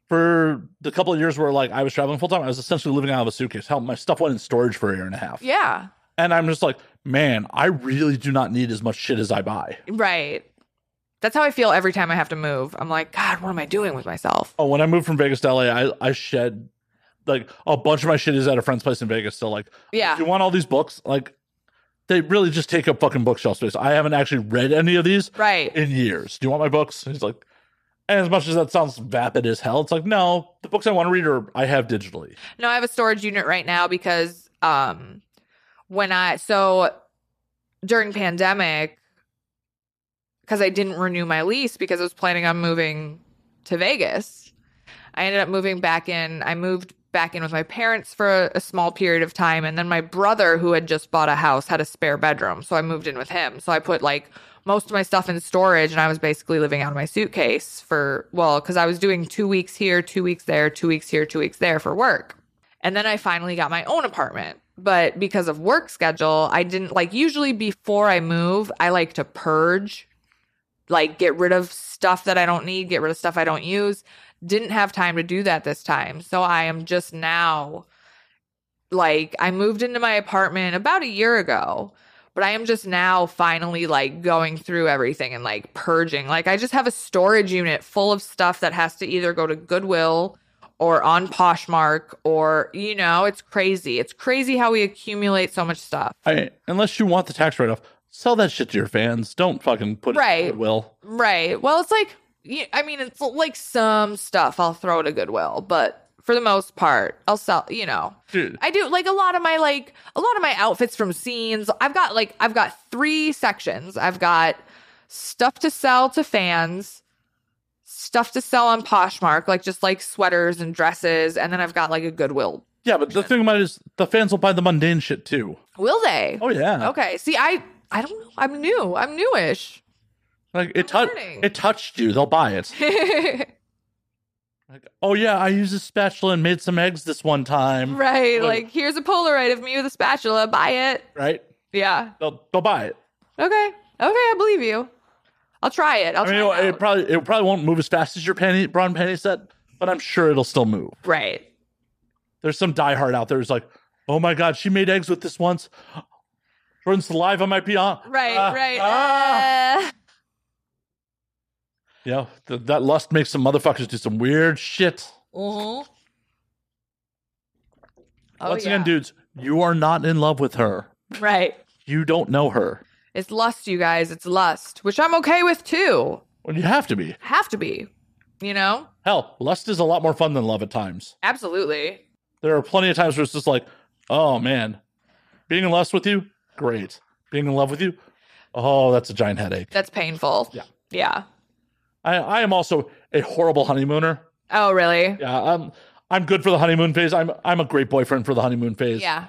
A: for the couple of years where like I was traveling full time, I was essentially living out of a suitcase. Hell, my stuff went in storage for a year and a half.
C: Yeah.
A: And I'm just like, man, I really do not need as much shit as I buy.
C: Right. That's how I feel every time I have to move. I'm like, God, what am I doing with myself?
A: Oh, when I moved from Vegas to LA, I, I shed like a bunch of my shit is at a friend's place in Vegas. So like,
C: Yeah.
A: if you want all these books? Like, they really just take up fucking bookshelf space. I haven't actually read any of these
C: Right.
A: in years. Do you want my books? And he's like, and as much as that sounds vapid as hell, it's like no, the books I want to read are I have digitally.
C: No, I have a storage unit right now because um when I so during pandemic because I didn't renew my lease because I was planning on moving to Vegas. I ended up moving back in. I moved back in with my parents for a, a small period of time. And then my brother, who had just bought a house, had a spare bedroom. So I moved in with him. So I put like most of my stuff in storage and I was basically living out of my suitcase for, well, because I was doing two weeks here, two weeks there, two weeks here, two weeks there for work. And then I finally got my own apartment. But because of work schedule, I didn't like usually before I move, I like to purge, like get rid of stuff that I don't need, get rid of stuff I don't use. Didn't have time to do that this time. So I am just now like I moved into my apartment about a year ago, but I am just now finally like going through everything and like purging. Like I just have a storage unit full of stuff that has to either go to Goodwill or on Poshmark or you know, it's crazy. It's crazy how we accumulate so much stuff.
A: I, unless you want the tax write off, sell that shit to your fans. Don't fucking put
C: Right.
A: it to Will.
C: Right. Well, it's like y- I mean, it's like some stuff I'll throw to Goodwill, but for the most part, I'll sell, you know.
A: Dude,
C: I do like a lot of my like a lot of my outfits from scenes. I've got like I've got three sections. I've got stuff to sell to fans, stuff to sell on Poshmark, like just like sweaters and dresses, and then I've got like a Goodwill.
A: yeah, but the thing about it is the fans will buy the mundane shit too.
C: Will they?
A: Oh yeah.
C: Okay. See, I I don't know. I'm new. I'm newish.
A: Like it tou-
C: learning.
A: it touched you, they'll buy it. Like, oh yeah, I used a spatula and made some eggs this one time. Right.
C: right.
A: Well-
C: Like here's a Polaroid of me with a spatula. Buy it. Yeah.
A: They'll they'll buy it.
C: Okay. Okay, I believe you. I'll try it. I'll
A: I mean,
C: try
A: it,
C: it.
A: it
C: out.
A: probably it probably won't move as fast as your panty brown panty set, but I'm sure it'll still move.
C: right.
A: There's some diehard out there who's like, oh my god, she made eggs with this once. Jordan's saliva might be on.
C: Right,
A: Ah,
C: right.
A: ah."
C: Uh,
A: Yeah, th- that lust makes some motherfuckers do some weird shit.
C: mhm. Oh,
A: Once
C: yeah.
A: again, dudes, you are not in love with her.
C: Right.
A: You don't know her.
C: It's lust, you guys. It's lust, which I'm okay with too.
A: Well, you have to be.
C: Have to be, you know?
A: Hell, lust is a lot more fun than love at times.
C: Absolutely.
A: There are plenty of times where it's just like, oh man, being in lust with you, great. Being in love with you, oh, that's a giant headache.
C: That's painful.
A: Yeah.
C: Yeah.
A: I, I am also a horrible honeymooner.
C: Oh, really?
A: Yeah, I'm I'm good for the honeymoon phase. I'm I'm a great boyfriend for the honeymoon phase.
C: Yeah.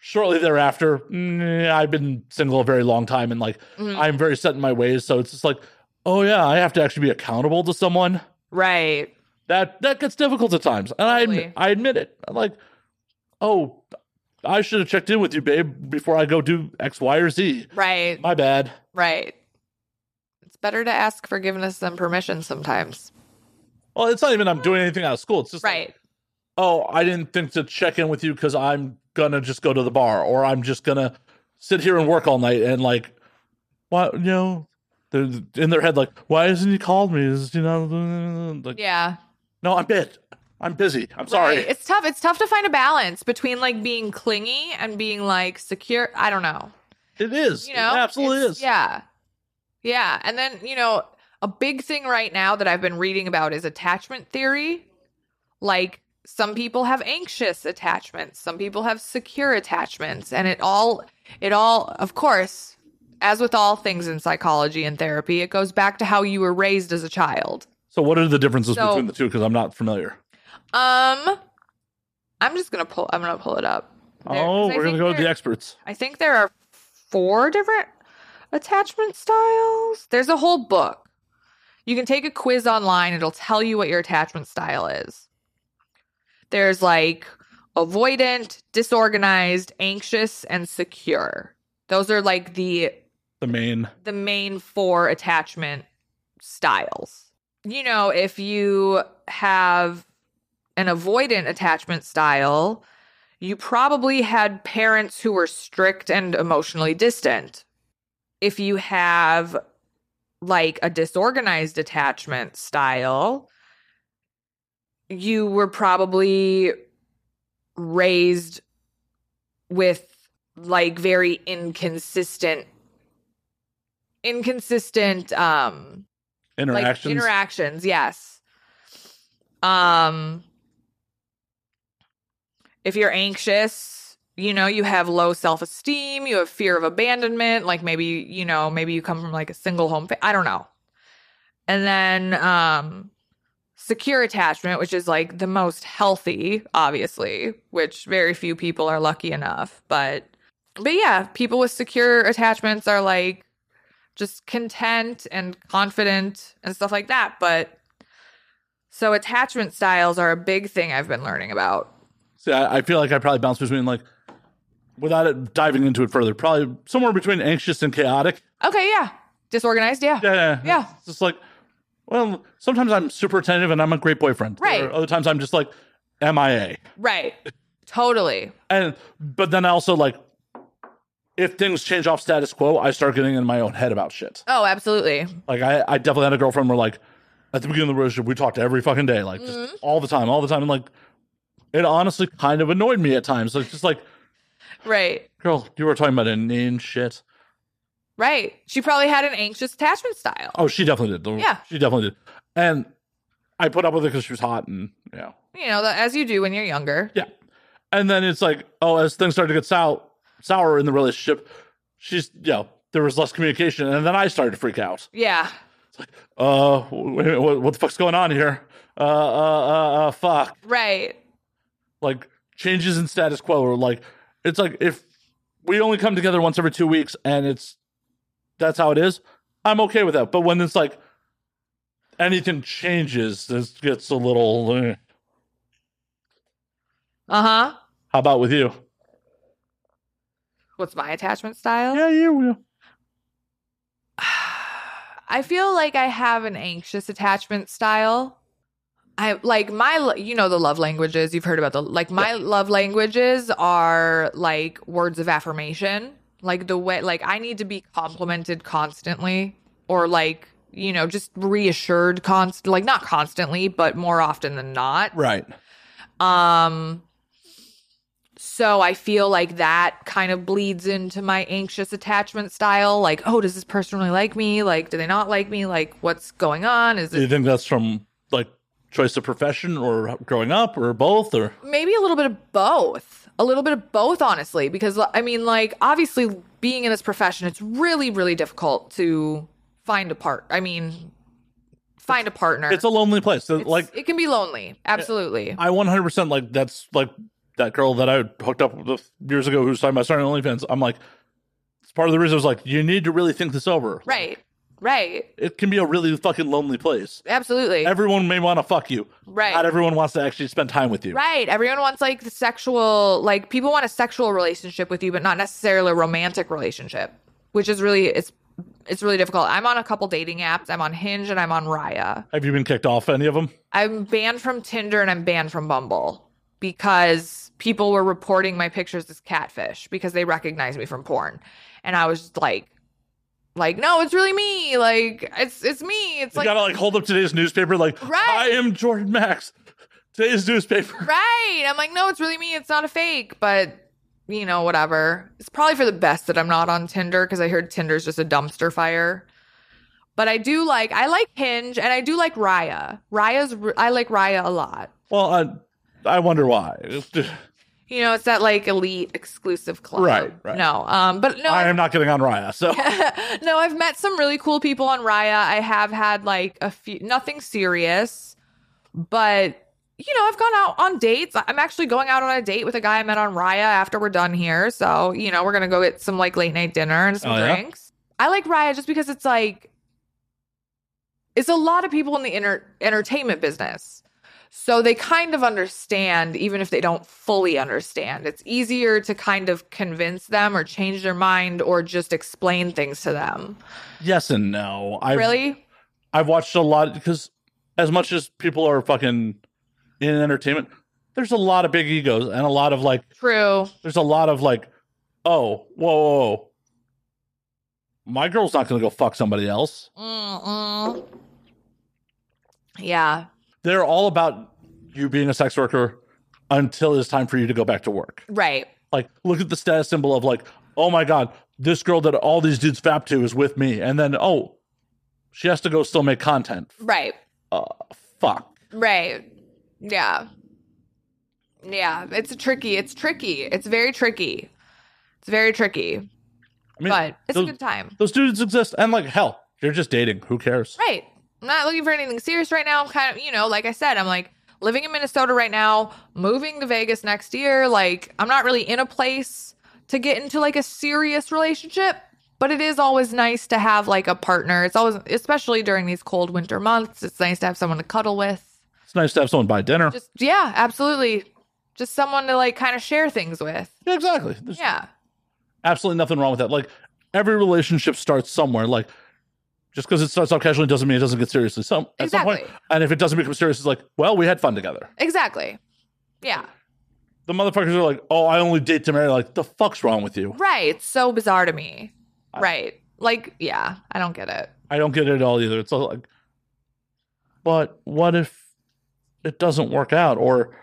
A: Shortly thereafter, mm, I've been single a very long time and like
C: Mhm.
A: I'm very set in my ways. So it's just like, oh yeah, I have to actually be accountable to someone.
C: Right.
A: that that gets difficult at times and I, admi-
C: Totally.
A: I admit it i'm like oh i should have checked in with you babe before i go do x y or z
C: Right.
A: my bad
C: Right. It's better to ask forgiveness than permission sometimes.
A: well it's not even i'm doing anything out of school it's just like,
C: Right.
A: oh i didn't think to check in with you because i'm gonna just go to the bar or i'm just gonna sit here and work all night and like why you know they're in their head like why hasn't he called me is you know like
C: Yeah.
A: no i'm bit i'm busy i'm sorry
C: Right. It's tough. It's tough to find a balance between like being clingy and being like secure. I don't know.
A: it is
C: You know?
A: it absolutely
C: It's-
A: is
C: Yeah. Yeah. And then, you know, a big thing right now that I've been reading about is attachment theory. Like some people have anxious attachments, some people have secure attachments, and it all it all of course, as with all things in psychology and therapy, it goes back to how you were raised as a child.
A: So what are the differences
C: So-
A: between the two? Because I'm not familiar.
C: Um I'm just going to pull I'm going to pull it up. There- 'cause
A: oh,
C: I
A: we're gonna
C: think
A: go to
C: there-
A: the experts.
C: I think there are four different attachment styles. There's a whole book. You can take a quiz online, it'll tell you what your attachment style is. There's like avoidant, disorganized, anxious, and secure. Those are like the
A: The main.
C: the main four attachment styles. You know, if you have an avoidant attachment style, you probably had parents who were strict and emotionally distant. If you have like a disorganized attachment style, you were probably raised with like very inconsistent inconsistent um
A: Interactions.
C: like interactions yes um if you're anxious you know you have low self-esteem you have fear of abandonment like maybe you know maybe you come from like a single home fa- i don't know and then um secure attachment which is like the most healthy obviously which very few people are lucky enough but but yeah people with secure attachments are like just content and confident and stuff like that but so attachment styles are a big thing i've been learning about
A: See, I, I feel like I probably bounce between like, without it, diving into it further, probably somewhere between anxious and chaotic.
C: okay yeah disorganized yeah
A: Yeah, yeah.
C: Yeah.
A: It's just like, well, sometimes I'm super attentive and I'm a great boyfriend.
C: Right.
A: Or other times I'm just like, MIA.
C: right totally
A: And but then I also like, if things change off status quo, I start getting in my own head about shit.
C: oh absolutely
A: Like I, I definitely had a girlfriend where like at the beginning of the relationship we talked every fucking day, like just
C: Mm-hmm.
A: all the time, all the time, and like it honestly kind of annoyed me at times. Like just like,
C: right
A: girl, you were talking about inane shit.
C: right she probably had an anxious attachment style
A: Oh, she definitely did. The-
C: Yeah.
A: she definitely did. And I put up with it because she was hot, and yeah,
C: you know as you do when you're younger
A: yeah. And then it's like, oh, as things started to get sour, sour in the relationship, she's you know there was less communication, and then I started to freak out.
C: yeah
A: Uh, wait a minute, what, what the fuck's going on here? Uh, uh, uh, uh, fuck.
C: right
A: like changes in status quo or like it's like if we only come together once every two weeks and it's that's how it is i'm okay with that but when it's like anything changes this gets a little eh.
C: uh-huh
A: how about with you
C: what's my attachment style
A: yeah you will
C: I feel like I have an anxious attachment style. I like my, lo- you know, the love languages. You've heard about the, like, my love languages are like words of affirmation. Like, the way, like, I need to be complimented constantly or like, you know, just reassured const, like, not constantly, but more often than not.
A: right
C: Um so I feel like that kind of bleeds into my anxious attachment style like oh does this person really like me like do they not like me like what's going on is
A: do you
C: it
A: think that's from like choice of profession or growing up or both or
C: maybe a little bit of both a little bit of both honestly because I mean like obviously being in this profession it's really really difficult to find a part I mean find a partner
A: it's a lonely place So,
C: It's-
A: like
C: it can be lonely absolutely
A: I 100% like that's like that girl that I hooked up with years ago who's talking about starting OnlyFans. I'm like, it's part of the reason I was like, you need to really think this over.
C: right right
A: It can be a really fucking lonely place.
C: absolutely
A: Everyone may want to fuck you.
C: Right.
A: Not everyone wants to actually spend time with you.
C: Right. Everyone wants like the sexual, like people want a sexual relationship with you, but not necessarily a romantic relationship, which is really it's it's really difficult. I'm on a couple dating apps. I'm on Hinge and I'm on Raya.
A: Have you been kicked off any of them?
C: I'm banned from Tinder and I'm banned from Bumble because people were reporting my pictures as catfish because they recognized me from porn, and I was like, like no, it's really me. Like it's it's me. It's
A: you
C: like
A: gotta like hold up today's newspaper like,
C: Right.
A: I am Jordan Max. Today's newspaper.
C: Right. I'm like, no, it's really me. It's not a fake, but you know, whatever. It's probably for the best that I'm not on Tinder because I heard Tinder's just a dumpster fire. But I do like, I like Hinge and I do like Raya. Raya's, r- I like Raya a lot.
A: Well, I, I wonder why.
C: You know, it's that like elite exclusive club.
A: Right, right.
C: No, um, but no,
A: I am not getting on Raya, so
C: no, I've met some really cool people on Raya. I have had like a few, nothing serious, but you know, I've gone out on dates. I'm actually going out on a date with a guy I met on Raya after we're done here. So, you know, we're going to go get some like late night dinner and some
A: Oh, yeah?
C: drinks. I like Raya just because it's like, it's a lot of people in the inter- entertainment business. So they kind of understand, even if they don't fully understand. It's easier to kind of convince them or change their mind or just explain things to them.
A: yes and no. I
C: really?
A: I've watched a lot because as much as people are fucking in entertainment, there's a lot of big egos and a lot of like,
C: True.
A: there's a lot of like, oh, whoa, whoa, whoa. my girl's not going to go fuck somebody else.
C: Mm-mm. Mm-hmm. Yeah.
A: They're all about you being a sex worker until it's time for you to go back to work.
C: Right.
A: Like, look at the status symbol of like, oh my god, this girl that all these dudes fap to is with me, and then oh, she has to go still make content.
C: Right.
A: Fuck.
C: Right. Yeah. Yeah, it's tricky. It's tricky. It's very tricky. It's very tricky,
A: I mean,
C: but it's
A: those-
C: a good time.
A: those dudes exist, and like hell, you're just dating. Who cares?
C: Right. I'm not looking for anything serious right now. I'm kind of, you know, like I said, I'm like living in Minnesota right now, moving to Vegas next year. Like, I'm not really in a place to get into like a serious relationship, but it is always nice to have like a partner. It's always, especially during these cold winter months, it's nice to have someone to cuddle with.
A: It's nice to have someone buy dinner.
C: Just, yeah, absolutely. Just someone to like kind of share things with.
A: yeah, exactly. There's
C: Yeah.
A: absolutely nothing wrong with that. Like every relationship starts somewhere. Like just because it starts out casually doesn't mean it doesn't get seriously. Some at some point,
C: Exactly.
A: and if it doesn't become serious, it's like, well, we had fun together.
C: Exactly. Yeah.
A: The motherfuckers are like, oh, I only date to marry. Like the fuck's wrong with you?
C: Right. It's so bizarre to me. Right. Like, yeah, I don't get it.
A: I don't get it at all either. It's all like, but what if it doesn't work out? Or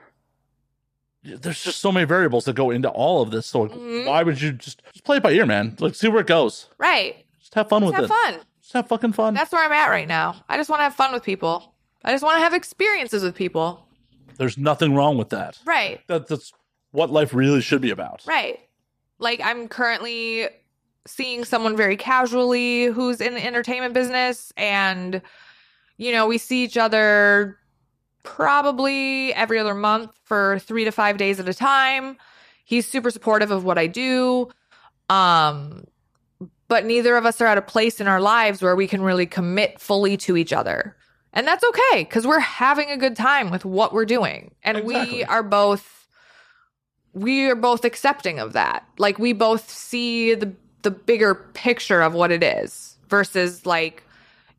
A: there's just so many variables that go into all of this. So like,
C: Mhm.
A: why would you just, just play it by ear, man? Like, see where it goes.
C: Right.
A: Just have fun
C: Let's
A: with
C: have
A: it.
C: fun.
A: Just have fucking fun.
C: That's where I'm at right now. I just want to have fun with people. I just want to have experiences with people.
A: there's nothing wrong with that.
C: Right.
A: that. That's what life really should be about.
C: Right. Like I'm currently seeing someone very casually who's in the entertainment business and you know, we see each other probably every other month for 3 to 5 days at a time. He's super supportive of what I do. Um but neither of us are at a place in our lives where we can really commit fully to each other. And that's okay cuz we're having a good time with what we're doing and
A: Exactly.
C: we are both we are both accepting of that. Like we both see the the bigger picture of what it is versus like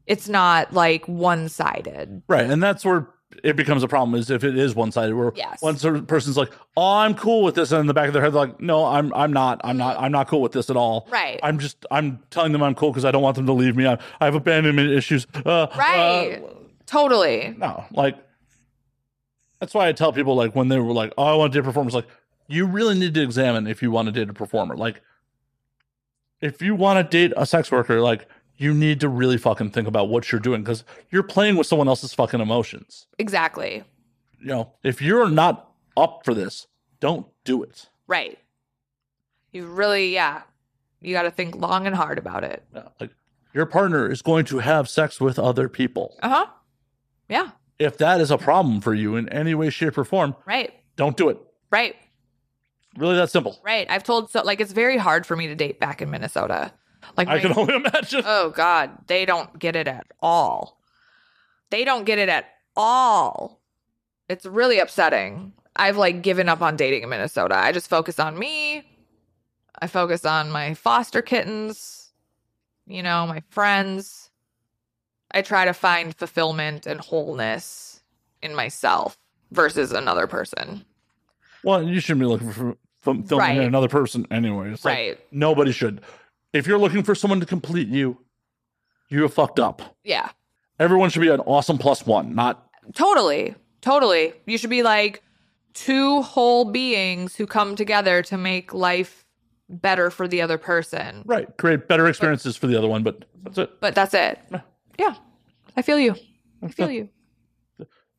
C: it's not like one sided.
A: Right. And that's where it becomes a problem is if it is one sided where
C: Yes.
A: one certain person's like, Oh, I'm cool with this and in the back of their head they're like, No, I'm I'm not, I'm not, I'm not cool with this at all.
C: Right.
A: I'm just I'm telling them I'm cool because I don't want them to leave me. I, I have abandonment issues. Uh,
C: Right.
A: uh,
C: Totally.
A: no. Like that's why I tell people like when they were like, Oh, I want to date a performer, it's like you really need to examine if you want to date a performer. Like if you want to date a sex worker, like you need to really fucking think about what you're doing because you're playing with someone else's fucking emotions
C: Exactly.
A: you know, if you're not up for this, don't do it.
C: Right. You really yeah. You got to think long and hard about it.
A: Uh, Like your partner is going to have sex with other people.
C: Uh-huh. Yeah,
A: If that is a problem for you in any way, shape, or form,
C: right.
A: don't do it.
C: Right.
A: Really that simple.
C: Right. I've told so like it's very hard for me to date back in Minnesota. Like
A: I
C: my-
A: can only imagine.
C: oh god they don't get it at all they don't get it at all it's really upsetting i've like given up on dating in minnesota i just focus on me i focus on my foster kittens you know my friends i try to find fulfillment and wholeness in myself versus another person
A: well, you shouldn't be looking for film, filming
C: Right.
A: another person anyway. It's like,
C: Right.
A: Nobody should. If you're looking for someone to complete you, you have fucked up.
C: yeah
A: Everyone should be an awesome plus one, not
C: Totally. Totally. You should be like two whole beings who come together to make life better for the other person.
A: right. Create better experiences for the other one, but that's it.
C: But that's it. Yeah. I feel you. I feel you.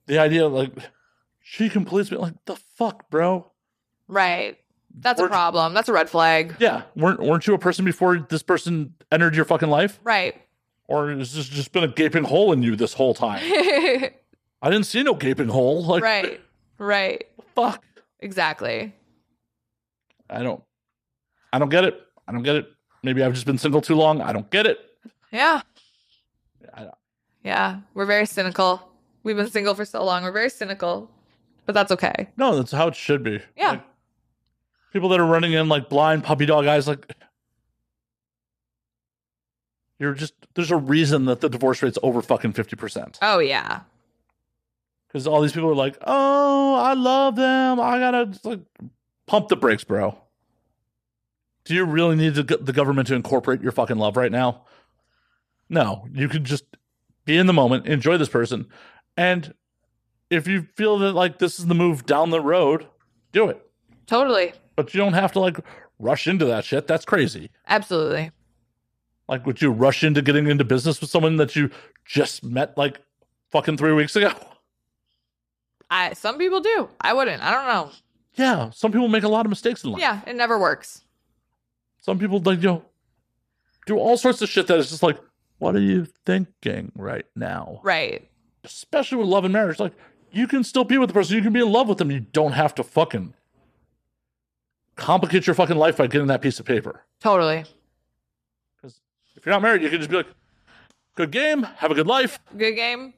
A: the idea like she completes me like the fuck bro
C: Right. That's a
A: We're-
C: problem. That's a red flag.
A: yeah weren't weren't you a person before this person entered your fucking life
C: Right.
A: or has this just been a gaping hole in you this whole time i didn't see no gaping hole like
C: right. Right.
A: fuck
C: Exactly.
A: i don't i don't get it i don't get it maybe i've just been single too long i don't get it
C: Yeah.
A: I-
C: Yeah. We're very cynical. We've been single for so long. We're very cynical, but that's okay.
A: no that's how it should be
C: Yeah.
A: Like, people that are running in like blind puppy dog eyes like you're just there's a reason that the divorce rate's over fucking 50%
C: Oh, yeah.
A: because all these people are like, "Oh, I love them. I gotta it's like pump the brakes, bro." Do you really need the go- the government to incorporate your fucking love right now? No, you could just be in the moment, enjoy this person, and if you feel that like this is the move down the road, do it.
C: Totally.
A: But you don't have to like rush into that shit. That's crazy.
C: Absolutely.
A: Like, would you rush into getting into business with someone that you just met like fucking three weeks ago?
C: I some people do. I wouldn't. I don't know.
A: yeah, some people make a lot of mistakes in life.
C: Yeah, it never works.
A: Some people like you know do all sorts of shit that is just like, what are you thinking right now?
C: Right.
A: Especially with love and marriage, like you can still be with the person, you can be in love with them. You don't have to fucking complicate your fucking life by getting that piece of paper.
C: Totally.
A: Because if you're not married, you can just be like, good game, have a good life.
C: Good game.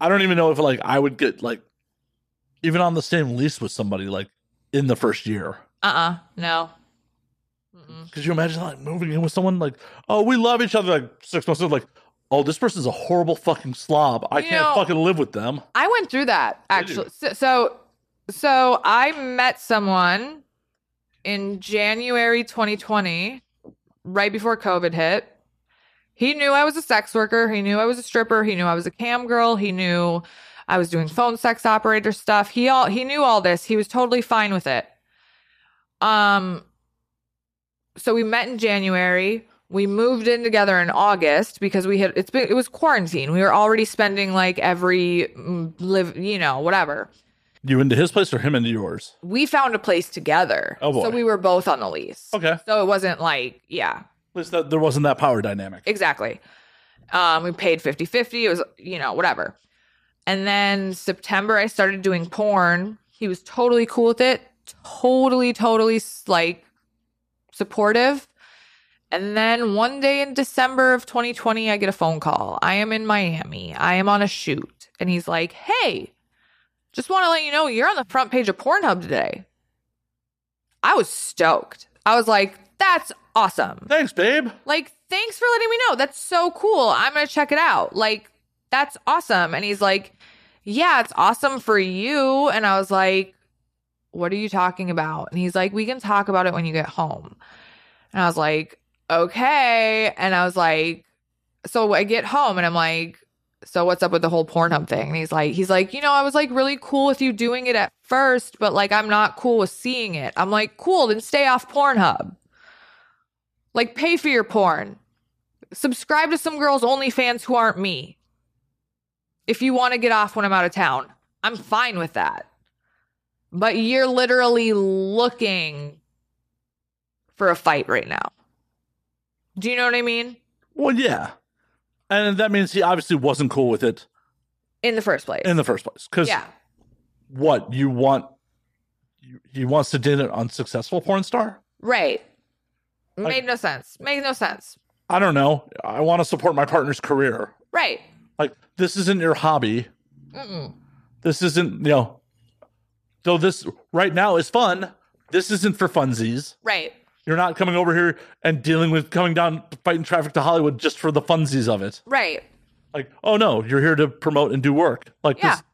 A: I don't even know if like I would get like even on the same lease with somebody like in the first year.
C: Uh uh No. Mm-mm.
A: Could you imagine like moving in with someone like, oh, we love each other like six months in, like, oh, this person's a horrible fucking slob. I
C: You
A: can't
C: know-
A: fucking live with them.
C: I went through that
A: Did you?
C: actually. So, so, so I met someone in January 2020, right before COVID hit. He knew I was a sex worker. He knew I was a stripper. He knew I was a cam girl. He knew I was doing phone sex operator stuff. He all he knew all this. He was totally fine with it. Um. So we met in January. We moved in together in August because we had it's been it was quarantine. We were already spending like every mm, live you know whatever.
A: You into his place or him into yours?
C: We found a place together,
A: Oh, boy.
C: so we were both on the lease.
A: Okay. At
C: So it wasn't like yeah,
A: least that, there wasn't that power dynamic.
C: Exactly. Um, we paid 50 50. It was, you know, whatever. And then September, I started doing porn. He was totally cool with it, totally, totally like supportive. And then one day in December of 2020, I get a phone call. I am in Miami. I am on a shoot. And he's like, hey, just want to let you know you're on the front page of Pornhub today. I was stoked. I was like, that's awesome.
A: Thanks, babe.
C: Like, thanks for letting me know. That's so cool. I'm going to check it out. Like, that's awesome. And he's like, Yeah, it's awesome for you. And I was like, What are you talking about? And he's like, We can talk about it when you get home. And I was like, Okay. And I was like, So I get home and I'm like, so what's up with the whole Pornhub thing? And he's like, he's like, you know, I was like really cool with you doing it at first, but like I'm not cool with seeing it. I'm like, cool, then stay off Pornhub. Like, pay for your porn. Subscribe to some girls' OnlyFans who aren't me. If you want to get off when I'm out of town, I'm fine with that. But you're literally looking for a fight right now. Do you know what I mean?
A: Well, yeah. And that means he obviously wasn't cool with it
C: In the first place.
A: in the first place. Because
C: yeah.
A: what you want, you, he wants to date an unsuccessful porn star.
C: Right.
A: Like-
C: Made no sense. Made no sense.
A: I don't know. I want to support my partner's career.
C: Right.
A: Like this isn't your hobby.
C: Mm-mm.
A: This isn't you know. Though this right now is fun. This isn't for funsies.
C: Right.
A: You're not coming over here and dealing with coming down fighting traffic to Hollywood just for the funsies of it.
C: Right.
A: Like, oh no, you're here to promote and do work. Like
C: Yeah.
A: this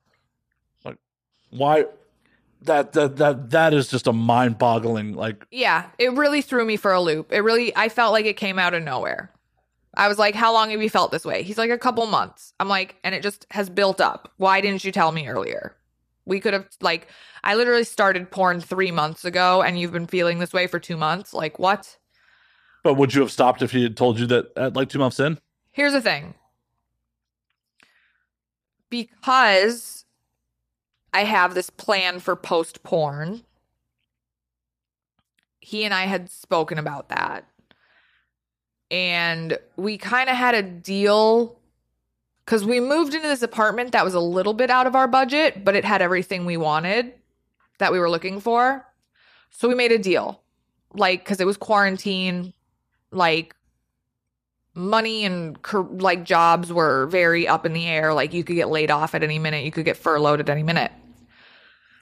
A: like why that that that that is just a mind boggling like
C: Yeah. It really threw me for a loop. It really, I felt like it came out of nowhere. I was like, how long have you felt this way? He's like, a couple months. I'm like, and it just has built up. Why didn't you tell me earlier? We could have, like, I literally started porn three months ago and you've been feeling this way for two months. Like, what?
A: but would you have stopped if he had told you that at like two months in?
C: Here's the thing. Because I have this plan for post porn, he and I had spoken about that. And we kind of had a deal because we moved into this apartment that was a little bit out of our budget, but it had everything we wanted that we were looking for. So we made a deal. Like, because it was quarantine, like, money and car- like jobs were very up in the air. Like you could get laid off at any minute, you could get furloughed at any minute.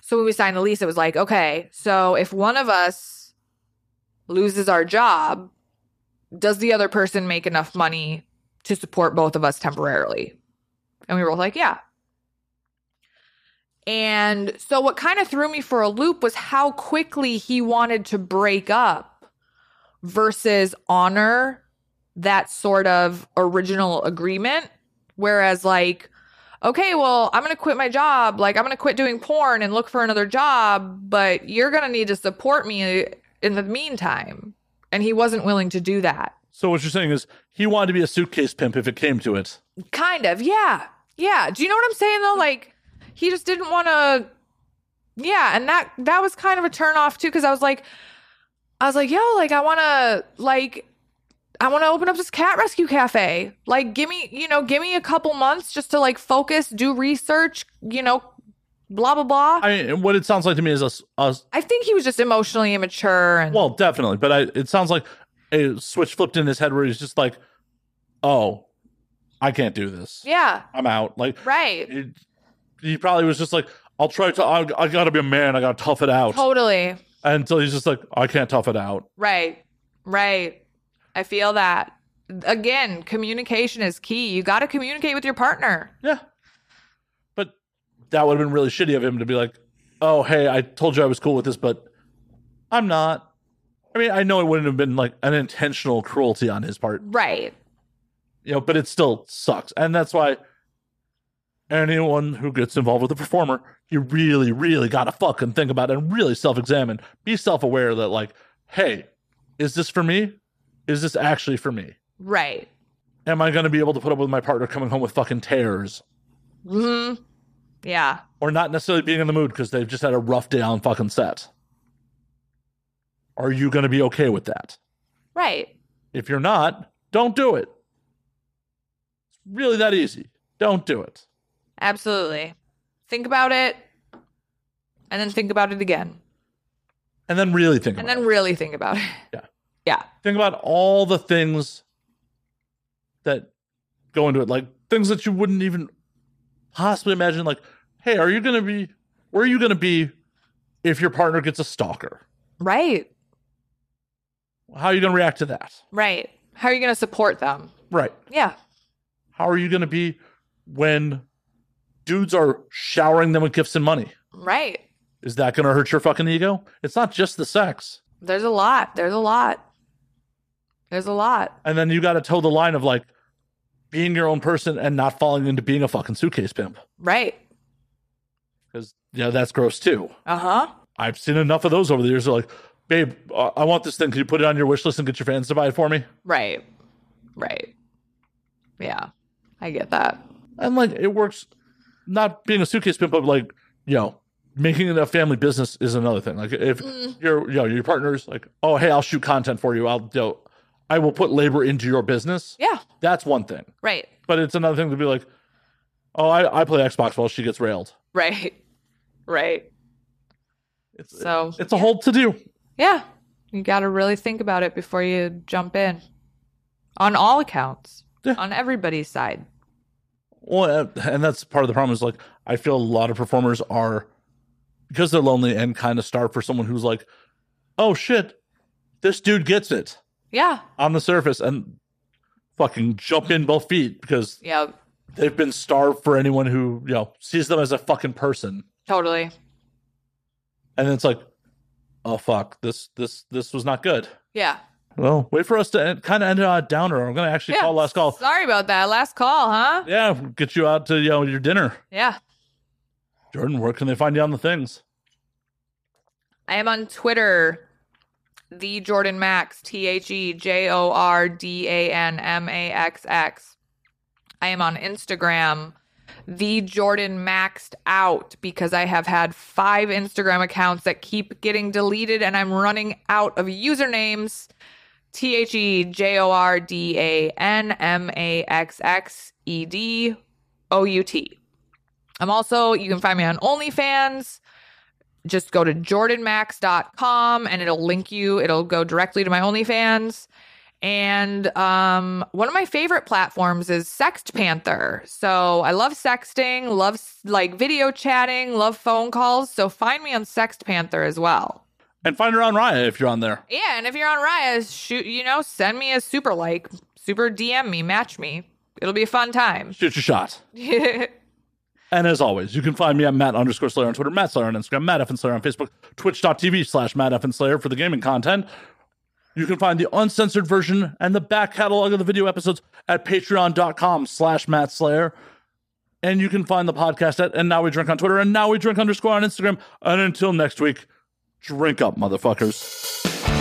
C: So when we signed the lease, it was like, okay, so if one of us loses our job, does the other person make enough money to support both of us temporarily? And we were both like, yeah. And so what kind of threw me for a loop was how quickly he wanted to break up versus honor that sort of original agreement. Whereas, like, okay, well, I'm going to quit my job. Like, I'm going to quit doing porn and look for another job, but you're going to need to support me in the meantime. And he wasn't willing to do that.
A: So what you're saying is he wanted to be a suitcase pimp if it came to it.
C: Kind of. Yeah. Yeah. Do you know what I'm saying, though? Like, he just didn't want to yeah, and that that was kind of a turn off too because I was like, I was like, yo, like I want to like. I want to open up this cat rescue cafe. Like, give me, you know, give me a couple months just to like focus, do research, you know, blah blah blah. I,
A: I mean, what it sounds like to me is us, us
C: think he was just emotionally immature and
A: well, definitely, but I, it sounds like a switch flipped in his head where he's just like, oh, I can't do this.
C: yeah,
A: I'm out. Like,
C: right,
A: he, he probably was just like, I'll try to, I, I gotta be a man, I gotta tough it out.
C: totally.
A: Until he's just like, I can't tough it out.
C: Right. Right. I feel that. Again, communication is key. You got to communicate with your partner.
A: Yeah. But that would have been really shitty of him to be like, oh, hey, I told you I was cool with this, but I'm not. I mean, I know it wouldn't have been like an intentional cruelty on his part,
C: Right.
A: you know, but it still sucks. And that's why anyone who gets involved with a performer, you really, really got to fucking think about it and really self examine. Be self aware that, like, hey, is this for me? Is this actually for me?
C: Right.
A: Am I going to be able to put up with my partner coming home with fucking tears?
C: hmm Yeah.
A: or not necessarily being in the mood because they've just had a rough day on fucking set. Are you going to be okay with that?
C: Right.
A: If you're not, don't do it. It's really that easy. Don't do it.
C: Absolutely. Think about it and then think about it again.
A: And then really think
C: And
A: about
C: then
A: it.
C: really think about it.
A: Yeah.
C: Yeah.
A: Think about all the things that go into it, like things that you wouldn't even possibly imagine. Like, hey, are you going to be, where are you going to be if your partner gets a stalker?
C: Right.
A: How are you going to react to that?
C: Right. How are you going to support them?
A: Right.
C: Yeah.
A: How are you going to be when dudes are showering them with gifts and money?
C: Right.
A: Is that going to hurt your fucking ego? It's not just the sex.
C: There's a lot. There's a lot. There's a lot.
A: And then you got to toe the line of like being your own person and not falling into being a fucking suitcase pimp
C: Right.
A: because, you know, that's gross too.
C: Uh huh.
A: I've seen enough of those over the years. They're like, babe, I I want this thing. Can you put it on your wish list and get your fans to buy it for me?
C: Right. Right. Yeah. I get that.
A: And like, it works not being a suitcase pimp, but like, you know, making it a family business is another thing. Like, if your, you know, your partner's like, oh, hey, I'll shoot content for you. I'll, you know, I will put labor into your business.
C: Yeah.
A: That's one thing.
C: Right.
A: But it's another thing to be like, oh, I, I play Xbox while she gets railed.
C: Right. Right.
A: It's,
C: So
A: it's a whole to do.
C: yeah, you got to really think about it before you jump in on all accounts,
A: Yeah.
C: on everybody's side.
A: Well, uh, and that's part of the problem is like, I feel a lot of performers are, because they're lonely and kind of starved for someone who's like, oh shit, this dude gets it.
C: Yeah.
A: on the surface and fucking jump in both feet because
C: Yeah.
A: they've been starved for anyone who you know sees them as a fucking person
C: Totally.
A: and it's like oh fuck this this this was not good
C: Yeah.
A: well wait for us to end, kind of end on a downer i'm gonna actually
C: yeah.
A: call last call
C: Sorry about that. Last call, huh?
A: yeah get you out to you know your dinner
C: Yeah.
A: jordan where can they find you on the things
C: I am on Twitter, the Jordan Max, T H E J O R D A N M A X X. I am on Instagram, the Jordan Maxed Out, because I have had five Instagram accounts that keep getting deleted and I'm running out of usernames. T H E J O R D A N M A X X E D O U T. I'm also, you can find me on OnlyFans just go to jordanmax.com and it'll link you it'll go directly to my onlyfans and um, one of my favorite platforms is sext panther so i love sexting love like video chatting love phone calls so find me on sext panther as well
A: and find her on raya if you're on there
C: yeah and if you're on raya shoot you know send me a super like super dm me match me it'll be a fun time
A: shoot your shot And as always, you can find me at Matt underscore Slayer on Twitter, Matt Slayer on Instagram, Matt F. and Slayer on Facebook, twitch.tv slash Matt F. and Slayer for the gaming content. You can find the uncensored version and the back catalog of the video episodes at patreon.com slash Matt Slayer. And you can find the podcast at And Now We Drink on Twitter and Now We Drink underscore on Instagram. And until next week, drink up, motherfuckers.